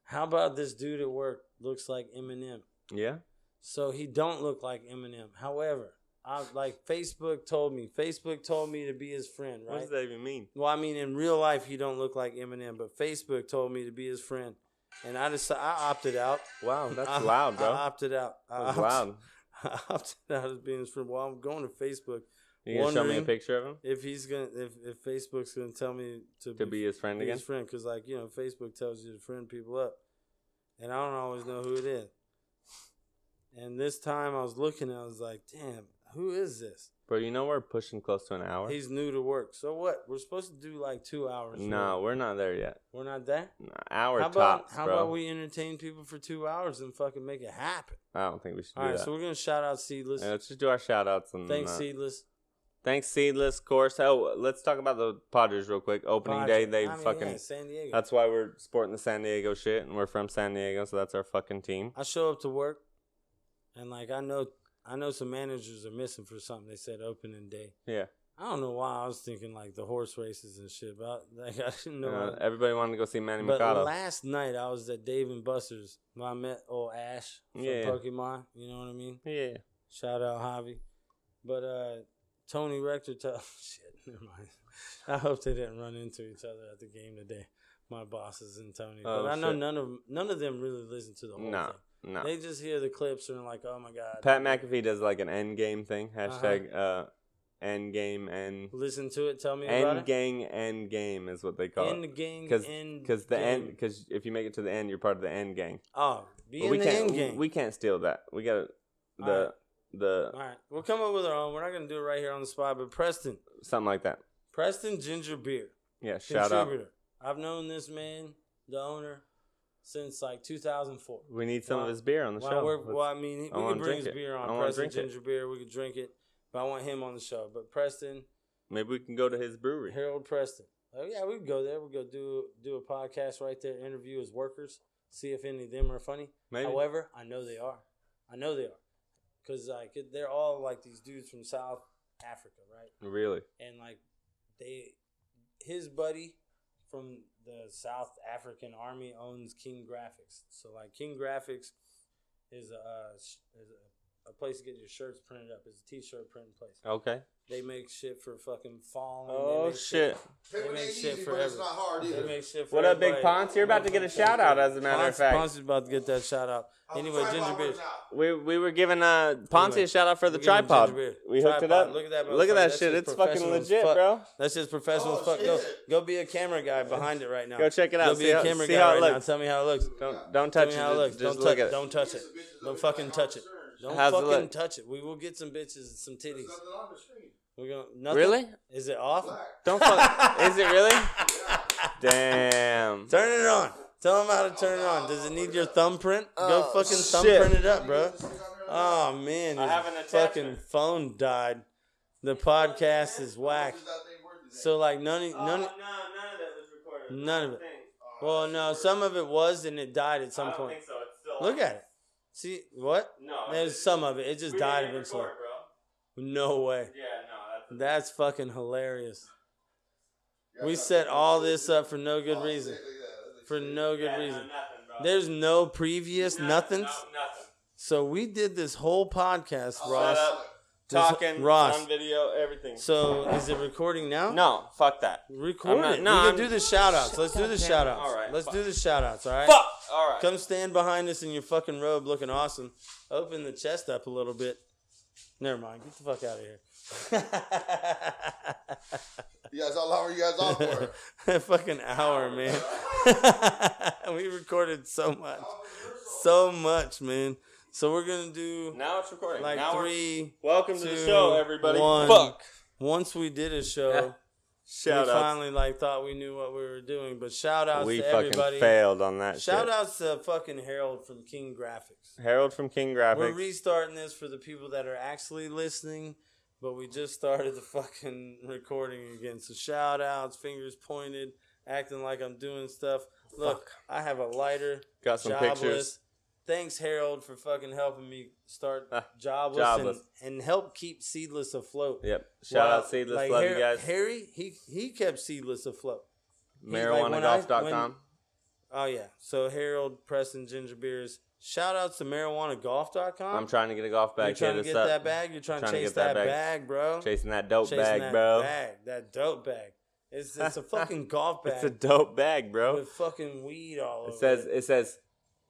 [SPEAKER 3] How about this dude at work looks like Eminem?
[SPEAKER 2] Yeah.
[SPEAKER 3] So he don't look like Eminem. However, I like Facebook told me. Facebook told me to be his friend, right?
[SPEAKER 2] What does that even mean?
[SPEAKER 3] Well, I mean, in real life, he don't look like Eminem, but Facebook told me to be his friend, and I just I opted out.
[SPEAKER 2] Wow, that's
[SPEAKER 3] I,
[SPEAKER 2] loud, bro.
[SPEAKER 3] I opted out. I
[SPEAKER 2] that's
[SPEAKER 3] opted,
[SPEAKER 2] loud.
[SPEAKER 3] I opted out of being his friend. Well, I'm going to Facebook
[SPEAKER 2] You gonna show me a
[SPEAKER 3] wondering-
[SPEAKER 2] picture of him
[SPEAKER 3] if he's gonna if, if Facebook's gonna tell me to,
[SPEAKER 2] to be his friend
[SPEAKER 3] be
[SPEAKER 2] again?
[SPEAKER 3] his friend because like you know Facebook tells you to friend people up, and I don't always know who it is. And this time I was looking, I was like, damn, who is this?
[SPEAKER 2] Bro, you know we're pushing close to an hour.
[SPEAKER 3] He's new to work. So what? We're supposed to do like two hours.
[SPEAKER 2] No, we're not there yet.
[SPEAKER 3] we're not there.
[SPEAKER 2] An hour
[SPEAKER 3] how
[SPEAKER 2] tops,
[SPEAKER 3] about how
[SPEAKER 2] bro.
[SPEAKER 3] about we entertain people for two hours and fucking make it happen?
[SPEAKER 2] I don't think we should
[SPEAKER 3] All
[SPEAKER 2] do
[SPEAKER 3] right,
[SPEAKER 2] that.
[SPEAKER 3] so we're gonna shout out Seedless.
[SPEAKER 2] Yeah, let's just do our shout outs and
[SPEAKER 3] Thanks,
[SPEAKER 2] uh,
[SPEAKER 3] Seedless.
[SPEAKER 2] thanks Seedless Course. Oh, let's talk about the Padres real quick. Opening day,
[SPEAKER 3] Padre.
[SPEAKER 2] they
[SPEAKER 3] I mean,
[SPEAKER 2] fucking.
[SPEAKER 3] yeah, San Diego.
[SPEAKER 2] That's why we're sporting the San Diego shit, and we're from San Diego, so that's our fucking team.
[SPEAKER 3] I show up to work, and like I know, I know some managers are missing for something. They said opening day.
[SPEAKER 2] Yeah,
[SPEAKER 3] I don't know why I was thinking like the horse races and shit, but like I didn't know.
[SPEAKER 2] Uh,
[SPEAKER 3] why.
[SPEAKER 2] everybody wanted to go see Manny
[SPEAKER 3] but
[SPEAKER 2] Machado.
[SPEAKER 3] last night I was at Dave and Buster's. when I met old Ash from
[SPEAKER 2] Yeah.
[SPEAKER 3] Pokemon. You know what I mean?
[SPEAKER 2] yeah,
[SPEAKER 3] Shout out Javi. But uh Tony Rector tell shit, never mind. I hope they didn't run into each other at the game today. My bosses and Tony.
[SPEAKER 2] Oh,
[SPEAKER 3] but I know
[SPEAKER 2] shit.
[SPEAKER 3] none of none of them really listen to the whole
[SPEAKER 2] Nah,
[SPEAKER 3] thing.
[SPEAKER 2] no.
[SPEAKER 3] They just hear the clips and are like, Oh my god.
[SPEAKER 2] Pat McAfee does like an end game thing. Hashtag uh, end game and
[SPEAKER 3] Listen to it, Uh-huh. tell me
[SPEAKER 2] end
[SPEAKER 3] about it.
[SPEAKER 2] gang end game is what they call it.
[SPEAKER 3] End game,
[SPEAKER 2] Cause,
[SPEAKER 3] end
[SPEAKER 2] cause the
[SPEAKER 3] game.
[SPEAKER 2] end, cause if you make it to the end, you're part of the end gang.
[SPEAKER 3] Oh, be
[SPEAKER 2] But
[SPEAKER 3] in
[SPEAKER 2] we
[SPEAKER 3] the
[SPEAKER 2] can't,
[SPEAKER 3] end game.
[SPEAKER 2] we can't steal that. We got to the
[SPEAKER 3] Alright.
[SPEAKER 2] the
[SPEAKER 3] All right, we'll come up with our own. We're not gonna do it right here on the spot, but Preston,
[SPEAKER 2] something like that.
[SPEAKER 3] Preston Ginger Beer.
[SPEAKER 2] Yeah, shout out.
[SPEAKER 3] contributor. I've known this man, the owner, since like 2004.
[SPEAKER 2] We need some
[SPEAKER 3] Why-
[SPEAKER 2] of his beer on the
[SPEAKER 3] Well,
[SPEAKER 2] show.
[SPEAKER 3] we're,
[SPEAKER 2] Let's-
[SPEAKER 3] well, I mean, he-
[SPEAKER 2] I
[SPEAKER 3] we
[SPEAKER 2] wanna
[SPEAKER 3] could bring
[SPEAKER 2] drink
[SPEAKER 3] his
[SPEAKER 2] it.
[SPEAKER 3] beer
[SPEAKER 2] I
[SPEAKER 3] on
[SPEAKER 2] wanna
[SPEAKER 3] Preston
[SPEAKER 2] drink it.
[SPEAKER 3] Ginger Beer. We could drink it, but I want him on the show. But Preston,
[SPEAKER 2] Maybe we can go to his brewery.
[SPEAKER 3] Harold Preston. Oh yeah, we could go there. We could go do do a podcast right there. Interview his workers, see if any of them are funny.
[SPEAKER 2] Maybe.
[SPEAKER 3] However, I know they are. I know they are, because like they're all like these dudes from South Africa, right?
[SPEAKER 2] really?
[SPEAKER 3] and like they his buddy from the South African Army owns King Graphics. So like King Graphics is a uh, sh- is a, a place to get your shirts printed up. It's a t-shirt printing place.
[SPEAKER 2] Okay.
[SPEAKER 3] They make shit for fucking fall. and they
[SPEAKER 2] Oh
[SPEAKER 3] make
[SPEAKER 2] shit!
[SPEAKER 3] They
[SPEAKER 5] Pick
[SPEAKER 3] make
[SPEAKER 5] ain't
[SPEAKER 3] shit
[SPEAKER 5] easy,
[SPEAKER 3] for
[SPEAKER 5] but it's
[SPEAKER 3] every-
[SPEAKER 5] not hard
[SPEAKER 3] They
[SPEAKER 5] either.
[SPEAKER 3] make shit for
[SPEAKER 2] What up, Big
[SPEAKER 3] everybody.
[SPEAKER 2] Ponce? You're about to get a shout out, as a matter of
[SPEAKER 3] Ponce-
[SPEAKER 2] fact.
[SPEAKER 3] Ponce is about to get that shout out.
[SPEAKER 5] I was
[SPEAKER 3] Anyway,
[SPEAKER 5] trying to
[SPEAKER 3] ginger
[SPEAKER 5] find
[SPEAKER 3] beer.
[SPEAKER 5] one out.
[SPEAKER 2] We we were giving uh Ponce
[SPEAKER 3] Anyway,
[SPEAKER 2] a shout out for the
[SPEAKER 3] we're giving him
[SPEAKER 2] tripod.
[SPEAKER 3] ginger beer.
[SPEAKER 2] We hooked it
[SPEAKER 3] Tripod.
[SPEAKER 2] up.
[SPEAKER 3] Look at that
[SPEAKER 2] Look
[SPEAKER 3] motherfucker.
[SPEAKER 2] at that
[SPEAKER 3] That
[SPEAKER 2] shit.
[SPEAKER 3] shit's
[SPEAKER 2] It's fucking
[SPEAKER 3] professional as
[SPEAKER 2] legit,
[SPEAKER 3] fuck.
[SPEAKER 2] bro.
[SPEAKER 3] That's just professional
[SPEAKER 5] Oh,
[SPEAKER 3] as fuck. Go,
[SPEAKER 5] shit.
[SPEAKER 3] go be a camera guy behind it right now.
[SPEAKER 2] Go check it out.
[SPEAKER 3] Go be
[SPEAKER 2] See
[SPEAKER 3] a
[SPEAKER 2] how-
[SPEAKER 3] camera
[SPEAKER 2] see
[SPEAKER 3] guy
[SPEAKER 2] how it
[SPEAKER 3] right now.
[SPEAKER 2] looks.
[SPEAKER 3] Tell me how it looks.
[SPEAKER 2] Don't don't
[SPEAKER 3] Tell
[SPEAKER 2] touch
[SPEAKER 3] me
[SPEAKER 2] it.
[SPEAKER 3] how it looks.
[SPEAKER 2] Just, just
[SPEAKER 3] don't
[SPEAKER 2] look
[SPEAKER 3] touch,
[SPEAKER 2] at it.
[SPEAKER 3] Don't touch it. Don't fucking touch it. Don't
[SPEAKER 2] How's it
[SPEAKER 3] fucking
[SPEAKER 2] look?
[SPEAKER 3] touch it. We will get some bitches, some
[SPEAKER 5] There's
[SPEAKER 3] titties.
[SPEAKER 5] nothing on the screen.
[SPEAKER 3] We're going nothing.
[SPEAKER 2] Really?
[SPEAKER 3] Is it off?
[SPEAKER 5] Black.
[SPEAKER 2] Don't fuck. Is it really? Damn.
[SPEAKER 3] Turn it on. Tell them how to turn it on. Does it need your thumbprint? Go fucking
[SPEAKER 2] Oh, shit.
[SPEAKER 3] thumbprint it up, bro. Oh man,
[SPEAKER 2] I have an
[SPEAKER 3] his
[SPEAKER 2] attachment.
[SPEAKER 3] fucking phone died. The podcast is whack.
[SPEAKER 5] How much that thing worth today?
[SPEAKER 2] Oh,
[SPEAKER 3] So like none, of- none. of-
[SPEAKER 2] that was recorded.
[SPEAKER 3] None of it. Well, no, some of it was, and it died at some point.
[SPEAKER 2] so. It's still
[SPEAKER 3] Look at it. See what?
[SPEAKER 2] No,
[SPEAKER 3] There's some of it. It just died eventually. No way.
[SPEAKER 2] Yeah, no,
[SPEAKER 3] That's fucking hilarious.
[SPEAKER 5] Yeah,
[SPEAKER 3] We
[SPEAKER 5] that's
[SPEAKER 3] set
[SPEAKER 5] it.
[SPEAKER 3] all this up for no good
[SPEAKER 5] Oh,
[SPEAKER 3] reason.
[SPEAKER 5] shit, look at that. That's
[SPEAKER 3] For
[SPEAKER 5] shit.
[SPEAKER 3] no good reason.
[SPEAKER 2] nothing, bro.
[SPEAKER 3] There's no previous nothings. So we did this whole podcast,
[SPEAKER 5] I'll
[SPEAKER 3] Ross.
[SPEAKER 5] set
[SPEAKER 2] up.
[SPEAKER 5] it
[SPEAKER 3] This-
[SPEAKER 2] Talking,
[SPEAKER 3] Ross.
[SPEAKER 2] on video, everything.
[SPEAKER 3] So is it recording now?
[SPEAKER 2] No, fuck that.
[SPEAKER 3] Record
[SPEAKER 2] I'm not-
[SPEAKER 3] it.
[SPEAKER 2] no,
[SPEAKER 3] we can
[SPEAKER 2] I'm-
[SPEAKER 3] do the shout outs. Let's do the shout outs.
[SPEAKER 2] All right,
[SPEAKER 3] Let's
[SPEAKER 2] fuck.
[SPEAKER 3] do the shout outs, all right?
[SPEAKER 2] Fuck. All right.
[SPEAKER 3] Come stand behind us in your fucking robe looking awesome. Open the chest up a little bit. Never mind. Get the fuck out of here.
[SPEAKER 5] You guys all over. You guys all for.
[SPEAKER 3] fucking hour, man. we recorded so much. So much, man. So we're going to do
[SPEAKER 2] Now it's recording.
[SPEAKER 3] like
[SPEAKER 2] now we're-
[SPEAKER 3] three.
[SPEAKER 2] Welcome to the
[SPEAKER 3] two,
[SPEAKER 2] show, everybody.
[SPEAKER 3] one.
[SPEAKER 2] Fuck.
[SPEAKER 3] Once we did a show,
[SPEAKER 2] Shout
[SPEAKER 3] we
[SPEAKER 2] out.
[SPEAKER 3] finally like thought we knew what we were doing. But shout outs
[SPEAKER 2] We
[SPEAKER 3] to
[SPEAKER 2] fucking
[SPEAKER 3] everybody.
[SPEAKER 2] failed on that
[SPEAKER 3] Shout
[SPEAKER 2] shit.
[SPEAKER 3] outs to fucking Harold from King Graphics.
[SPEAKER 2] Harold from King Graphics.
[SPEAKER 3] We're restarting this for the people that are actually listening, but we just started the fucking recording again. So shout outs, fingers pointed, acting like I'm doing stuff. Look, I have a lighter,
[SPEAKER 2] Got some
[SPEAKER 3] jobless.
[SPEAKER 2] pictures.
[SPEAKER 3] Thanks, Harold, for fucking helping me start
[SPEAKER 2] Ah,
[SPEAKER 3] jobless,
[SPEAKER 2] jobless.
[SPEAKER 3] And, and help keep Seedless afloat.
[SPEAKER 2] Yep. Shout
[SPEAKER 3] Wow,
[SPEAKER 2] out Seedless.
[SPEAKER 3] like
[SPEAKER 2] Love
[SPEAKER 3] Har-
[SPEAKER 2] you guys.
[SPEAKER 3] Harry, he he kept Seedless afloat. like, when I-
[SPEAKER 2] MarijuanaGolf.com.
[SPEAKER 3] Oh yeah. So Harold, Preston, Ginger Beers. Shout outs to marijuanagolf.com.
[SPEAKER 2] I'm trying to get a golf
[SPEAKER 3] You're
[SPEAKER 2] bag.
[SPEAKER 3] trying
[SPEAKER 2] Hit
[SPEAKER 3] to
[SPEAKER 2] us
[SPEAKER 3] get
[SPEAKER 2] up.
[SPEAKER 3] that bag. You're trying,
[SPEAKER 2] Trying
[SPEAKER 3] to
[SPEAKER 2] to
[SPEAKER 3] chase
[SPEAKER 2] get that
[SPEAKER 3] that, bag.
[SPEAKER 2] bag.
[SPEAKER 3] bro.
[SPEAKER 2] Chasing that dope
[SPEAKER 3] Chasing
[SPEAKER 2] bag,
[SPEAKER 3] that
[SPEAKER 2] bro.
[SPEAKER 3] bag, that dope bag. It's it's a fucking golf bag
[SPEAKER 2] It's a dope bag, bro.
[SPEAKER 3] with fucking weed all over.
[SPEAKER 2] It says it says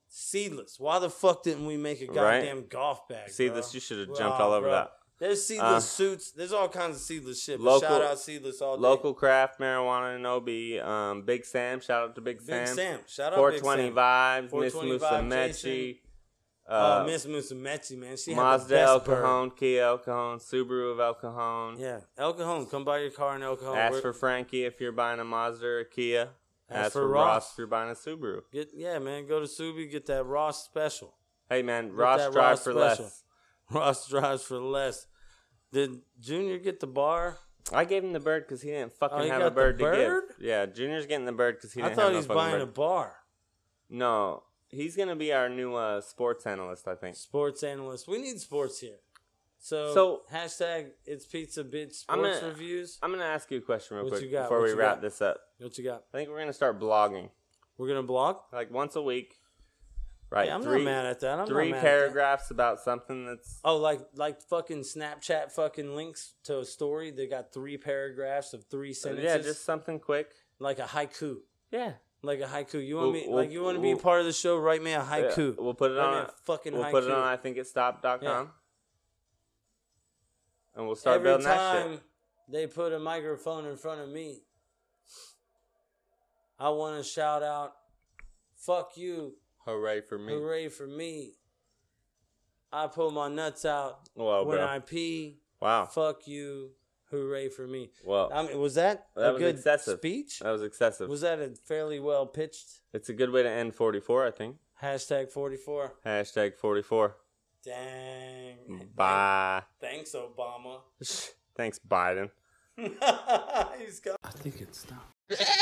[SPEAKER 3] seedless. Why the fuck didn't we make a
[SPEAKER 2] Right?
[SPEAKER 3] goddamn golf bag?
[SPEAKER 2] seedless.
[SPEAKER 3] bro?
[SPEAKER 2] You should have
[SPEAKER 3] Well, uh,
[SPEAKER 2] jumped all over
[SPEAKER 3] bro.
[SPEAKER 2] that.
[SPEAKER 3] There's seedless
[SPEAKER 2] Uh,
[SPEAKER 3] suits. There's all kinds of seedless shit. But
[SPEAKER 2] local-
[SPEAKER 3] shout out seedless all day.
[SPEAKER 2] Local craft marijuana and OB. Um, Big Sam. Shout out to Big,
[SPEAKER 3] Big Sam. Shout out
[SPEAKER 2] 420
[SPEAKER 3] Big Sam.
[SPEAKER 2] vibes. Miss
[SPEAKER 3] 420 Vibe,
[SPEAKER 2] Musumeci.
[SPEAKER 3] Uh,
[SPEAKER 2] Uh,
[SPEAKER 3] Miss Musumeci, man. She had the
[SPEAKER 2] Mazda
[SPEAKER 3] best
[SPEAKER 2] El
[SPEAKER 3] bird.
[SPEAKER 2] Cajon, Kia El Cajon, Subaru of El Cajon.
[SPEAKER 3] Yeah, El Cajon. Come buy your car in El Cajon.
[SPEAKER 2] Ask
[SPEAKER 3] We're-
[SPEAKER 2] for Frankie if you're buying a Mazda or a Kia.
[SPEAKER 3] Ask
[SPEAKER 2] Ask,
[SPEAKER 3] for
[SPEAKER 2] for, Ross.
[SPEAKER 3] Ross.
[SPEAKER 2] if you're buying a Subaru.
[SPEAKER 3] get yeah, man. Go to Subi. Get that Ross special.
[SPEAKER 2] Hey man,
[SPEAKER 3] Get
[SPEAKER 2] Ross
[SPEAKER 3] that
[SPEAKER 2] drive
[SPEAKER 3] Ross
[SPEAKER 2] for
[SPEAKER 3] special.
[SPEAKER 2] less.
[SPEAKER 3] Ross drives for less. Did Junior get the bar?
[SPEAKER 2] I gave him the bird because he didn't fucking
[SPEAKER 3] Oh, he
[SPEAKER 2] have
[SPEAKER 3] got
[SPEAKER 2] a
[SPEAKER 3] the
[SPEAKER 2] bird,
[SPEAKER 3] bird?
[SPEAKER 2] to give. Yeah, Junior's getting the bird because he
[SPEAKER 3] I
[SPEAKER 2] didn't
[SPEAKER 3] thought
[SPEAKER 2] have
[SPEAKER 3] he
[SPEAKER 2] no
[SPEAKER 3] was
[SPEAKER 2] fucking
[SPEAKER 3] buying
[SPEAKER 2] bird.
[SPEAKER 3] a bar.
[SPEAKER 2] no, he's gonna be our new uh, sports analyst, I think.
[SPEAKER 3] Sports analyst. We need sports here. So,
[SPEAKER 2] So-
[SPEAKER 3] hashtag it's pizza bitch sports
[SPEAKER 2] I'm gonna-
[SPEAKER 3] reviews.
[SPEAKER 2] I'm gonna ask you a question real
[SPEAKER 3] What you
[SPEAKER 2] quick
[SPEAKER 3] got?
[SPEAKER 2] before
[SPEAKER 3] What
[SPEAKER 2] we
[SPEAKER 3] you
[SPEAKER 2] wrap
[SPEAKER 3] got?
[SPEAKER 2] this up.
[SPEAKER 3] What you got?
[SPEAKER 2] I think we're gonna start blogging
[SPEAKER 3] We're gonna blog.
[SPEAKER 2] like once a week. Right,
[SPEAKER 3] Yeah, I'm
[SPEAKER 2] three
[SPEAKER 3] not mad at that. I'm
[SPEAKER 2] three
[SPEAKER 3] not mad at that.
[SPEAKER 2] paragraphs about something that's
[SPEAKER 3] Oh, like like fucking Snapchat fucking links to a story. They got three paragraphs of three sentences.
[SPEAKER 2] yeah, just something quick.
[SPEAKER 3] like a haiku.
[SPEAKER 2] Yeah,
[SPEAKER 3] Like a haiku. You want
[SPEAKER 2] We'll-
[SPEAKER 3] me
[SPEAKER 2] we'll-
[SPEAKER 3] like you want to be
[SPEAKER 2] we'll-
[SPEAKER 3] part of the show? Write me a haiku.
[SPEAKER 2] We'll put it
[SPEAKER 3] Write me
[SPEAKER 2] on.
[SPEAKER 3] a fucking
[SPEAKER 2] we'll
[SPEAKER 3] haiku.
[SPEAKER 2] put it on. I think it's stop.com.
[SPEAKER 3] Yeah.
[SPEAKER 2] And we'll start
[SPEAKER 3] Every
[SPEAKER 2] building that
[SPEAKER 3] time
[SPEAKER 2] shit.
[SPEAKER 3] they put a microphone in front of me, I want to shout out, "Fuck you!
[SPEAKER 2] Hooray for me!
[SPEAKER 3] Hooray for me!" I pull my nuts out
[SPEAKER 2] Wow,
[SPEAKER 3] when
[SPEAKER 2] Oh, bro!
[SPEAKER 3] I pee.
[SPEAKER 2] wow,
[SPEAKER 3] Fuck you! Hooray for me!
[SPEAKER 2] well,
[SPEAKER 3] I mean, was that,
[SPEAKER 2] Oh. That
[SPEAKER 3] a
[SPEAKER 2] was
[SPEAKER 3] good
[SPEAKER 2] excessive.
[SPEAKER 3] speech?
[SPEAKER 2] that was excessive.
[SPEAKER 3] Was that a fairly well pitched
[SPEAKER 2] it's a good way to end 44, I think.
[SPEAKER 3] hashtag forty four?
[SPEAKER 2] Hashtag 44.
[SPEAKER 3] Dang.
[SPEAKER 2] Bye.
[SPEAKER 3] Thanks, Obama.
[SPEAKER 2] Thanks, Biden.
[SPEAKER 3] He's got
[SPEAKER 5] it.